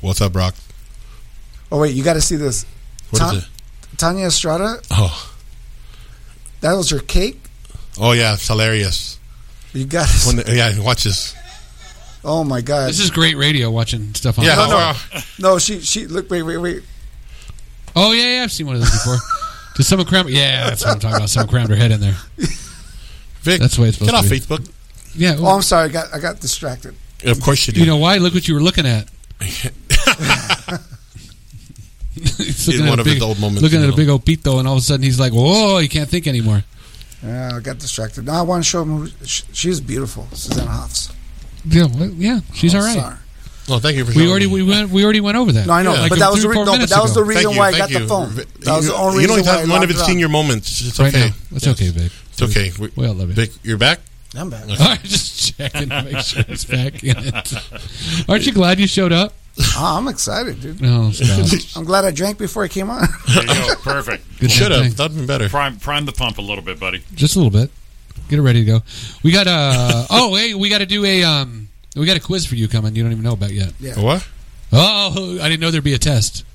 Speaker 8: What's up, Rock?
Speaker 7: Oh wait, you got to see this.
Speaker 8: What is
Speaker 7: Tom-
Speaker 8: it?
Speaker 7: Tanya Estrada,
Speaker 8: Oh,
Speaker 7: that was her cake.
Speaker 8: oh yeah, it's hilarious.
Speaker 7: You got to
Speaker 8: When the- yeah, watch this.
Speaker 7: Oh my God!
Speaker 3: This is great radio. Watching stuff on.
Speaker 8: Yeah,
Speaker 3: Oh,
Speaker 7: no, she she look wait wait wait.
Speaker 3: Oh yeah, yeah, I've seen one of those before. Did someone cram? Yeah, that's what I'm talking about. Someone crammed her head in there.
Speaker 8: Vic,
Speaker 3: That's the way it's
Speaker 8: get off
Speaker 3: supposed to be.
Speaker 8: Facebook.
Speaker 3: Yeah.
Speaker 7: Oh, I'm sorry, I got I got distracted.
Speaker 8: Of course you do.
Speaker 3: you know why? Look what you were looking at. He's looking
Speaker 8: In
Speaker 3: at
Speaker 8: one
Speaker 3: a
Speaker 8: of his
Speaker 3: big-
Speaker 8: old moments,
Speaker 3: Looking
Speaker 8: you
Speaker 3: at a
Speaker 8: know.
Speaker 3: big old pito, and all of a sudden he's like, "Whoa!" He can't think anymore.
Speaker 7: Yeah, I got distracted. Now I want to show him. Who, she, she's beautiful, Susanna Hoffs.
Speaker 3: Yeah, well, yeah, she's
Speaker 7: I'm
Speaker 3: all right.
Speaker 7: sorry.
Speaker 8: oh, thank you for
Speaker 3: We
Speaker 8: showing
Speaker 3: already
Speaker 8: me.
Speaker 3: we went we already went over that.
Speaker 7: No, I know,
Speaker 8: Yeah.
Speaker 3: Like
Speaker 7: but that was
Speaker 3: three,
Speaker 7: the re-
Speaker 3: four
Speaker 7: no, but
Speaker 3: minutes
Speaker 7: that was
Speaker 3: ago.
Speaker 7: the reason
Speaker 8: Thank you,
Speaker 7: why I got
Speaker 8: thank
Speaker 7: the
Speaker 8: you.
Speaker 7: phone.
Speaker 8: Vic,
Speaker 7: That was
Speaker 8: you,
Speaker 7: the only
Speaker 8: you don't
Speaker 7: reason
Speaker 8: even
Speaker 7: why
Speaker 8: have
Speaker 7: I
Speaker 8: one of
Speaker 7: logged
Speaker 8: its
Speaker 7: on.
Speaker 8: senior moments. It's
Speaker 3: right
Speaker 8: okay.
Speaker 3: now. That's
Speaker 8: Yes.
Speaker 3: okay, babe.
Speaker 8: It's okay. We,
Speaker 3: We all love you.
Speaker 8: Vic, you're back.
Speaker 7: I'm back.
Speaker 3: All right, just checking to make sure it's back in it. Aren't you glad you showed up?
Speaker 7: Oh, I'm excited, dude.
Speaker 3: No, stop.
Speaker 7: I'm glad I drank before I came on.
Speaker 4: There you go. Perfect.
Speaker 3: Good
Speaker 8: Should
Speaker 3: thing.
Speaker 8: have. That'd been better.
Speaker 4: Prime, prime the pump a little bit, buddy.
Speaker 3: Just a little bit. Get it ready to go. We got uh oh hey, we got to do a um we got a quiz for you coming. You don't even know about yet.
Speaker 8: What?
Speaker 3: Oh, I didn't know there'd be a test.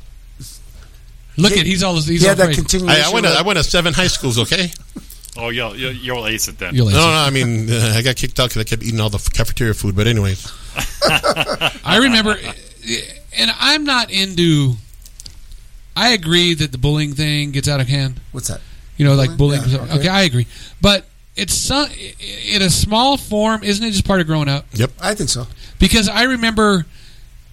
Speaker 3: Look at he's all he's
Speaker 7: yeah,
Speaker 3: all
Speaker 7: that
Speaker 3: afraid.
Speaker 8: Hey,
Speaker 7: continuation.
Speaker 8: I went. To, I went to seven high schools. Okay.
Speaker 4: Oh, you'll, you'll, you'll ace it then.
Speaker 3: You're like,
Speaker 8: No, no. I mean, uh, I got kicked out because I kept eating all the cafeteria food. But anyways,
Speaker 3: I remember, and I'm not into. I agree that the bullying thing gets out of hand.
Speaker 7: What's that?
Speaker 3: You know, like bullying.
Speaker 7: Bullying? Yeah,
Speaker 3: okay.
Speaker 7: okay.
Speaker 3: I agree, but it's some, in a small form, isn't it? Just part of growing up.
Speaker 7: I think so.
Speaker 3: Because I remember,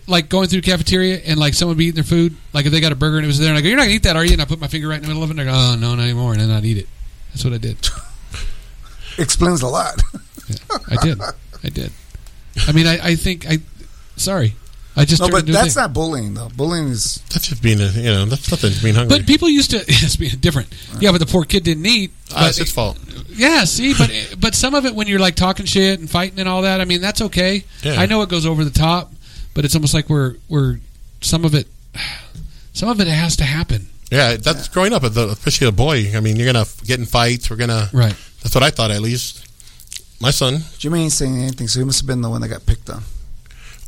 Speaker 3: like going through the cafeteria and like someone be eating their food. Like if they got a burger and it was there, and I go, "You're not gonna eat that, are you?" And I put my finger right in the middle of it. and I go, "Oh no, not anymore," and then I'd eat it. That's what I did.
Speaker 7: Explains a lot.
Speaker 3: I did. I did. I mean, I, I think I. Sorry, I just.
Speaker 7: No,
Speaker 3: turned
Speaker 7: but
Speaker 3: into a
Speaker 7: that's
Speaker 3: thing.
Speaker 7: not bullying though. Bullying is
Speaker 8: that's just being. A, uh, you know, that's nothing. Being hungry.
Speaker 3: But people used to. It's being different. Yeah, but the poor kid didn't eat.
Speaker 8: Ah, it's
Speaker 3: but-
Speaker 8: his fault.
Speaker 3: Yeah, see, but but some of it when you're like talking shit and fighting and all that, I mean that's okay.
Speaker 8: Yeah.
Speaker 3: I know it goes over the top, but it's almost like we're we're some of it, some of it has to happen,
Speaker 8: Yeah, that's growing up, as a- especially a boy. I mean, you're gonna f- get in fights. We're gonna.
Speaker 3: right?
Speaker 8: That's what I thought, at least. My son,
Speaker 7: Jimmy ain't saying anything, so he must have been the one that got picked on.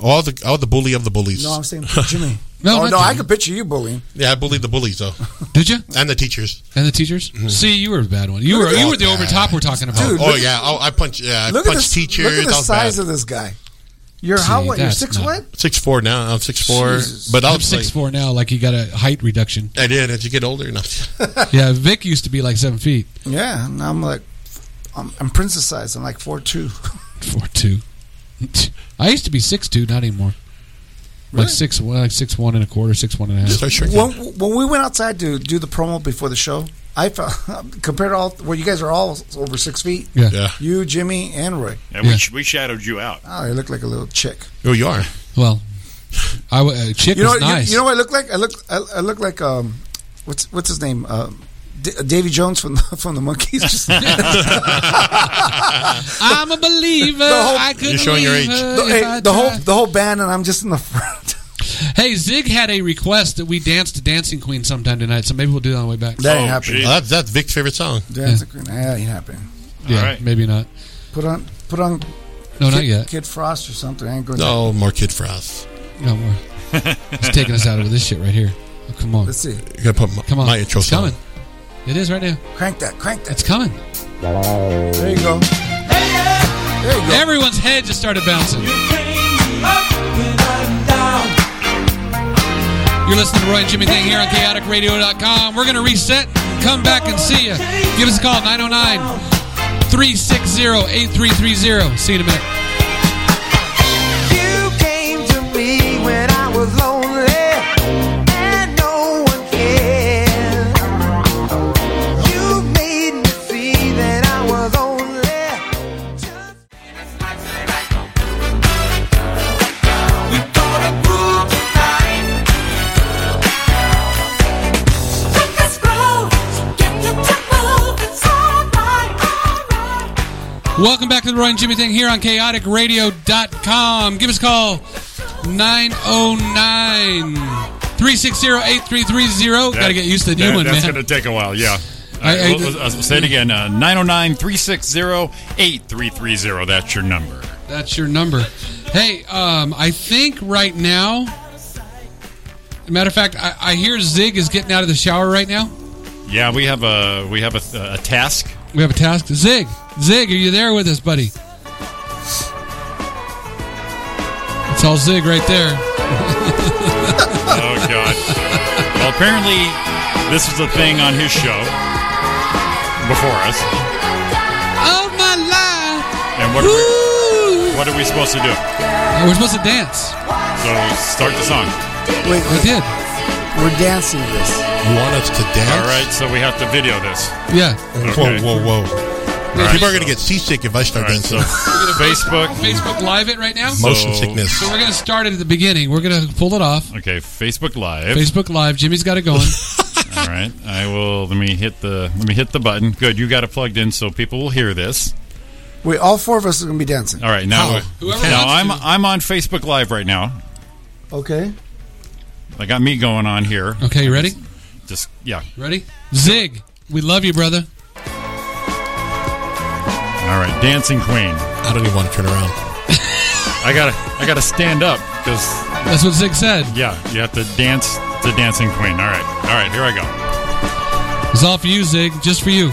Speaker 8: all the all the bully of the bullies.
Speaker 7: No, I'm saying Jimmy.
Speaker 3: No,
Speaker 7: oh,
Speaker 3: not
Speaker 7: no, I
Speaker 3: Jimmy.
Speaker 7: could picture you bullying.
Speaker 8: yeah, I bullied the bullies though,
Speaker 3: Did you
Speaker 8: and the teachers.
Speaker 3: and the teachers?
Speaker 7: Mm-hmm.
Speaker 3: See, you were a bad one. You were you were the over top we're talking about.
Speaker 7: Dude,
Speaker 8: oh
Speaker 7: look-
Speaker 8: yeah, oh, I punch. Yeah, I
Speaker 7: Look
Speaker 8: punched
Speaker 7: at this.
Speaker 8: teachers.
Speaker 7: Look at the
Speaker 8: I was
Speaker 7: size
Speaker 8: bad.
Speaker 7: of this guy. You're how
Speaker 3: See,
Speaker 7: what? You're
Speaker 3: that's
Speaker 7: six
Speaker 3: not-
Speaker 7: what?
Speaker 8: six four now. I'm six four,
Speaker 7: Jesus.
Speaker 8: but I
Speaker 3: I'm
Speaker 8: was
Speaker 3: six
Speaker 8: six.
Speaker 3: four now, like you got a height reduction.
Speaker 8: I did as you get older. No.
Speaker 3: Yeah, Vic used to be like seven feet,
Speaker 7: Yeah, and I'm like, I'm, I'm princess size. I'm like four two.
Speaker 3: four two. I used to be six two, not anymore. Like six, like six one and a quarter, six one and a half.
Speaker 8: Start shrinking.
Speaker 7: When, when we went outside to do the promo before the show, I felt compared to all where you guys are all over six feet.
Speaker 3: Yeah.
Speaker 8: yeah.
Speaker 7: You, Jimmy, and Roy.
Speaker 4: And we
Speaker 3: Yeah.
Speaker 4: sh We, shadowed you out.
Speaker 7: Oh, I look like a little chick.
Speaker 8: Oh, you are.
Speaker 3: Well, I w- uh, chick
Speaker 7: You know,
Speaker 3: was
Speaker 7: what- you-
Speaker 3: nice.
Speaker 7: you, know what I look like? I look, I, I look like um, what's what's his name? Um, D- Davy Jones from the, from the Monkeys. Just-
Speaker 3: I'm a believer.
Speaker 7: whole-
Speaker 3: I couldn't
Speaker 8: You're showing your
Speaker 3: leave
Speaker 8: age.
Speaker 3: her
Speaker 7: the,
Speaker 3: if I
Speaker 7: hey, the whole
Speaker 3: tried.
Speaker 7: the whole band, and I'm just in the front.
Speaker 3: Hey, Zig had a request that we dance to Dancing Queen sometime tonight, so maybe we'll do that on the way back.
Speaker 7: That
Speaker 4: Oh,
Speaker 7: ain't happening.
Speaker 4: gee.
Speaker 8: Well, that's that's Vic's favorite song.
Speaker 7: Dance the Queen. That ain't happening.
Speaker 3: yeah,
Speaker 4: right.
Speaker 3: maybe not.
Speaker 7: Put on put on
Speaker 3: No,
Speaker 7: Kid,
Speaker 3: Oh, not yet.
Speaker 7: Kid Frost or something. I ain't going.
Speaker 8: No more Kid Frost.
Speaker 3: No more. He's taking us out of this shit right here. Oh, come on,
Speaker 7: Let's see.
Speaker 8: You're gonna put my,
Speaker 3: come on.
Speaker 8: my intro
Speaker 3: it's
Speaker 8: song.
Speaker 3: coming. It is right now.
Speaker 7: Crank that. Crank that.
Speaker 3: It's coming.
Speaker 7: There you go. There you go.
Speaker 3: Everyone's head just started bouncing. You're listening to Roy and Jimmy Thing here on chaoticradio.com. We're going to reset, come back and see you. Give us a call, 909 360 8330. See you in a minute.
Speaker 2: You came to me when I was lonely and no one cared. You made me see that I was only just. We gonna move tonight. Let us grow, get you to move. It's alright, alright.
Speaker 3: Welcome back to the Roy and Jimmy Thing here on chaoticradio.com. Give us a call 909 360 8330. Got to get used to the new
Speaker 4: That-
Speaker 3: one,
Speaker 4: That's
Speaker 3: man.
Speaker 4: going to take a while, yeah.
Speaker 3: I-
Speaker 4: All right,
Speaker 3: I-
Speaker 4: well, let's- let's say it again uh, 909 360 8330. That's your number.
Speaker 3: That's your number. Hey, um, I think right now. Matter of fact, I, I hear Zig is getting out of the shower right now.
Speaker 4: Yeah, we have a we have a, a task.
Speaker 3: We have a task. Zig, Zig, are you there with us, buddy? It's all Zig right there.
Speaker 4: Oh God! well, apparently this was a thing on his show before us.
Speaker 3: Oh my
Speaker 4: And what
Speaker 3: life!
Speaker 4: are we,
Speaker 3: Ooh.
Speaker 4: what are we supposed to do?
Speaker 3: Uh, We're supposed to dance.
Speaker 4: So start the song.
Speaker 7: Wait,
Speaker 3: I did.
Speaker 7: we're dancing this.
Speaker 8: You want us to dance?
Speaker 4: All right, so we have to video this.
Speaker 3: Yeah.
Speaker 4: Okay.
Speaker 8: Whoa, whoa, whoa!
Speaker 4: All
Speaker 8: People
Speaker 4: right,
Speaker 8: are gonna
Speaker 4: so-
Speaker 8: get seasick if I start
Speaker 4: All right, so
Speaker 8: dancing.
Speaker 4: Facebook.
Speaker 3: Facebook Live it right now. So
Speaker 8: Motion
Speaker 4: So-
Speaker 8: sickness.
Speaker 3: we're gonna start it at the beginning. We're gonna pull it off.
Speaker 4: Okay, Facebook Live.
Speaker 3: Facebook Live. Jimmy's got it going.
Speaker 4: All right, I will. Let me hit the let me hit the button. Good, you got it plugged in, so people will hear this.
Speaker 7: Wait, all four of us are gonna be dancing.
Speaker 4: All right, now
Speaker 8: How?
Speaker 3: Oh, Whoever
Speaker 4: now
Speaker 3: wants
Speaker 4: I'm
Speaker 3: to.
Speaker 4: I'm on Facebook Live right now.
Speaker 7: Okay.
Speaker 4: I got me going on here.
Speaker 3: Okay, you ready?
Speaker 4: Just yeah.
Speaker 3: Ready? Zig, we love you, brother.
Speaker 4: All right, Dancing Queen.
Speaker 8: I don't even want to turn around.
Speaker 4: I gotta I gotta stand up because
Speaker 3: That's what Zig said.
Speaker 4: yeah, you have to dance to Dancing Queen. All right, all right, here I go.
Speaker 3: It's all for you, Zig. Just for you.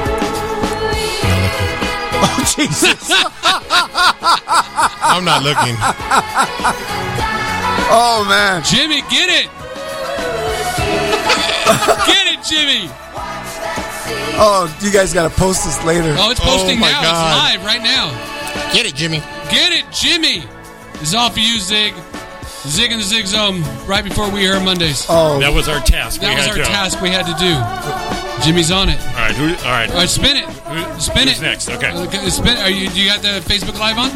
Speaker 8: I'm not looking.
Speaker 7: Oh, Jesus.
Speaker 8: I'm not looking.
Speaker 7: Oh, man.
Speaker 3: Jimmy, get it! get it, Jimmy!
Speaker 7: Oh, you guys got to post this later.
Speaker 3: Oh, it's
Speaker 8: Oh
Speaker 3: posting
Speaker 8: my
Speaker 3: now.
Speaker 8: God.
Speaker 3: It's live right now.
Speaker 8: Get it, Jimmy.
Speaker 3: Get it, Jimmy! It's all for you, Zig. Zig and the Zig Zone right before we air Mondays.
Speaker 7: Oh,
Speaker 4: That was our task. we
Speaker 3: that was our
Speaker 4: had to-
Speaker 3: task we had to do. Jimmy's on it.
Speaker 4: All right, who? All right,
Speaker 3: All right, spin it.
Speaker 4: who-
Speaker 3: Spin
Speaker 4: who's
Speaker 3: it.
Speaker 4: next? Okay.
Speaker 3: Okay, Spin, are you, do you got the Facebook Live on?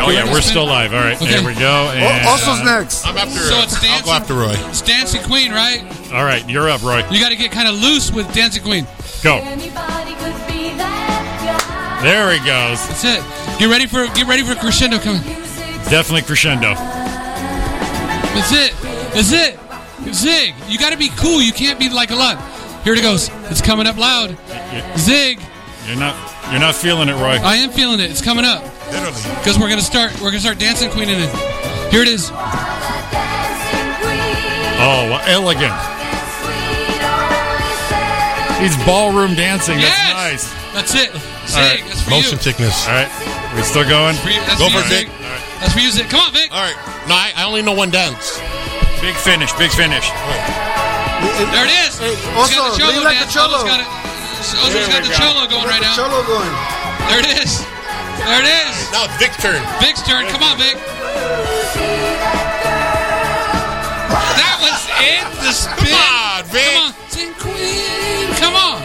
Speaker 4: Oh yeah, we're
Speaker 3: spin-
Speaker 4: still live. All right,
Speaker 3: Okay.
Speaker 4: there we go. And,
Speaker 7: oh Also's next.
Speaker 8: I'm after.
Speaker 3: So it's
Speaker 8: I'll
Speaker 3: dancing?
Speaker 8: go after Roy.
Speaker 3: It's Dancing Queen, right?
Speaker 4: All right, you're up, Roy.
Speaker 3: You got to get kind of loose with Dancing Queen.
Speaker 4: Go. There he goes.
Speaker 3: That's it. Get ready for get ready for crescendo coming.
Speaker 4: Definitely crescendo.
Speaker 3: That's it. That's it. Zig, you got to be cool. You can't be like a lot. Here it goes. It's coming up loud. Zig,
Speaker 4: You're not. You're not feeling it, Roy.
Speaker 3: I am feeling it. It's coming up
Speaker 8: Literally.
Speaker 3: because we're gonna start. We're gonna start dancing queen in it. Here it is.
Speaker 4: Oh, well, elegant. He's ballroom dancing.
Speaker 3: yes.
Speaker 4: That's nice.
Speaker 3: That's it. Zig,
Speaker 4: right.
Speaker 3: that's for
Speaker 8: Motion
Speaker 3: you.
Speaker 8: sickness.
Speaker 4: All right, we still going.
Speaker 3: For you- That's
Speaker 8: Go
Speaker 3: for you,
Speaker 8: for it,
Speaker 3: Zig.
Speaker 8: Vic.
Speaker 3: That's for you, Zig. Come on, Vic.
Speaker 8: All right. No, I, I only know one dance.
Speaker 4: Big finish. Big finish.
Speaker 8: Oh,
Speaker 3: There it is.
Speaker 7: Hey,
Speaker 3: He's
Speaker 7: also,
Speaker 3: got the cholo
Speaker 7: lean like a
Speaker 3: dance.
Speaker 7: cholo.
Speaker 3: Ozo's got it. Ozo's
Speaker 4: There
Speaker 3: got
Speaker 4: we
Speaker 3: the
Speaker 4: go.
Speaker 3: cholo going right now.
Speaker 7: Cholo going.
Speaker 3: There it is. There it is.
Speaker 8: Now it's Vic's turn.
Speaker 3: Vic's turn. Come on, Vic. That was it. The spin.
Speaker 8: Come on, Vic.
Speaker 3: Come on. Sing Queen. Come on.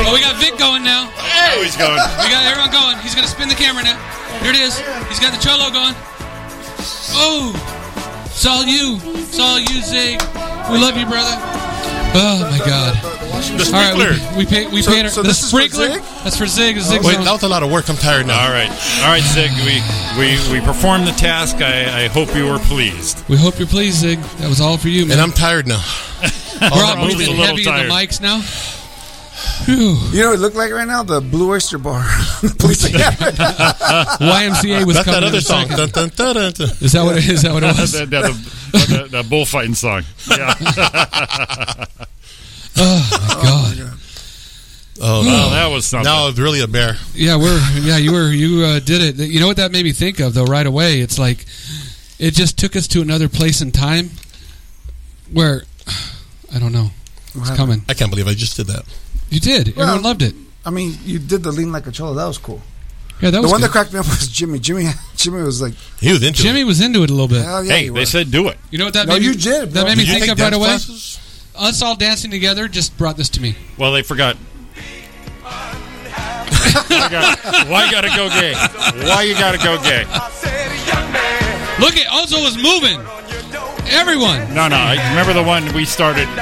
Speaker 3: Oh, we got Vic going now.
Speaker 4: Oh, he's going.
Speaker 3: We got everyone going. He's going to spin the camera now. Here it is. He's got the cholo going. Oh, it's all you. It's all you, Zig. We love you, brother. Oh, my God.
Speaker 8: The
Speaker 3: All right,
Speaker 8: sprinkler.
Speaker 3: we, we pay. We
Speaker 7: So-
Speaker 3: paid our,
Speaker 7: so
Speaker 3: the
Speaker 7: this is for
Speaker 3: sprinkler.
Speaker 7: Zig?
Speaker 3: That's for Zig. It's Zig's
Speaker 8: Wait,
Speaker 3: own.
Speaker 8: that was a lot of work. I'm tired now.
Speaker 4: All right, all right, Zig. We we we performed the task. I, I hope you were pleased.
Speaker 3: We hope you're pleased, Zig. That was all for you,
Speaker 8: And
Speaker 3: man.
Speaker 8: I'm tired now.
Speaker 3: We're
Speaker 4: I'm
Speaker 3: all
Speaker 4: always
Speaker 3: breathing
Speaker 4: a little
Speaker 3: heavy in
Speaker 4: tired.
Speaker 3: the mics now. Whew.
Speaker 7: You know what it looked like right now? The Blue Oyster Bar. The police academy.
Speaker 3: YMCA was
Speaker 8: That's
Speaker 3: coming
Speaker 8: that
Speaker 3: in
Speaker 8: other
Speaker 3: a
Speaker 8: song.
Speaker 3: second.
Speaker 8: Dun, dun, dun, dun, dun.
Speaker 3: Is that what it is? That what it was?
Speaker 4: the, the, the, the bullfighting song. Yeah.
Speaker 3: God.
Speaker 8: Oh,
Speaker 4: Well,
Speaker 8: no.
Speaker 4: that was something.
Speaker 8: Now it's really a bear.
Speaker 3: Yeah, we're yeah. You were you uh, did it. You know what that made me think of though. Right away, it's like it just took us to another place in time where I don't know. It's coming.
Speaker 8: I can't believe I just did that.
Speaker 3: You did. Everyone
Speaker 7: Well-
Speaker 3: loved it.
Speaker 7: I mean, you did the lean like a cholo. That was cool.
Speaker 3: Yeah, that
Speaker 7: The
Speaker 3: was
Speaker 7: one
Speaker 3: good.
Speaker 7: that cracked me up was Jimmy. Jimmy, Jimmy was like,
Speaker 8: He was into
Speaker 3: Jimmy
Speaker 8: it.
Speaker 3: was into it a little bit.
Speaker 7: "Hell yeah,
Speaker 4: hey,
Speaker 7: you
Speaker 4: they
Speaker 7: were."
Speaker 4: said do it.
Speaker 3: You know what that
Speaker 7: No,
Speaker 3: made
Speaker 7: you
Speaker 3: me,
Speaker 7: did,
Speaker 3: That
Speaker 7: bro.
Speaker 3: made me
Speaker 8: Did you
Speaker 3: think
Speaker 8: take
Speaker 3: of right
Speaker 8: dance
Speaker 3: away.
Speaker 8: classes?
Speaker 3: Us all dancing together just brought this to me.
Speaker 4: Well, they forgot. I got- Why you gotta go gay? Why you gotta go gay?
Speaker 3: Look at Ozo was moving. Everyone,
Speaker 4: No, no. I remember the one we started.
Speaker 3: you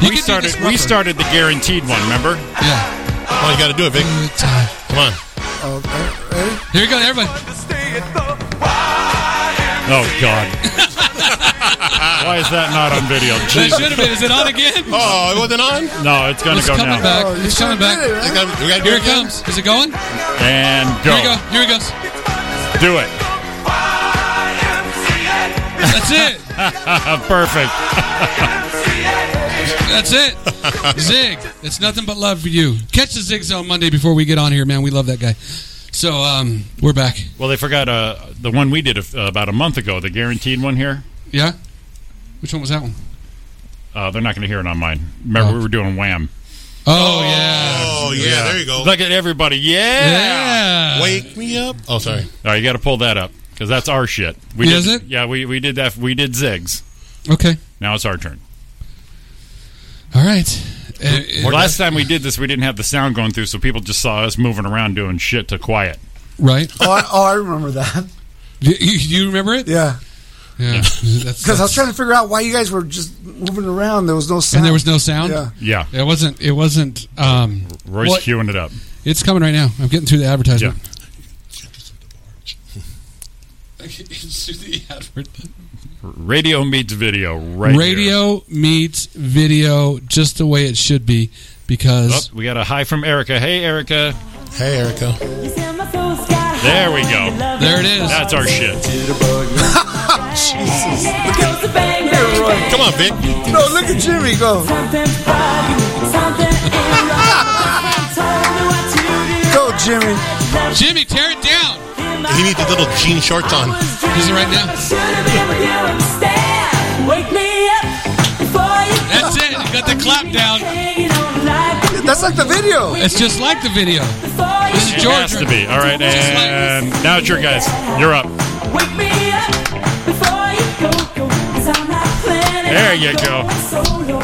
Speaker 4: we
Speaker 3: can
Speaker 4: started.
Speaker 3: Do this
Speaker 4: We
Speaker 3: rougher.
Speaker 4: started the guaranteed one. Remember?
Speaker 3: Yeah.
Speaker 8: Oh, you got to do it, Vic.
Speaker 3: Good time.
Speaker 8: Come on.
Speaker 7: Oh, eh, eh?
Speaker 3: Here you go, everybody.
Speaker 4: Oh God. Why is that not on video?
Speaker 3: That
Speaker 4: Jesus.
Speaker 3: should have been. Is it on again?
Speaker 8: Oh, it wasn't on?
Speaker 4: No, it's gonna
Speaker 3: It's
Speaker 4: go
Speaker 3: coming
Speaker 4: now.
Speaker 3: back.
Speaker 7: Oh, you
Speaker 3: Uh, it's
Speaker 7: should
Speaker 3: coming
Speaker 7: have did
Speaker 3: back.
Speaker 7: it, right?
Speaker 8: We gotta, we gotta do
Speaker 3: Here it
Speaker 8: it again?
Speaker 3: comes. Is it going?
Speaker 4: And go.
Speaker 3: Here we go. Here it goes.
Speaker 4: Do it.
Speaker 3: That's it.
Speaker 4: Uh, Perfect.
Speaker 3: That's it. Zig, it's nothing but love for you. Catch the Zig Zone Monday before we get on here, man. We love that guy. So um, we're back.
Speaker 4: Well, they forgot uh, the one we did a, about a month ago, the guaranteed one here.
Speaker 3: Yeah. Which one was that one?
Speaker 4: Uh, they're not going to hear it on mine. Remember,
Speaker 3: Oh.
Speaker 4: we were doing Wham.
Speaker 3: Oh, yeah. uh,
Speaker 8: Oh, yeah, there you go.
Speaker 4: Look at everybody. Yeah.
Speaker 3: Yeah.
Speaker 8: Wake me up. Oh, sorry.
Speaker 4: All right, you got to pull that up because that's our shit. We
Speaker 3: Is
Speaker 4: did,
Speaker 3: it?
Speaker 4: Yeah, we, we did that. We did Zigs.
Speaker 3: Okay.
Speaker 4: Now it's our turn.
Speaker 3: All right. Uh, uh,
Speaker 4: Last time we did this, we didn't have the sound going through, so people just saw us moving around doing shit to quiet.
Speaker 3: right.
Speaker 7: Oh, I, oh, I remember that.
Speaker 3: You, you, you remember it?
Speaker 7: Yeah,
Speaker 3: Yeah. That's-
Speaker 7: because I was trying to figure out why you guys were just moving around. There was no sound.
Speaker 3: and there was no sound.
Speaker 7: Yeah.
Speaker 4: Yeah,
Speaker 3: It wasn't. It wasn't. Um,
Speaker 4: Roy's
Speaker 3: What?
Speaker 4: queuing it up.
Speaker 3: it's coming right now. I'm getting through the advertisement. into the advert.
Speaker 4: Radio meets video right here.
Speaker 3: Radio meets video just the way it should be
Speaker 4: Oh,
Speaker 3: because
Speaker 4: we got a hi from Erica. Hey, Erica.
Speaker 8: Hey, Erica.
Speaker 4: There we go.
Speaker 3: there it is.
Speaker 4: That's our shit. Come on, Vic.
Speaker 7: No, look at Jimmy go. Go, Jimmy.
Speaker 3: Jimmy, tear it down.
Speaker 8: He needs these little jean shorts on.
Speaker 3: Is it right now? That's it. You got the clap down.
Speaker 7: That's like the video.
Speaker 3: It's just like the video. This
Speaker 4: It
Speaker 3: is George.
Speaker 4: has to be. All right,
Speaker 3: Just like-
Speaker 4: and now it's your guys. You're up. There you go.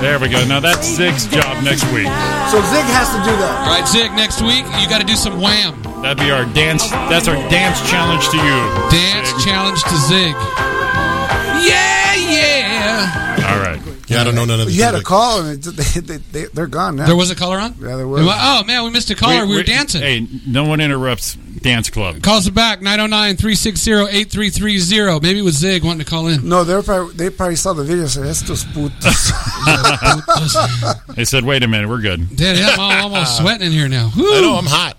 Speaker 4: There we go. Now that's Zig's job next week.
Speaker 7: So Zig has to do that.
Speaker 3: All right, Zig, next week you got to do some wham.
Speaker 4: That'd be our dance. That's our dance challenge to you.
Speaker 3: Dance
Speaker 4: Zig.
Speaker 3: challenge to Zig. Yeah, yeah.
Speaker 4: All right.
Speaker 8: Yeah, I don't know none of these.
Speaker 7: You had a
Speaker 8: music.
Speaker 7: call, and it, they, they, they, they're gone now.
Speaker 3: There was a caller on?
Speaker 7: Yeah, there was.
Speaker 3: Oh, man, we missed a caller. We, were dancing.
Speaker 4: Hey, no one interrupts dance club.
Speaker 3: Calls it back 909 360 8330. Maybe it was Zig wanting to call in.
Speaker 7: no, they probably, they probably saw the video and said, that's just putos.
Speaker 4: They said, "Wait a minute, we're good."
Speaker 3: Damn, yeah, I'm all- almost sweating in here now.
Speaker 8: I know
Speaker 3: Whew.
Speaker 8: I'm hot.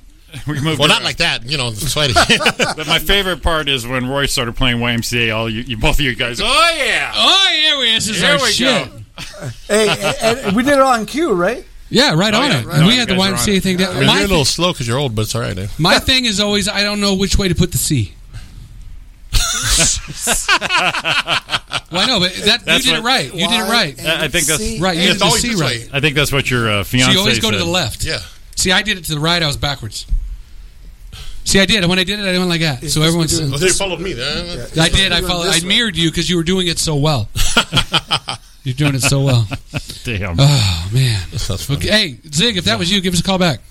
Speaker 4: We moved.
Speaker 8: Well, not
Speaker 4: around.
Speaker 8: like that. You know, sweaty.
Speaker 4: But my favorite part is when Roy started playing YMCA. All you, you both of you guys. Oh yeah.
Speaker 3: Oh, here we This is
Speaker 4: Here
Speaker 3: our
Speaker 4: we
Speaker 3: shit.
Speaker 4: go.
Speaker 7: hey, and, and we did it on cue, right?
Speaker 3: Yeah, right
Speaker 4: Oh,
Speaker 3: on
Speaker 4: yeah.
Speaker 3: it.
Speaker 4: No,
Speaker 3: we
Speaker 4: you
Speaker 3: had the
Speaker 4: guys are on
Speaker 3: YMCA
Speaker 4: it.
Speaker 3: thing. down.
Speaker 8: I mean,
Speaker 3: My,
Speaker 8: you're a
Speaker 3: thi-
Speaker 8: little slow because you're old, but it's all right. Eh?
Speaker 3: my thing is always I don't know which way to put the C. well, I know, but that, you
Speaker 4: That's
Speaker 3: did
Speaker 4: what-
Speaker 3: it right. You did it right.
Speaker 4: I- I think that's-
Speaker 7: YMCA.
Speaker 3: Right, you
Speaker 8: It's
Speaker 3: did the
Speaker 8: always
Speaker 3: C
Speaker 8: this
Speaker 3: right.
Speaker 8: way.
Speaker 4: I think that's what your uh,
Speaker 3: So
Speaker 4: fiance.
Speaker 3: you always go to
Speaker 4: said.
Speaker 3: the left.
Speaker 8: Yeah.
Speaker 3: See, I did it to the right. I was backwards. See, I did. When I did it, I went like that. so
Speaker 7: this
Speaker 3: everyone's.
Speaker 7: doing-
Speaker 8: Well, they followed me. eh?
Speaker 3: I did. I
Speaker 7: doing
Speaker 3: followed. I
Speaker 7: this way?
Speaker 3: mirrored you because you were doing it so well. You're doing it so well.
Speaker 4: Damn.
Speaker 3: Oh man.
Speaker 8: That's funny.
Speaker 3: Okay. Hey Zig, if that was you, give us a call back.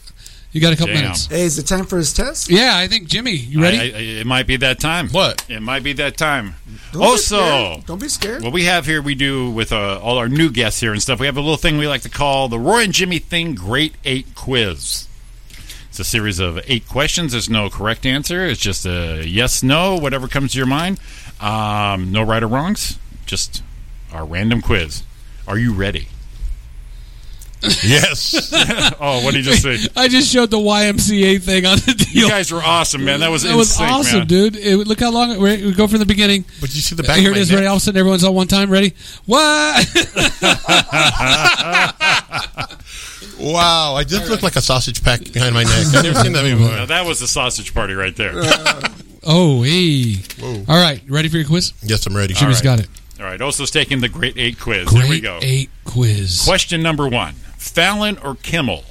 Speaker 3: You got a couple
Speaker 4: Damn.
Speaker 3: minutes.
Speaker 7: Hey, is it time for his test?
Speaker 3: Yeah, I think Jimmy. You ready?
Speaker 4: I- I- it might be that time.
Speaker 8: What?
Speaker 4: It might be that time.
Speaker 7: Don't be
Speaker 4: also,
Speaker 7: scared. don't be scared.
Speaker 4: what we have here, we do with uh, all our new guests here and stuff. We have a little thing we like to call the Roy and Jimmy Thing Great Eight Quiz. It's a series of eight questions. There's no correct answer. It's just a yes, no, whatever comes to your mind. Um, no right or wrongs. Just our random quiz. Are you ready?
Speaker 8: Yes.
Speaker 4: Oh, what did you just say?
Speaker 3: I just showed the YMCA thing on the
Speaker 4: You
Speaker 3: deal.
Speaker 4: guys were awesome, man. That was
Speaker 3: that was
Speaker 4: insane,
Speaker 3: awesome,
Speaker 4: man.
Speaker 3: dude. It- look how long it, we we go from the beginning.
Speaker 8: But you see the back
Speaker 3: Here
Speaker 8: of
Speaker 3: it
Speaker 8: my
Speaker 3: is,
Speaker 8: neck?
Speaker 3: ready. All of a sudden, everyone's all one time. Ready? What?
Speaker 8: Wow, I just look like a sausage pack behind my neck. I've never seen that
Speaker 4: Now,
Speaker 8: before.
Speaker 4: that was the sausage party right there.
Speaker 3: oh, hey.
Speaker 8: Whoa.
Speaker 3: All right, ready for your quiz?
Speaker 8: Yes, I'm ready.
Speaker 3: Jimmy's got it.
Speaker 4: All right, Oso's taking the Great Eight quiz.
Speaker 3: Great
Speaker 4: Here we go.
Speaker 3: eight quiz.
Speaker 4: Question number one Fallon or Kimmel?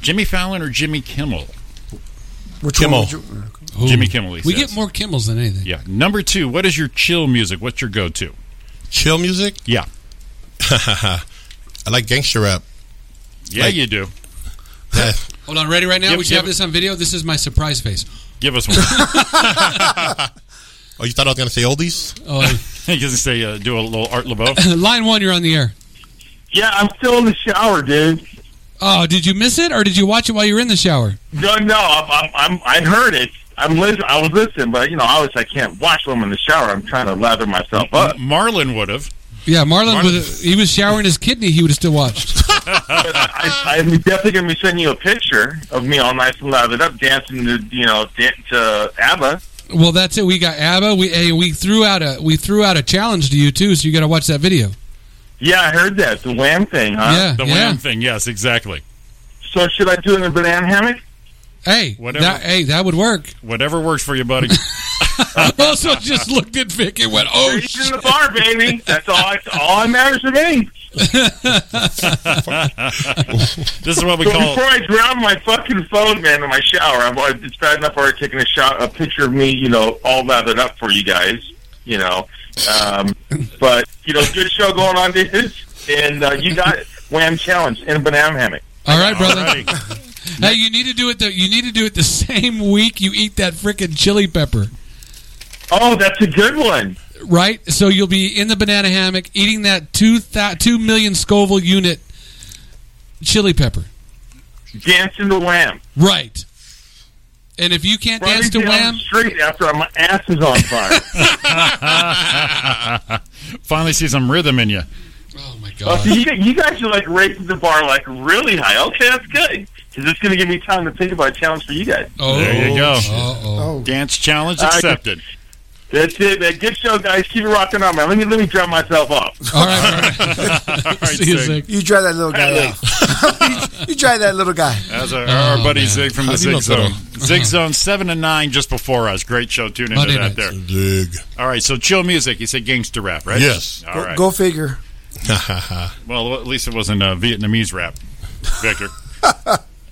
Speaker 4: Jimmy Fallon or Jimmy Kimmel?
Speaker 7: Which
Speaker 8: Kimmel.
Speaker 7: would you-
Speaker 3: Ooh.
Speaker 4: Jimmy Kimmel, he
Speaker 3: We
Speaker 4: says.
Speaker 3: get more Kimmels than anything.
Speaker 4: Yeah. Number two, what is your chill music? What's your go to?
Speaker 8: Chill music?
Speaker 4: Yeah.
Speaker 8: I like gangster rap.
Speaker 4: Yeah,
Speaker 8: Like-
Speaker 4: you do.
Speaker 8: Yeah.
Speaker 3: Hold on, ready right now?
Speaker 4: Yep,
Speaker 3: we should
Speaker 4: yep.
Speaker 3: have this on video. This is my surprise face.
Speaker 4: Give us one.
Speaker 8: Oh, you thought I was going to say oldies?
Speaker 3: Oh,
Speaker 4: you can say, uh, do a little Art LeBeau.
Speaker 3: line one, you're on the air.
Speaker 6: Yeah, I'm still in the shower, dude.
Speaker 3: Oh, did you miss it or did you watch it while you were in the shower?
Speaker 6: No, no, I'm, I'm, I'm, I heard it. I'm listen, I was listening, but you know, obviously I can't watch them in the shower. I'm trying to lather myself up.
Speaker 4: Marlon would have.
Speaker 3: Yeah, Marlon,
Speaker 4: Marlon-
Speaker 3: was, he was showering his kidney. He would have still watched.
Speaker 6: But I, I, I'm definitely gonna be sending you a picture of me all nice and lathered up, dancing to you know dan- to ABBA.
Speaker 3: Well, that's it. We got ABBA. We hey, we threw out a we threw out a challenge to you too. So you got to watch that video.
Speaker 6: Yeah, I heard that the Wham thing, huh?
Speaker 3: yeah,
Speaker 4: The
Speaker 3: yeah.
Speaker 4: Wham thing. Yes, exactly.
Speaker 6: So should I do it in a banana hammock?
Speaker 3: Hey,
Speaker 4: Whatever.
Speaker 3: that- hey, that would work.
Speaker 4: Whatever works for you, buddy.
Speaker 3: also, just looked at Vic and went, "Oh
Speaker 6: He's in
Speaker 3: shit!"
Speaker 6: the bar, baby. That's all. I, all that matters to me.
Speaker 4: this is what we
Speaker 6: So
Speaker 4: call.
Speaker 6: before I drown my fucking phone, man, in my shower, I'm, it's bad enough already taking a shot, a picture of me, you know, all lathered up for you guys, you know. Um, but you know, good show going on, dudes, and uh, you got it. Wham challenge in a banana hammock.
Speaker 3: All right, brother.
Speaker 4: Alrighty.
Speaker 3: Hey, you need to do it. The, you need to do it the same week you eat that frickin' chili pepper,
Speaker 6: Oh, that's a good one.
Speaker 3: right? So you'll be in the banana hammock eating that two thou- two million Scoville unit chili pepper,
Speaker 6: Dancing to Wham.
Speaker 3: right? And if you can't
Speaker 6: Running
Speaker 3: dance to
Speaker 6: down
Speaker 3: Wham,
Speaker 6: the street after my ass is on fire.
Speaker 4: Finally, see some rhythm in you.
Speaker 3: oh my
Speaker 6: Oh, so
Speaker 3: god,
Speaker 6: you, you guys are like raising the bar like really high. Okay, that's good. Is this going to give me time to think about a challenge for you guys?
Speaker 3: oh,
Speaker 4: There you go.
Speaker 3: Uh-oh.
Speaker 7: Oh,
Speaker 4: Dance challenge
Speaker 6: Uh,
Speaker 4: accepted.
Speaker 6: That's it, man. Good show, guys. Keep it rocking on, man. Let me let me drum myself off.
Speaker 3: All right, all right.
Speaker 4: All right,
Speaker 3: See you,
Speaker 4: Zig.
Speaker 3: Zig.
Speaker 7: you dry that little guy out. you dry that little guy.
Speaker 4: That's our, our
Speaker 3: Oh,
Speaker 4: buddy
Speaker 3: man.
Speaker 4: Zig from the
Speaker 8: How's he
Speaker 4: Zig Zone.
Speaker 8: not better?
Speaker 4: Zig Zone seven and nine just before us. Great show. Tune into
Speaker 3: Monday nights.
Speaker 4: that there.
Speaker 8: Dig.
Speaker 4: All right, so chill music. You said gangster rap, right?
Speaker 8: Yes.
Speaker 4: All
Speaker 7: Go,
Speaker 4: right.
Speaker 7: go figure.
Speaker 4: Well, at least it wasn't uh, Vietnamese rap, Victor.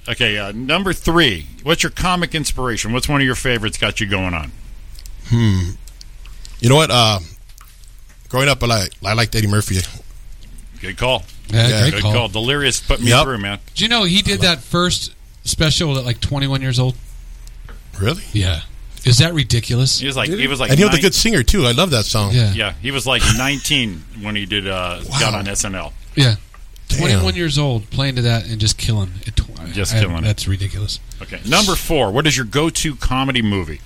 Speaker 4: okay, uh, number three. What's your comic inspiration? What's one of your favorites got you going on?
Speaker 8: You know what? Uh, growing up, I like I liked Eddie Murphy.
Speaker 4: Good call.
Speaker 3: Yeah,
Speaker 8: Yeah,
Speaker 3: great
Speaker 4: Good
Speaker 3: call.
Speaker 4: call. Delirious put me
Speaker 8: Yep.
Speaker 4: through, man.
Speaker 3: Do you know he did that first special at like 21 years old?
Speaker 8: Really?
Speaker 3: Yeah. Is that ridiculous?
Speaker 4: He was like, he was like,
Speaker 8: and he was a
Speaker 4: nine-
Speaker 8: good singer too. I love that song.
Speaker 3: Yeah.
Speaker 4: Yeah, he was like 19 when he did uh, got on SNL.
Speaker 3: Yeah.
Speaker 8: Damn.
Speaker 3: 21 years old playing to that and just killing it.
Speaker 4: Just
Speaker 3: I-
Speaker 4: killing it.
Speaker 3: That's ridiculous.
Speaker 4: Okay, number four. What is your go-to comedy movie?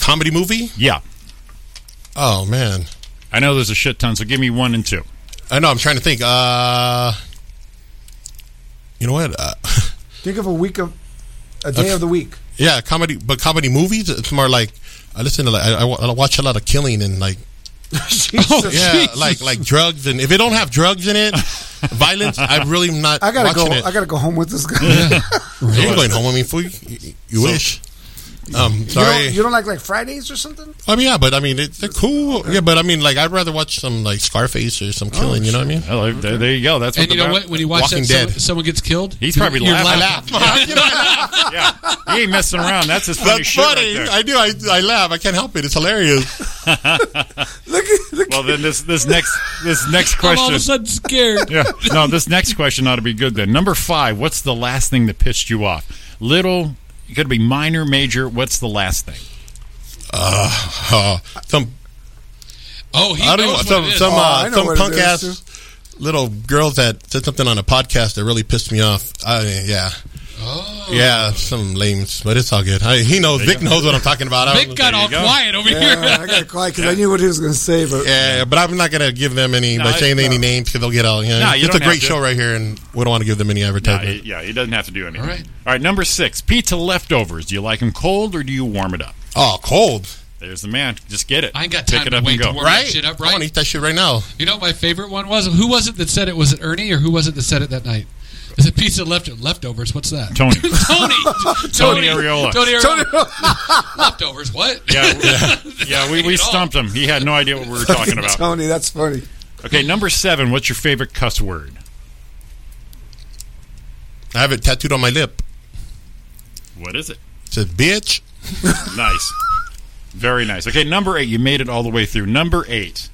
Speaker 8: Comedy movie?
Speaker 4: Yeah,
Speaker 8: Oh man,
Speaker 4: I know there's a shit ton, so give me one and two.
Speaker 8: I know. I'm trying to think. Uh, you know what? Uh,
Speaker 7: Think of a week of a day of the week.
Speaker 8: yeah, comedy, but comedy movies. It's more like I listen to like I, I wa- I watch a lot of killing and like
Speaker 7: Jesus.
Speaker 8: yeah, like like drugs and if it don't have drugs in it, violence. I'm really not.
Speaker 7: I gotta go.
Speaker 8: watching It.
Speaker 7: I gotta go home with this guy.
Speaker 8: You ain't going home. I mean, fool, you, you- you wish. Um,
Speaker 7: you,
Speaker 8: sorry.
Speaker 7: don't, you don't like like Fridays or something?
Speaker 8: I mean, yeah, but I mean, it, they're cool. Yeah, but I mean, like, I'd rather watch some like Scarface or some killing. you know what I mean?
Speaker 4: Well, there, there you go. That's what
Speaker 3: and you
Speaker 4: the
Speaker 3: know
Speaker 4: ma-
Speaker 3: what? When you watch
Speaker 8: Walking
Speaker 3: that, someone,
Speaker 8: Dead.
Speaker 3: someone gets killed.
Speaker 4: He's probably
Speaker 3: you're
Speaker 4: laughing.
Speaker 8: I laugh. You know, I laugh.
Speaker 4: Yeah, he ain't messing around. That's his funny
Speaker 8: That's
Speaker 4: shit right
Speaker 8: funny.
Speaker 4: there.
Speaker 8: I do. I, I laugh. I can't help it. It's hilarious.
Speaker 7: Look at look.
Speaker 4: Well, then this this next this next
Speaker 3: I'm all of a
Speaker 4: question.
Speaker 3: sudden scared.
Speaker 4: Yeah, no, this next question ought to be good then. Number five. What's the last thing that pissed you off? Little. It could be minor, major. What's the last thing?
Speaker 8: Uh, some
Speaker 3: Oh, he
Speaker 8: I
Speaker 3: knows
Speaker 8: don't know,
Speaker 3: what
Speaker 8: some
Speaker 3: it is.
Speaker 8: some,
Speaker 7: Oh, I
Speaker 8: uh,
Speaker 7: know
Speaker 8: some
Speaker 7: what it
Speaker 8: punk
Speaker 7: is,
Speaker 8: ass little girls that said something on a podcast that really pissed me off. I, yeah. Oh. Yeah, some lames, but it's all good. I, he knows. Vic knows what I'm talking about. I
Speaker 3: Vic
Speaker 8: don't-
Speaker 3: got all
Speaker 4: go.
Speaker 3: quiet over
Speaker 7: Yeah, Uh, I
Speaker 3: here.
Speaker 7: gotta call because I knew what he was gonna say, but
Speaker 8: Yeah, but I'm not gonna give them any by
Speaker 4: I-
Speaker 8: saying any names because they'll get all. You know,
Speaker 4: No, you
Speaker 8: it's a
Speaker 4: don't have
Speaker 8: great
Speaker 4: to.
Speaker 8: show right here, and we don't want to give them any
Speaker 4: No,
Speaker 8: advertisement.
Speaker 4: he- yeah, he doesn't have to do anything.
Speaker 3: All right.
Speaker 4: All right. Number six. Pizza leftovers. Do you like them cold or do you warm it up?
Speaker 8: oh, cold,
Speaker 4: There's the man. Just get it.
Speaker 3: I ain't got
Speaker 4: Pick
Speaker 3: time
Speaker 4: it
Speaker 3: to
Speaker 4: up
Speaker 3: wait
Speaker 4: and go.
Speaker 3: to warm
Speaker 8: right?
Speaker 3: that shit up,
Speaker 8: I
Speaker 3: right?
Speaker 8: want to eat that shit right now.
Speaker 3: You know what my favorite one was? Who was it that said it? Was it Ernie or who was it that said it that night? Is it pizza left leftovers? What's that?
Speaker 4: Tony.
Speaker 3: Tony.
Speaker 4: Tony Areola.
Speaker 3: Tony Areola. leftovers. What?
Speaker 4: Yeah, yeah, yeah, we, we stumped him. He had no idea what we were talking about.
Speaker 7: Tony, that's funny.
Speaker 4: Okay, number seven. What's your favorite cuss word?
Speaker 8: I have it tattooed on my lip.
Speaker 4: What is it?
Speaker 8: It says "bitch."
Speaker 4: Nice. Very nice. Okay, number eight. You made it all the way through. Number eight.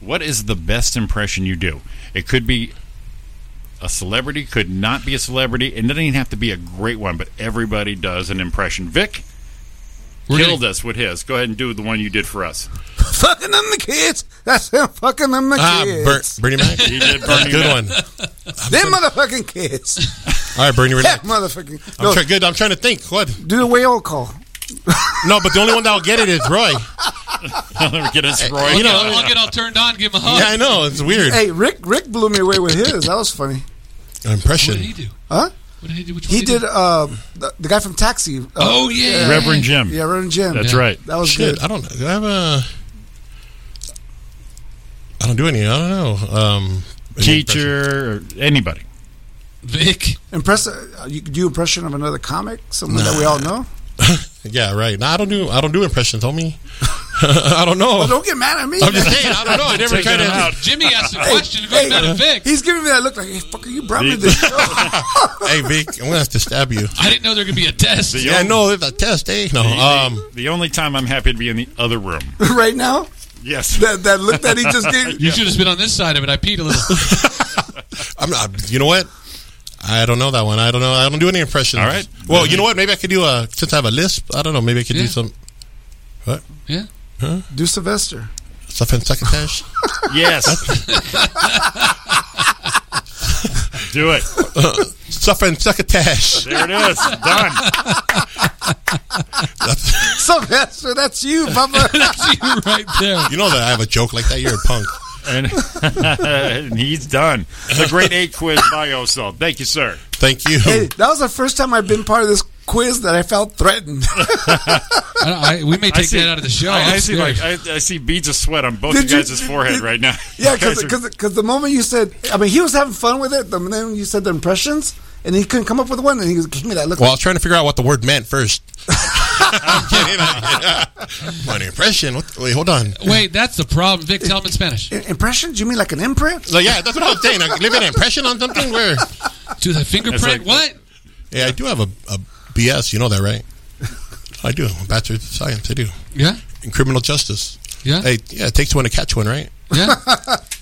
Speaker 4: What is the best impression you do? It could be a celebrity, could not be a celebrity, and it doesn't even have to be a great one, but everybody does an impression. Vic
Speaker 3: We're
Speaker 4: killed
Speaker 3: gonna-
Speaker 4: us with his. Go ahead and do the one you did for us.
Speaker 7: Fucking them the kids. That's them. Fucking them the
Speaker 8: Ah, Ber-
Speaker 7: kids.
Speaker 8: Bernie Mac.
Speaker 4: He did
Speaker 8: That's a
Speaker 4: Bernie
Speaker 8: good
Speaker 4: Mac.
Speaker 8: one.
Speaker 7: them motherfucking kids.
Speaker 8: All right, Bernie,
Speaker 7: that
Speaker 8: relax.
Speaker 7: motherfucking.
Speaker 8: I'm
Speaker 7: No,
Speaker 8: try- good. I'm trying to think. What?
Speaker 7: do the whale call.
Speaker 8: No, but the only one that'll get it is Roy.
Speaker 4: We're getting destroyed.
Speaker 8: You know-
Speaker 3: I'll get all turned on. Give him a hug.
Speaker 8: Yeah, I know. It's weird.
Speaker 7: Hey, Rick. Rick blew me away with his. That was funny.
Speaker 8: An
Speaker 3: What did he
Speaker 8: impression.
Speaker 3: do?
Speaker 7: Huh?
Speaker 3: What did he do? Which one
Speaker 7: He did. Uh, the, the guy from Taxi. Uh,
Speaker 3: Oh yeah.
Speaker 4: Reverend Jim.
Speaker 7: Yeah, Reverend Jim.
Speaker 4: That's
Speaker 3: Yeah.
Speaker 4: right.
Speaker 7: That was
Speaker 8: Shit,
Speaker 7: good.
Speaker 8: I don't. know. I have a. I don't do any. I don't know. Um, any impression.
Speaker 4: Teacher, or anybody.
Speaker 3: Vic.
Speaker 7: Impress. Uh, you do impression of another comic, someone that we all know.
Speaker 8: Yeah, right. No, I don't do. I don't do impressions. Homie. I don't know.
Speaker 7: But Oh, don't get mad at me.
Speaker 8: I'm just saying. I don't know. I never
Speaker 4: Taking
Speaker 8: tried
Speaker 4: him
Speaker 8: to.
Speaker 4: out.
Speaker 3: Jimmy asked a question about that Vic.
Speaker 7: He's giving me that look like, hey, fucker, you brought me this show.
Speaker 8: Hey, Vic, I'm gonna have to stab you.
Speaker 3: I didn't know there could be a test.
Speaker 8: Yeah, no, it's a test, eh? No, um,
Speaker 4: the only time I'm happy to be in the other room.
Speaker 7: right now.
Speaker 4: Yes.
Speaker 7: That that look that he just gave.
Speaker 3: You should have been on this side of it. I peed a little.
Speaker 8: I'm not. You know what? I don't know that one. I don't know. I don't do any impressions.
Speaker 4: All right.
Speaker 8: Well, you know what? Maybe I could do a since I have a lisp. I don't know. Maybe I could
Speaker 3: Yeah.
Speaker 8: do some
Speaker 3: Yeah.
Speaker 7: Do Sylvester.
Speaker 8: stuff in succotash.
Speaker 4: Yes. Do it.
Speaker 8: Suffering succotash.
Speaker 4: There it is. Done.
Speaker 7: Sylvester, that's you, Bubba.
Speaker 3: That's you right there.
Speaker 8: You know that I have a joke like that. You're a punk.
Speaker 4: And, and he's done. The great eight quiz by Osel. Thank you, sir.
Speaker 8: Thank you.
Speaker 7: hey, that was the first time I've been part of this quiz that I felt threatened.
Speaker 3: I don't- I- we may
Speaker 4: I
Speaker 3: take
Speaker 4: see-
Speaker 3: that out of the show.
Speaker 4: I, I see
Speaker 3: Upstairs.
Speaker 4: like I, I see beads of sweat on both
Speaker 7: Did
Speaker 4: you
Speaker 7: you-
Speaker 4: guys' forehead
Speaker 7: did-
Speaker 4: right now.
Speaker 7: yeah,
Speaker 4: You guys are-
Speaker 7: because the moment you said, I mean, he was having fun with it. The moment you said the impressions, and he couldn't come up with one, and he was give me that look.
Speaker 8: Well, I was trying to figure out what the word meant first. I'm kidding. I- My impression. What, wait, hold on.
Speaker 3: Wait, that's the problem. Vic, tell him in Spanish.
Speaker 7: I- impressions? You mean like an imprint?
Speaker 8: So yeah, that's what I was saying. I leave an impression on something where.
Speaker 3: Do the fingerprint?
Speaker 4: like-
Speaker 3: what?
Speaker 8: Yeah, I do have a, a BS. You know that, right? I do. A bachelor of science. I do
Speaker 3: Yeah,
Speaker 8: in criminal justice.
Speaker 3: yeah,
Speaker 8: Hey, yeah, it takes one to catch one, right?
Speaker 3: yeah. That-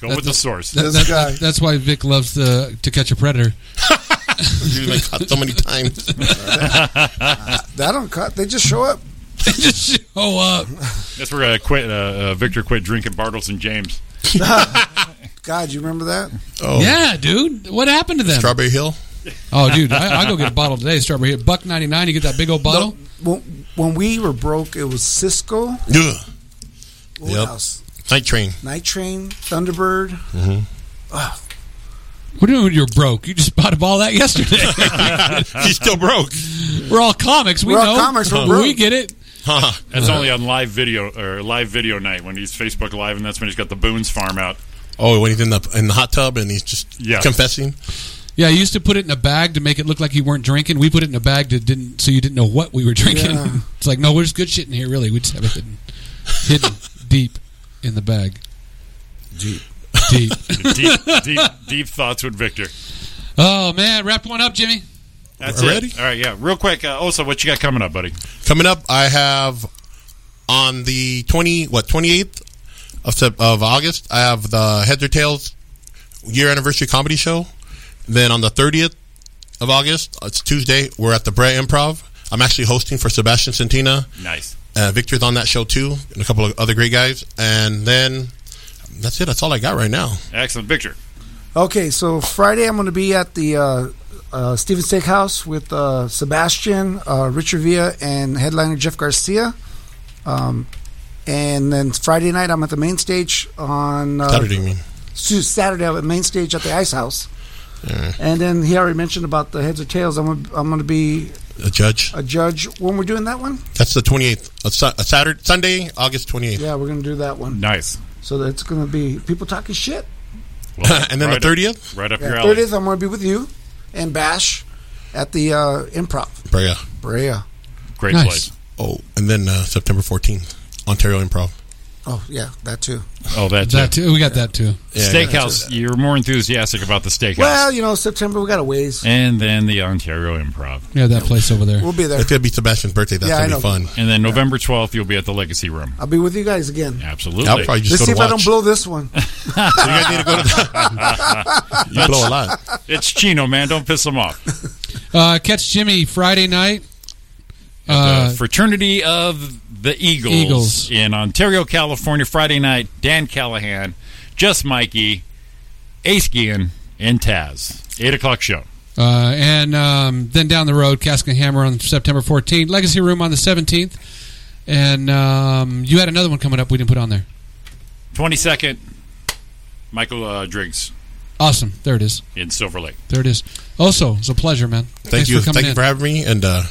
Speaker 4: Go with the source.
Speaker 7: This
Speaker 3: that-
Speaker 7: guy.
Speaker 3: that's why Vic loves the to catch a predator.
Speaker 8: You've been caught so many times.
Speaker 7: That don't cut. They just show up.
Speaker 3: Just show up.
Speaker 4: That's where uh, quit, uh, uh, Victor quit drinking Bartles and James.
Speaker 7: God, you remember that?
Speaker 8: Oh,
Speaker 3: Yeah, dude. What happened to them?
Speaker 8: Strawberry Hill.
Speaker 3: Oh, dude, I, I'll go get a bottle today. Strawberry here, buck ninety nine. You get that big old bottle.
Speaker 7: When, when we were broke, it was Cisco,
Speaker 8: Ugh.
Speaker 7: what
Speaker 8: Yep.
Speaker 7: else?
Speaker 8: Night train.
Speaker 7: Night Train, Thunderbird.
Speaker 8: Mm-hmm.
Speaker 3: What do you mean you're broke? You just bought up all that yesterday.
Speaker 8: She's still broke.
Speaker 3: we're all comics. We
Speaker 7: We're all
Speaker 3: know.
Speaker 7: comics, we're broke.
Speaker 3: We get it.
Speaker 8: Huh.
Speaker 4: That's
Speaker 3: Uh-huh.
Speaker 4: only on live video or live video night when he's Facebook Live, and that's when he's got the Boone's farm out.
Speaker 8: Oh, when he's in the in the hot tub and he's just
Speaker 4: Yeah.
Speaker 8: confessing.
Speaker 3: Yeah, you used to put it in a bag to make it look like you weren't drinking. We put it in a bag that didn't, so you didn't know what we were drinking.
Speaker 7: Yeah.
Speaker 3: it's like no, there's good shit in here. Really, we just have it hidden, hidden deep in the bag. Deep, deep.
Speaker 4: Deep, deep, deep thoughts with Victor.
Speaker 3: Oh man, wrap one up, Jimmy.
Speaker 4: That's
Speaker 8: Already?
Speaker 4: it. All right, yeah. Real quick, uh, also, what you got coming up, buddy?
Speaker 8: Coming up, I have on the twenty what twenty eighth of Sep- of August. I have the Heads or Tails year anniversary comedy show. Then on the thirtieth of August, it's Tuesday. We're at the Brea Improv. I'm actually hosting for Sebastian Santina.
Speaker 4: Nice.
Speaker 8: Uh, Victor's on that show too, and a couple of other great guys. And then that's it. That's all I got right now.
Speaker 4: Excellent. Victor.
Speaker 7: Okay, so Friday I'm going to be at the uh, uh, Steven Steakhouse with uh, Sebastian, uh, Richard Villa, and headliner Jeff Garcia. Um, and then Friday night I'm at the main stage on uh,
Speaker 8: Saturday, I mean.
Speaker 7: Su- Saturday I'm at main stage at the Ice House. And then he already mentioned about the heads or tails. I'm gonna, I'm going to be
Speaker 8: A uh, judge.
Speaker 7: a judge when we're doing that one.
Speaker 8: That's the 28th. A, Sa- a Saturday, Sunday, August 28th.
Speaker 7: Yeah, we're going to do that one.
Speaker 4: Nice.
Speaker 7: So that's going to be people talking shit.
Speaker 8: and then
Speaker 4: right
Speaker 8: the 30th?
Speaker 4: Up, right up your
Speaker 7: Yeah,
Speaker 4: alley.
Speaker 7: 30th I'm going to be with you and Bash at the uh, Improv
Speaker 8: Brea.
Speaker 7: Brea.
Speaker 4: Great
Speaker 3: Nice.
Speaker 4: place.
Speaker 8: Oh, and then uh, September 14th, Ontario Improv.
Speaker 7: Oh yeah, that too.
Speaker 4: Oh, that's
Speaker 3: That
Speaker 4: it.
Speaker 3: too. We got that too.
Speaker 8: Yeah,
Speaker 4: Steakhouse. You're more enthusiastic about the steakhouse.
Speaker 7: Well, you know, September we got a ways.
Speaker 4: and then the Ontario Improv.
Speaker 3: We have that place over there.
Speaker 7: We'll be there.
Speaker 8: It's going to be Sebastian's birthday. That's
Speaker 7: Yeah, I
Speaker 8: going to
Speaker 7: know.
Speaker 8: be fun.
Speaker 4: And then November 12th, you'll be at the Legacy Room.
Speaker 7: I'll be with you guys again.
Speaker 4: Absolutely.
Speaker 8: I'll probably just
Speaker 7: Let's see
Speaker 8: go
Speaker 7: if
Speaker 8: to
Speaker 7: I don't
Speaker 8: watch.
Speaker 7: blow this one.
Speaker 8: So you guys need to go to the- You blow a lot.
Speaker 4: It's Chino, man. Don't piss him off.
Speaker 3: Uh, catch Jimmy Friday night. Uh,
Speaker 4: the fraternity of the Eagles,
Speaker 3: Eagles.
Speaker 4: in Ontario, California, Friday night. Dan Callahan, Just Mikey, Ace Gian, and Taz. 8 o'clock show.
Speaker 3: Uh, and um, then down the road, Cask and Hammer on September 14th, Legacy Room on the 17th. And um, you had another one coming up we didn't put on there.
Speaker 4: 22nd, Michael uh, Driggs
Speaker 3: Awesome. There it is.
Speaker 4: in Silver Lake.
Speaker 3: There it is. Also, it's a pleasure, man.
Speaker 8: Thank
Speaker 3: Thanks
Speaker 8: you.
Speaker 3: for coming
Speaker 8: Thank you
Speaker 3: in.
Speaker 8: for having me. And uh,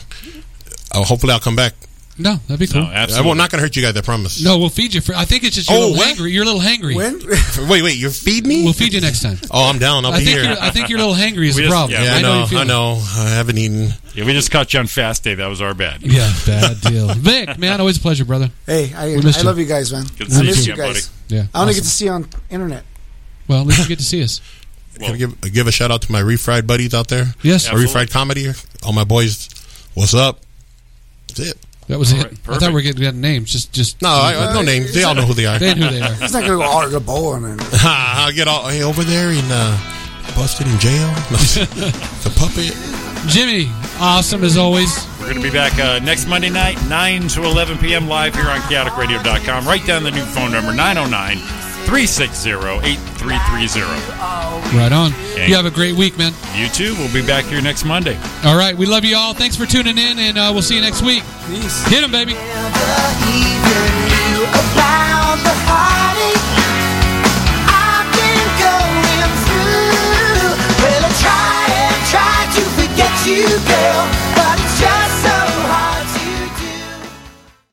Speaker 8: I'll, hopefully I'll come back.
Speaker 3: no, that'd be cool. No,
Speaker 4: No,
Speaker 8: Hmm? I
Speaker 4: absolutely.
Speaker 8: will not going to hurt you guys, I promise.
Speaker 3: we'll feed you. For, I think it's just you're
Speaker 8: Oh,
Speaker 3: a little
Speaker 8: what?
Speaker 3: hangry. You're a little hangry.
Speaker 7: When?
Speaker 8: Wait, wait. You feed me?
Speaker 3: We'll feed you next time.
Speaker 8: oh, I'm down. I'll
Speaker 3: I
Speaker 8: be
Speaker 3: think,
Speaker 8: here.
Speaker 3: you're, I think you're a little hangry is
Speaker 4: We
Speaker 3: the
Speaker 4: just-
Speaker 3: problem.
Speaker 4: yeah,
Speaker 8: yeah, I know.
Speaker 3: you feel
Speaker 8: I know. I haven't eaten.
Speaker 4: Yeah, we just caught you on fast day. That was our bad.
Speaker 3: that. Yeah, bad deal. Vic, man, always a pleasure, brother.
Speaker 7: Hey, I,
Speaker 3: We missed
Speaker 7: I
Speaker 3: you.
Speaker 7: love you guys, man.
Speaker 4: Good
Speaker 7: I
Speaker 4: seeing
Speaker 7: miss
Speaker 4: you
Speaker 7: you
Speaker 4: again,
Speaker 7: guys.
Speaker 3: Yeah.
Speaker 7: I only
Speaker 3: awesome.
Speaker 7: get to see you on internet.
Speaker 3: Well, at least you get to see us.
Speaker 8: Can I give, give a shout out to my refried buddies out there?
Speaker 3: Yes.
Speaker 8: My refried comedy. All my boys, what's up? That's it.
Speaker 3: That was it.
Speaker 4: right,
Speaker 3: I thought we were getting getting names. Just, just.
Speaker 8: No, I, I- no names. They all know who they are.
Speaker 3: They know who they are.
Speaker 7: It's not gonna go all to bowl on it.
Speaker 8: I'll get all hey, over there in uh, busted in jail. the puppet.
Speaker 3: Jimmy, awesome as always.
Speaker 4: We're going to be back uh, next Monday night, oh 9 to 11 p.m. live here on chaoticradio.com. Write down the new phone number, 909 360 8330.
Speaker 3: Right on.
Speaker 4: Okay.
Speaker 3: You have a great week, man.
Speaker 4: You too. We'll be back here next Monday.
Speaker 3: All right. We love you all. Thanks for tuning in, and uh, we'll see you next week. Hit him, baby.
Speaker 2: Never even